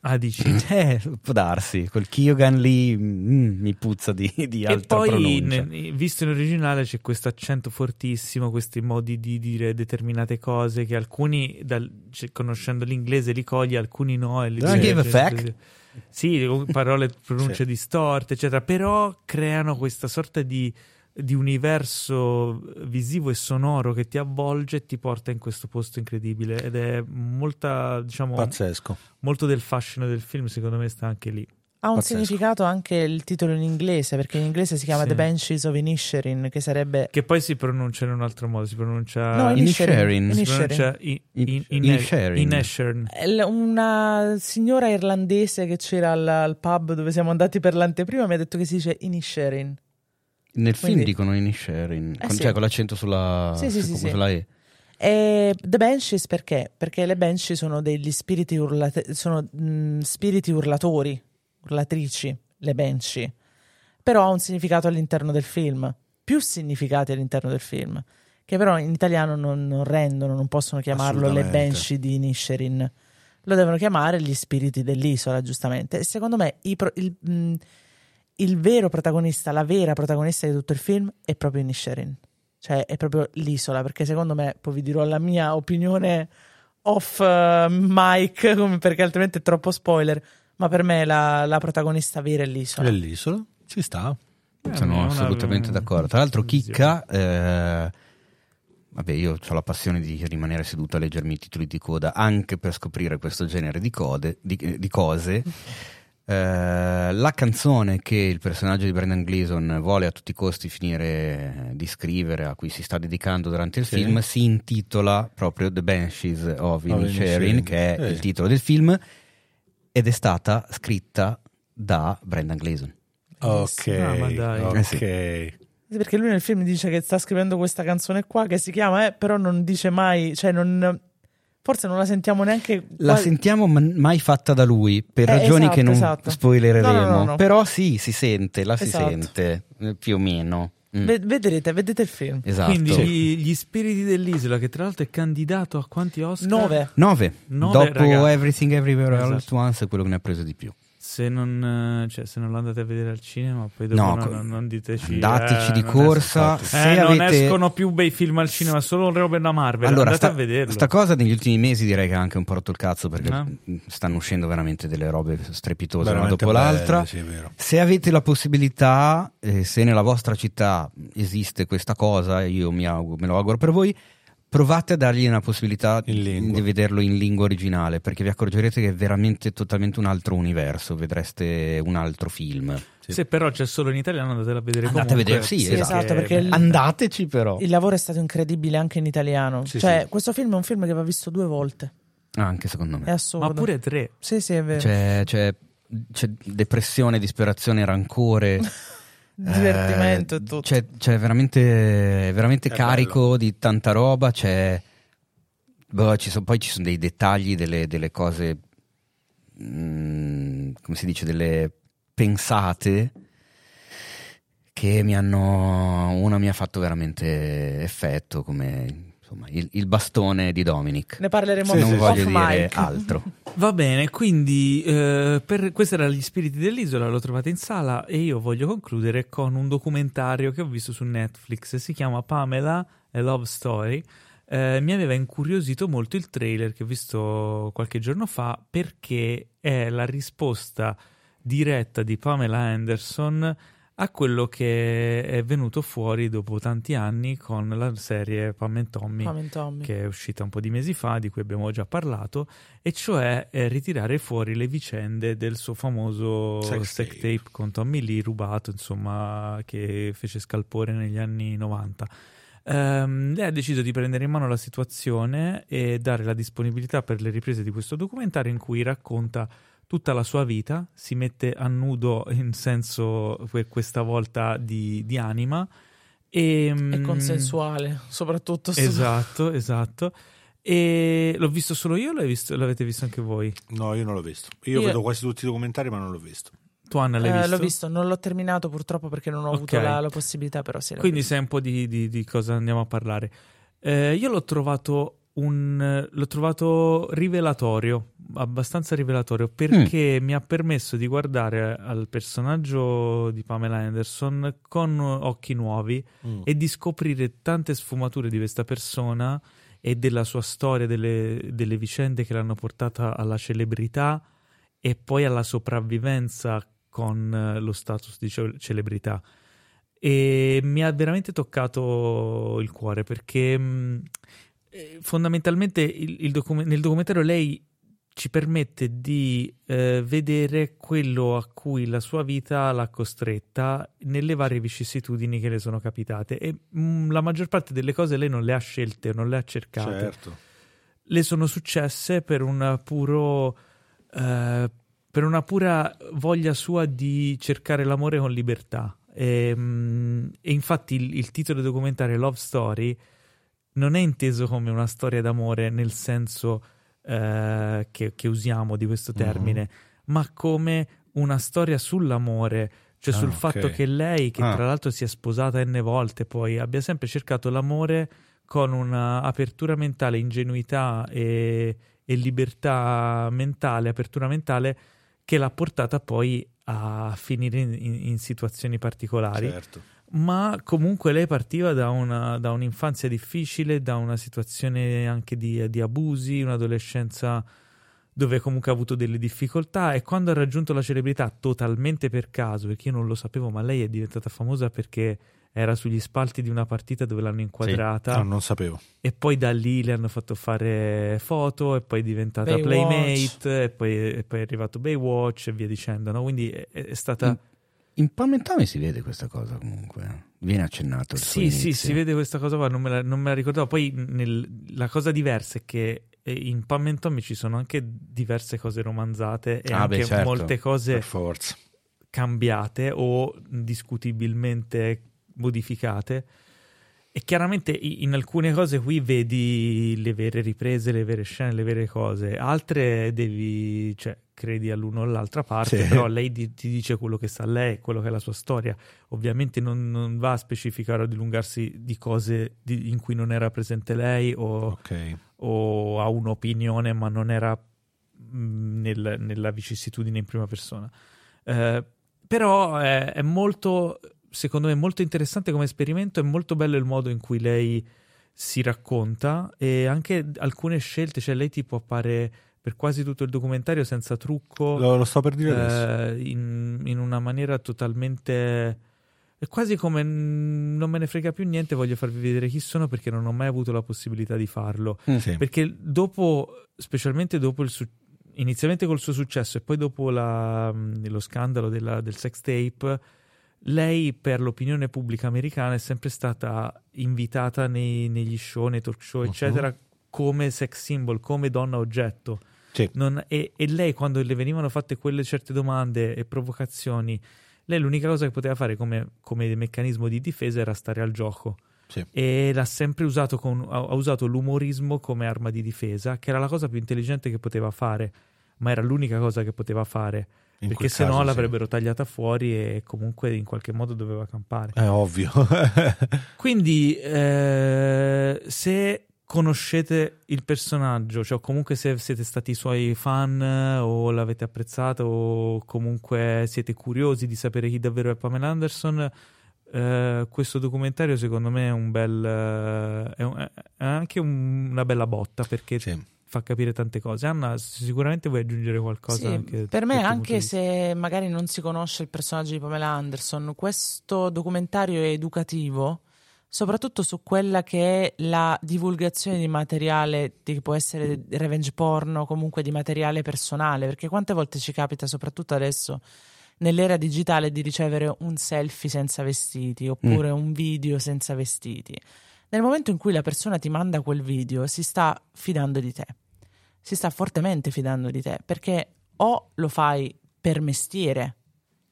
S1: Ah, dici.
S2: Eh, può darsi, quel Keoghan lì mm, mi puzza di, di
S1: E
S2: altra
S1: poi,
S2: pronuncia.
S1: ne- visto in originale, c'è questo accento fortissimo, questi modi di dire determinate cose che alcuni, dal- cioè, conoscendo l'inglese, li cogli, alcuni no. E li cioè,
S2: Don't give a fuck.
S1: Sì, o parole, pronunce
S2: Sì.
S1: distorte, eccetera, però creano questa sorta di, di universo visivo e sonoro che ti avvolge e ti porta in questo posto incredibile ed è molta, diciamo,
S3: Pazzesco.
S1: molto del fascino del film, secondo me sta anche lì.
S4: Ha un
S3: Pazzesco.
S4: significato anche il titolo in inglese, perché in inglese si chiama
S1: Sì.
S4: The Banshees of Inisherin, che sarebbe...
S1: Che Ah, poi si pronuncia in un altro modo, si pronuncia
S4: No,
S2: Inisherin.
S1: si
S4: Inisherin.
S1: pronuncia in, in, in,
S2: Inisherin.
S1: Inisherin.
S4: È l- Una signora irlandese che c'era al, al pub dove siamo andati per l'anteprima mi ha detto che si dice Inisherin.
S2: Nel film
S4: Quindi-
S2: dicono in Sharing,
S4: Eh
S2: con,
S4: sì.
S2: cioè con l'accento sulla,
S4: Sì, sì, sì, sì.
S2: sulla E.
S4: E The Banshees perché? Perché le Banshee sono degli spiriti, urlate- sono, mh, spiriti urlatori, urlatrici, le Banshee. Però ha un significato all'interno del film, più significati all'interno del film, che però in italiano non, non rendono, non possono chiamarlo le
S3: Assolutamente.
S4: Banshee di Nisherin. Lo devono chiamare gli spiriti dell'isola, giustamente. E secondo me i pro- il, mh, il vero protagonista, la vera protagonista di tutto il film è proprio Nisherin cioè è proprio l'isola, perché secondo me, poi vi dirò la mia opinione off eh, mic, come- perché altrimenti è troppo spoiler, ma per me la, la protagonista vera è l'isola.
S3: Dell'isola? Ci sta.
S1: Eh,
S2: Sono
S1: una-
S2: assolutamente
S1: una-
S2: d'accordo. Tra l'altro,
S1: visione.
S2: Chicca. eh, vabbè, io ho la passione di rimanere seduto a leggermi i titoli di coda anche per scoprire questo genere di, code- di- eh, di cose. Eh, la canzone che il personaggio di Brendan Gleeson vuole a tutti i costi finire di scrivere, a cui si sta dedicando durante il
S3: Sì.
S2: film, si intitola proprio The Banshees of Inisherin,
S3: Inisherin.
S2: che è
S3: Sì.
S2: il titolo del film, ed è stata scritta da Brendan Gleeson.
S3: Ok.
S1: Ah, ma dai.
S3: Ok.
S2: Eh sì.
S4: Sì, Perché lui nel film dice che sta scrivendo questa canzone qua che si chiama, eh, però non dice mai, cioè non, forse non la sentiamo neanche...
S2: La
S4: quasi-
S2: sentiamo ma- mai fatta da lui per
S4: Eh,
S2: ragioni
S4: esatto,
S2: che non
S4: esatto.
S2: spoilereremo,
S4: No, no, no, no.
S2: però sì, si sente, la si
S4: Esatto.
S2: sente eh, più o meno. Mm,
S4: Ve- vedrete, vedete il film.
S2: Esatto.
S1: Quindi
S2: Sì.
S1: gli, gli spiriti dell'isola, che tra l'altro è candidato a quanti Oscar?
S4: 9.
S2: Nove.
S1: Nove,
S2: Dopo
S1: raga.
S2: Everything Everywhere All at
S1: Esatto.
S2: Once è quello che ne ha preso di più.
S1: Se non, eh, cioè, se non lo andate a vedere al cinema, poi dopo
S2: No,
S1: no,
S2: co-
S1: non, non diteci.
S2: andateci
S1: eh,
S2: di
S1: non
S2: corsa,
S1: escono-
S2: se
S1: eh, non
S2: avete-
S1: escono più bei film al cinema, solo robe da Marvel. andate
S2: sta,
S1: a vederlo.
S2: sta cosa negli ultimi mesi direi che ha anche un po' rotto il cazzo perché
S1: Ah.
S2: mh, stanno uscendo veramente delle robe strepitose una
S3: Veramente
S2: dopo
S3: belle,
S2: l'altra.
S3: sì, è vero.
S2: Se avete la possibilità, eh, se nella vostra città esiste questa cosa, io mi auguro- me lo auguro per voi, provate a dargli una possibilità
S3: In lingua.
S2: di vederlo in lingua originale, perché vi accorgerete che è veramente totalmente un altro universo, vedreste un altro film.
S1: Se però c'è solo in italiano, andatela a vedere.
S2: Andate a
S1: comunque. Ah,
S2: vedere, sì, Sì, esatto.
S4: esatto, perché il-
S2: Andateci però.
S4: Il lavoro è stato incredibile anche in italiano.
S3: Sì,
S4: cioè,
S3: sì.
S4: questo film è un film che va visto due volte.
S2: Anche secondo
S4: È
S2: me.
S4: assurdo.
S1: Ma pure tre.
S4: Sì, sì, è vero.
S2: C'è, c'è- c'è depressione, disperazione, rancore.
S4: Divertimento
S2: eh,
S4: e tutto.
S2: C'è, c'è veramente, è veramente
S3: È
S2: carico
S3: bello.
S2: di tanta roba. C'è, boh, ci sono- poi ci sono dei dettagli, delle, delle cose, mm, come si dice, delle pensate che mi hanno. Una mi ha fatto veramente effetto, come insomma, il, il bastone di Dominic.
S4: Ne parleremo
S3: Sì,
S2: non
S3: sì,
S2: voglio
S4: off
S2: dire
S4: mic.
S2: altro.
S1: Va bene, quindi eh, per, questi erano gli spiriti dell'isola, lo trovate in sala e io voglio concludere con un documentario che ho visto su Netflix, si chiama Pamela, a Love Story. Eh, mi aveva incuriosito molto il trailer che ho visto qualche giorno fa perché è la risposta diretta di Pamela Anderson a quello che è venuto fuori dopo tanti anni con la serie Pam and Tommy
S4: Mamma mia, Tommy.
S1: che è uscita un po' di mesi fa, di cui abbiamo già parlato, e cioè eh, ritirare fuori le vicende del suo famoso
S3: Sex
S1: sex tape.
S3: tape
S1: con Tommy Lee rubato, insomma, che fece scalpore negli anni 90. Ehm, lei ha deciso di prendere in mano la situazione e dare la disponibilità per le riprese di questo documentario in cui racconta tutta la sua vita, si mette a nudo in senso que- questa volta di, di anima e,
S4: È
S1: mm,
S4: consensuale, soprattutto se-
S1: Esatto, esatto. E l'ho visto solo io o l'hai visto- l'avete visto anche voi?
S3: No, io non l'ho visto. Io,
S4: Io-
S3: vedo quasi tutti i documentari, ma non l'ho visto.
S1: Tu Anna l'hai
S4: Eh,
S1: visto?
S4: L'ho visto, non l'ho terminato purtroppo perché non ho avuto
S1: Ok.
S4: la, la possibilità, però sì. l'ho
S1: Quindi
S4: visto.
S1: sai un po' di, di- di cosa andiamo a parlare. Eh, io l'ho trovato un l'ho trovato rivelatorio, abbastanza rivelatorio,
S4: Mm.
S1: perché mi ha permesso di guardare al personaggio di Pamela Anderson con occhi nuovi
S3: Mm.
S1: e di scoprire tante sfumature di questa persona e della sua storia, delle, delle vicende che l'hanno portata alla celebrità e poi alla sopravvivenza con eh, lo status di ce- celebrità. E mi ha veramente toccato il cuore perché mh, eh, fondamentalmente il- il docu- nel documentario lei ci permette di eh, vedere quello a cui la sua vita l'ha costretta nelle varie vicissitudini che le sono capitate e mh, la maggior parte delle cose lei non le ha scelte, non le ha cercate
S3: Certo.
S1: le sono successe per un puro eh, per una pura voglia sua di cercare l'amore con libertà e, mm, e infatti il, il titolo del documentario Love Story non è inteso come una storia d'amore nel senso eh, che, che usiamo di questo
S3: Mm-hmm.
S1: termine ma come una storia sull'amore cioè
S3: Ah,
S1: sul
S3: ok.
S1: fatto che lei che
S2: Ah.
S1: tra l'altro si è sposata n volte poi abbia sempre cercato l'amore con un'apertura mentale, ingenuità e, e libertà mentale, apertura mentale che l'ha portata poi a finire in, in- in situazioni particolari.
S3: Certo.
S1: Ma comunque lei partiva da, una- da un'infanzia difficile, da una situazione anche di, di abusi, un'adolescenza dove comunque ha avuto delle difficoltà e quando ha raggiunto la celebrità totalmente per caso, perché io non lo sapevo, ma lei è diventata famosa perché era sugli spalti di una partita dove l'hanno inquadrata.
S3: Ah, non sapevo.
S1: E poi da lì le hanno fatto fare foto, e poi è diventata
S4: Baywatch.
S1: Playmate, e poi, e poi è arrivato Baywatch e via dicendo. no? Quindi è, è stata.
S2: In- In Palmentame si vede questa cosa comunque. eh. Viene accennato. il suo
S1: Sì, sì,
S2: inizio.
S1: si vede questa cosa qua, non me la, non me la ricordavo. Poi nel- la cosa diversa è che eh, in Pam and Tommy ci sono anche diverse cose romanzate e
S2: Ah,
S1: anche
S2: beh, certo.
S1: molte cose
S3: Per forza.
S1: cambiate o discutibilmente modificate. E chiaramente i- in alcune cose qui vedi le vere riprese, le vere scene, le vere cose, altre devi, cioè, credi all'uno o all'altra parte,
S3: Sì.
S1: però lei di- ti dice quello che sa lei, quello che è la sua storia. Ovviamente non, non va a specificare o dilungarsi di cose di- in cui non era presente lei o
S3: Ok.
S1: o ha un'opinione ma non era mh, nel- nella vicissitudine in prima persona. Eh, però è, è molto, secondo me, molto interessante come esperimento, è molto bello il modo in cui lei si racconta e anche alcune scelte, cioè lei tipo appare per quasi tutto il documentario senza trucco.
S3: Lo, lo sto per dire adesso.
S1: Eh, in, in una maniera totalmente. È quasi come "Mm, non me ne frega più niente, voglio farvi vedere chi sono perché non ho mai avuto la possibilità di farlo.
S3: Sì.
S1: Perché dopo, specialmente dopo il su- inizialmente col suo successo e poi dopo la- mh, lo scandalo della- del sex tape, lei per l'opinione
S3: Mhm.
S1: pubblica americana è sempre stata invitata nei- negli show, nei talk show, eccetera, come sex symbol, come donna oggetto.
S3: Sì.
S1: Non- e, e lei, quando le venivano fatte quelle certe domande e provocazioni, lei l'unica cosa che poteva fare come, come meccanismo di difesa era stare al gioco.
S3: Sì.
S1: E l'ha sempre usato, con- ha ha usato l'umorismo come arma di difesa, che era la cosa più intelligente che poteva fare, ma era l'unica cosa che poteva fare,
S3: In
S1: perché
S3: quel
S1: se no
S3: caso,
S1: l'avrebbero tagliata fuori e comunque in qualche modo doveva campare.
S3: sì. È ovvio.
S1: Quindi, eh, se conoscete il personaggio, cioè comunque se siete stati suoi fan eh, o l'avete apprezzato o comunque siete curiosi di sapere chi davvero è Pamela Anderson, eh, questo documentario secondo me è un bel eh, è, un- è anche un- una bella botta perché
S3: Sì.
S1: fa capire tante cose. Anna, sicuramente vuoi aggiungere qualcosa?
S4: Sì,
S1: anche
S4: per
S1: dal tuo
S4: me,
S1: punto di
S4: anche
S1: vista?
S4: se magari non si conosce il personaggio di Pamela Anderson, questo documentario è educativo, soprattutto su quella che è la divulgazione di materiale che può essere revenge porno o comunque di materiale personale, perché quante volte ci capita, soprattutto adesso nell'era digitale, di ricevere un selfie senza vestiti oppure un video senza vestiti. Nel momento in cui la persona ti manda quel video, si sta fidando di te si sta fortemente fidando di te perché o lo fai per mestiere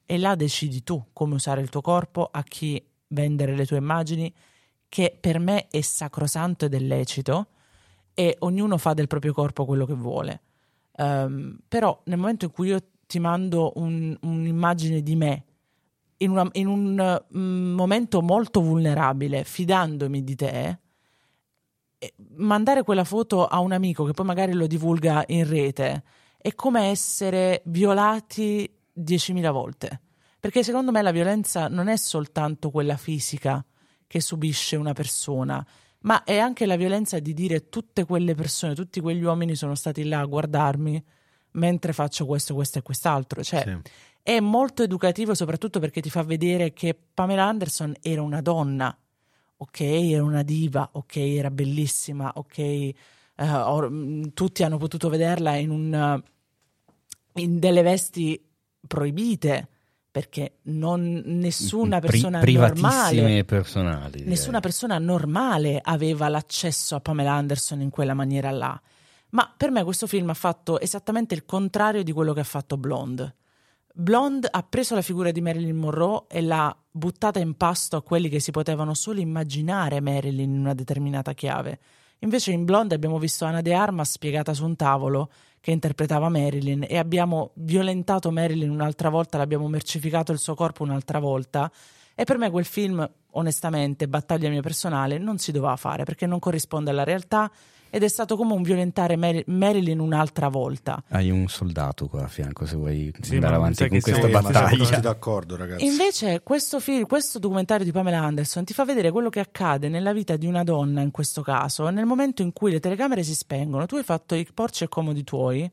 S4: e là decidi tu come usare il tuo corpo, a chi vendere le tue immagini, che per me è sacrosanto ed è lecito e ognuno fa del proprio corpo quello che vuole. Ehm, però nel momento in cui io ti mando un- un'immagine di me in, una- in un eh, mm, momento molto vulnerabile, fidandomi di te, e mandare quella foto a un amico che poi magari lo divulga in rete è come essere violati 10.000 volte. Perché secondo me la violenza non è soltanto quella fisica che subisce una persona, ma è anche la violenza di dire tutte quelle persone, tutti quegli uomini sono stati là a guardarmi mentre faccio questo, questo e quest'altro. Cioè,
S3: Sì.
S4: è molto educativo soprattutto perché ti fa vedere che Pamela Anderson era una donna, ok, era una diva, ok, era bellissima, ok, eh, or- mh, tutti hanno potuto vederla in, un, eh, in delle vesti proibite perché non, nessuna
S2: Mm, Pri-
S4: persona
S2: privatissime
S4: normale
S2: e personali. eh. direi.
S4: Nessuna persona normale aveva l'accesso a Pamela Anderson in quella maniera là. Ma per me questo film ha fatto esattamente il contrario di quello che ha fatto Blonde. Blonde ha preso la figura di Marilyn Monroe e l'ha buttata in pasto a quelli che si potevano solo immaginare Marilyn in una determinata chiave. Invece in Blonde abbiamo visto Ana De Armas spiegata su un tavolo che interpretava Marilyn e abbiamo violentato Marilyn un'altra volta, l'abbiamo mercificato il suo corpo un'altra volta e per me quel film, onestamente, battaglia mia personale, non si doveva fare perché non corrisponde alla realtà ed è stato come un violentare Mar- Marilyn un'altra volta.
S2: Hai un soldato qua a fianco se vuoi
S1: Sì, ma
S2: andare
S1: non
S2: avanti
S1: sai
S2: con
S1: che
S2: questa
S1: siamo-
S3: ma siamo tutti
S2: battaglia.
S3: d'accordo, ragazzi.
S4: Invece questo, film, questo documentario di Pamela Anderson ti fa vedere quello che accade nella vita di una donna in questo caso, nel momento in cui le telecamere si spengono, tu hai fatto i porci e comodi tuoi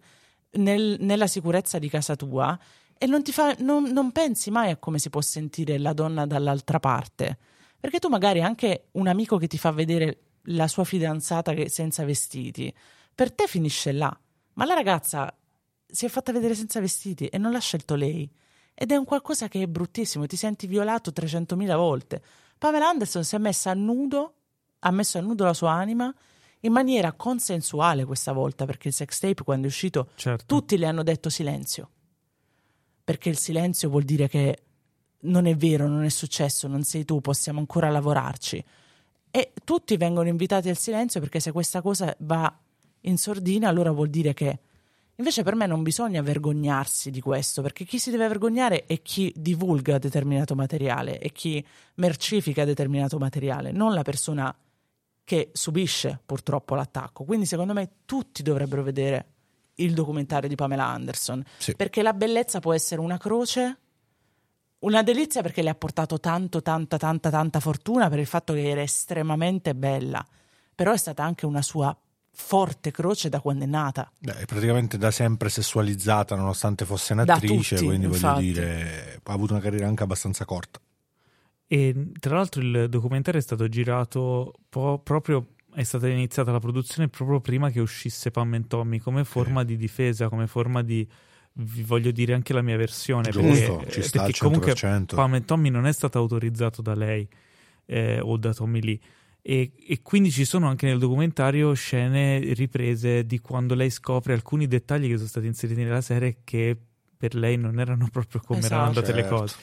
S4: nel- nella sicurezza di casa tua e non, ti fa, non, non pensi mai a come si può sentire la donna dall'altra parte. Perché tu magari anche un amico che ti fa vedere la sua fidanzata che- senza vestiti, per te finisce là, ma la ragazza si è fatta vedere senza vestiti e non l'ha scelto lei. Ed è un qualcosa che è bruttissimo, ti senti violato 300.000 volte. Pamela Anderson si è messa a nudo, ha messo a nudo la sua anima in maniera consensuale questa volta, perché il sex tape quando è uscito
S1: Certo.
S4: tutti le hanno detto silenzio. Perché il silenzio vuol dire che non è vero, non è successo, non sei tu, possiamo ancora lavorarci. E tutti vengono invitati al silenzio perché se questa cosa va in sordina, allora vuol dire che. Invece per me non bisogna vergognarsi di questo, perché chi si deve vergognare è chi divulga determinato materiale e chi mercifica determinato materiale, non la persona che subisce purtroppo l'attacco. Quindi secondo me tutti dovrebbero vedere il documentario di Pamela Anderson,
S3: Sì.
S4: perché la bellezza può essere una croce, una delizia perché le ha portato tanto, tanta, tanta, tanta fortuna per il fatto che era estremamente bella, però è stata anche una sua forte croce da quando è nata.
S3: Beh, è praticamente da sempre sessualizzata, nonostante fosse un'attrice,
S4: tutti,
S3: quindi
S4: infatti.
S3: voglio dire, ha avuto una carriera anche abbastanza corta.
S1: E tra l'altro il documentario è stato girato po- proprio è stata iniziata la produzione proprio prima che uscisse Pam and Tommy come forma di difesa, come forma di vi voglio dire anche la mia versione
S3: Giusto,
S1: perché,
S3: ci sta al
S1: Eh, perché comunque
S3: 100%.
S1: Pam and Tommy non è stato autorizzato da lei eh, o da Tommy Lee E, e quindi ci sono anche nel documentario scene riprese di quando lei scopre alcuni dettagli che sono stati inseriti nella serie che per lei non erano proprio come erano
S4: Esatto.
S1: andate le
S3: Certo.
S1: cose.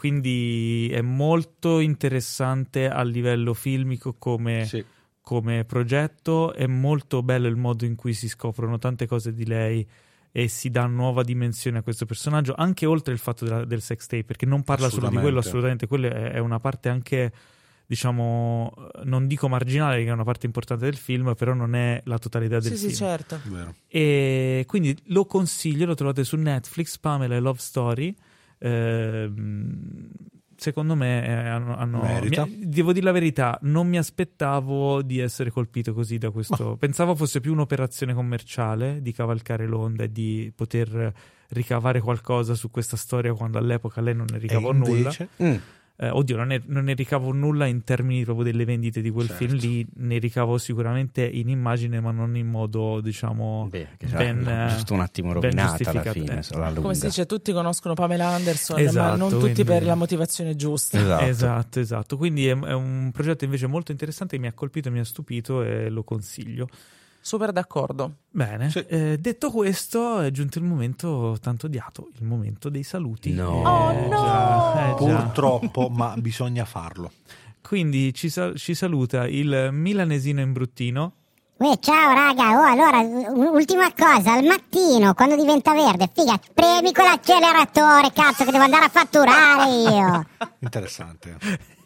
S1: Quindi è molto interessante a livello filmico come
S3: Sì.
S1: come progetto. È molto bello il modo in cui si scoprono tante cose di lei e si dà nuova dimensione a questo personaggio, anche oltre il fatto della- del sex tape, perché non parla solo di quello, assolutamente.
S3: Assolutamente.
S1: Quello è, è una parte anche. Diciamo, non dico marginale, che è una parte importante del film, però non è la totalità del
S4: Sì,
S1: film.
S4: sì, certo.
S3: Vero.
S1: E quindi lo consiglio, lo trovate su Netflix, Pamela e Love Story. Ehm, secondo me eh, hanno... hanno-
S3: Merita.
S1: mi- devo dire la verità, non mi aspettavo di essere colpito così da questo... Pensavo fosse più un'operazione commerciale di cavalcare l'onda e di poter ricavare qualcosa su questa storia quando all'epoca lei non ne ricavò
S3: E
S1: nulla.
S3: invece-
S2: Mm.
S1: Eh, oddio, non ne, non ne ricavo nulla in termini proprio delle vendite di quel
S3: Certo.
S1: film lì, ne ricavo sicuramente in immagine, ma non in modo, diciamo,
S2: Beh, che
S1: ben,
S2: sarà
S1: eh,
S2: giusto un attimo
S1: ben
S2: rovinata alla
S1: giustificata,
S2: fine,
S1: eh.
S2: insomma, alla lunga.
S4: Come si dice, tutti conoscono Pamela Anderson, ma
S1: Esatto,
S4: non
S1: quindi-
S4: tutti per la motivazione giusta.
S2: Esatto.
S1: Esatto, esatto. Quindi è, è un progetto invece molto interessante, mi ha colpito, mi ha stupito e lo consiglio.
S4: Super d'accordo.
S1: Bene, eh, detto questo è giunto il momento tanto odiato, il momento dei saluti.
S2: No.
S1: Eh,
S2: Oh,
S4: no!
S1: già, eh, già.
S3: Purtroppo, ma bisogna farlo.
S1: Quindi ci, sa- ci saluta il milanesino imbruttino.
S6: Uè, ciao raga, oh allora, u- ultima cosa, al mattino quando diventa verde, figa, premi con l'acceleratore, cazzo che devo andare a fatturare io.
S3: Interessante.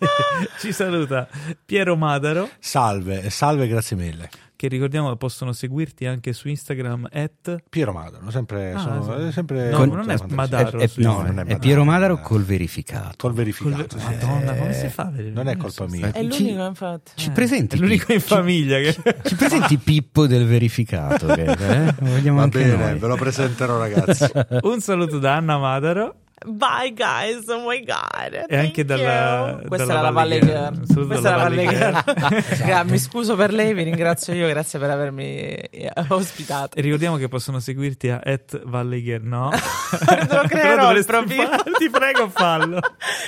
S1: ci saluta Piero Madaro.
S3: Salve, salve, grazie mille.
S1: che ricordiamo possono seguirti anche su Instagram at
S3: Piero Madaro, sempre...
S1: Ah,
S3: sono-
S1: sì.
S3: sempre
S1: No,
S3: sono-
S1: non è
S3: sono-
S2: È,
S1: Madaro.
S2: è-
S1: Sì,
S2: Eh, no,
S3: no, non è
S2: è
S3: Madaro.
S2: Piero Madaro col verificato.
S3: Col verificato.
S1: Col-
S3: sì.
S1: Madonna,
S3: Eh,
S1: come si fa a vedere?
S3: Non è colpa mia.
S2: Eh,
S4: È
S2: Ci-
S4: l'unico, infatti.
S2: Ci
S4: Eh.
S2: presenti
S1: è l'unico in
S2: Pippo?
S1: famiglia che
S2: Ci presenti Pippo del verificato? che, eh? Vogliamo
S3: Va
S2: anche
S3: bene,
S2: noi.
S3: ve lo presenterò ragazzi.
S1: un saluto da Anna Madaro
S4: Bye guys, oh my god.
S1: e anche dalla
S4: Questa
S1: dalla
S4: era la Valle Girl.
S1: Un saluto
S4: Questa era
S1: dalla
S4: la Valle
S1: Valle Esatto.
S4: Girl.
S1: Girl.
S4: Gra- Mi scuso per lei, vi ringrazio io, grazie per avermi eh, ospitato.
S1: E ricordiamo che possono seguirti a at Valle Girl, no?
S4: Lo
S1: Però
S4: creerò il
S1: dovresti
S4: profilo.
S1: fa- ti prego fallo.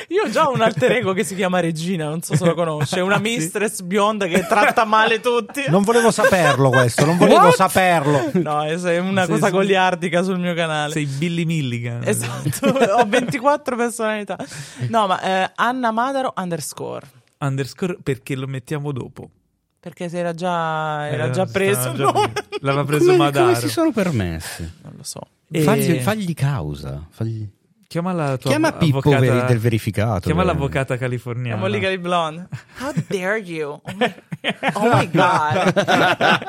S4: Io ho già un alter ego che si chiama Regina, non so se lo conosce, una
S1: Ah, sì?
S4: mistress bionda che tratta male tutti.
S3: Non volevo saperlo questo, non volevo
S4: What?
S3: saperlo.
S4: No, è è una
S1: Sei-
S4: cosa
S1: sei-
S4: goliardica sul mio canale.
S1: Sei Billy Milligan.
S4: Esatto, ho 24 personalità. No, ma eh, Anna Madaro underscore.
S1: Underscore perché lo mettiamo dopo.
S4: Perché si era già, era
S1: Eh,
S4: già
S1: stava
S4: preso.
S1: già-
S4: no?
S1: L'aveva
S2: Come-
S1: preso
S2: come,
S1: Madaro.
S2: si sono permessi?
S4: Non lo so.
S1: E-
S2: Fagli, fagli causa. fagli-
S1: Chiama la tua
S2: Chiama
S1: av-
S2: Pippo
S1: avvocata-
S2: veri- del verificato.
S1: Chiama
S2: dai.
S1: l'avvocata
S4: Siamo
S1: californiana.
S4: legally blonde. How dare you? Oh my, oh my god.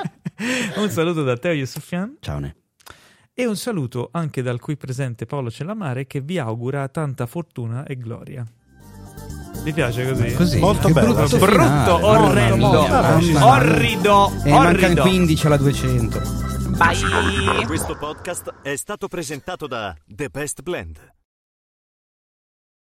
S1: un saluto da Teo Yusufian
S2: Ciao, Ne.
S1: e un saluto anche dal qui presente Paolo Cellamare che vi augura tanta fortuna e gloria. Vi piace così?
S2: Così.
S3: Molto
S2: Che
S3: bello.
S2: brutto,
S1: Brutto,
S2: finale.
S1: orrendo,
S2: Mamma mia.
S1: orrido,
S2: E mancano
S1: orrido.
S2: 15 alla 200.
S4: Bye.
S9: Questo podcast è stato presentato da The Best Blend,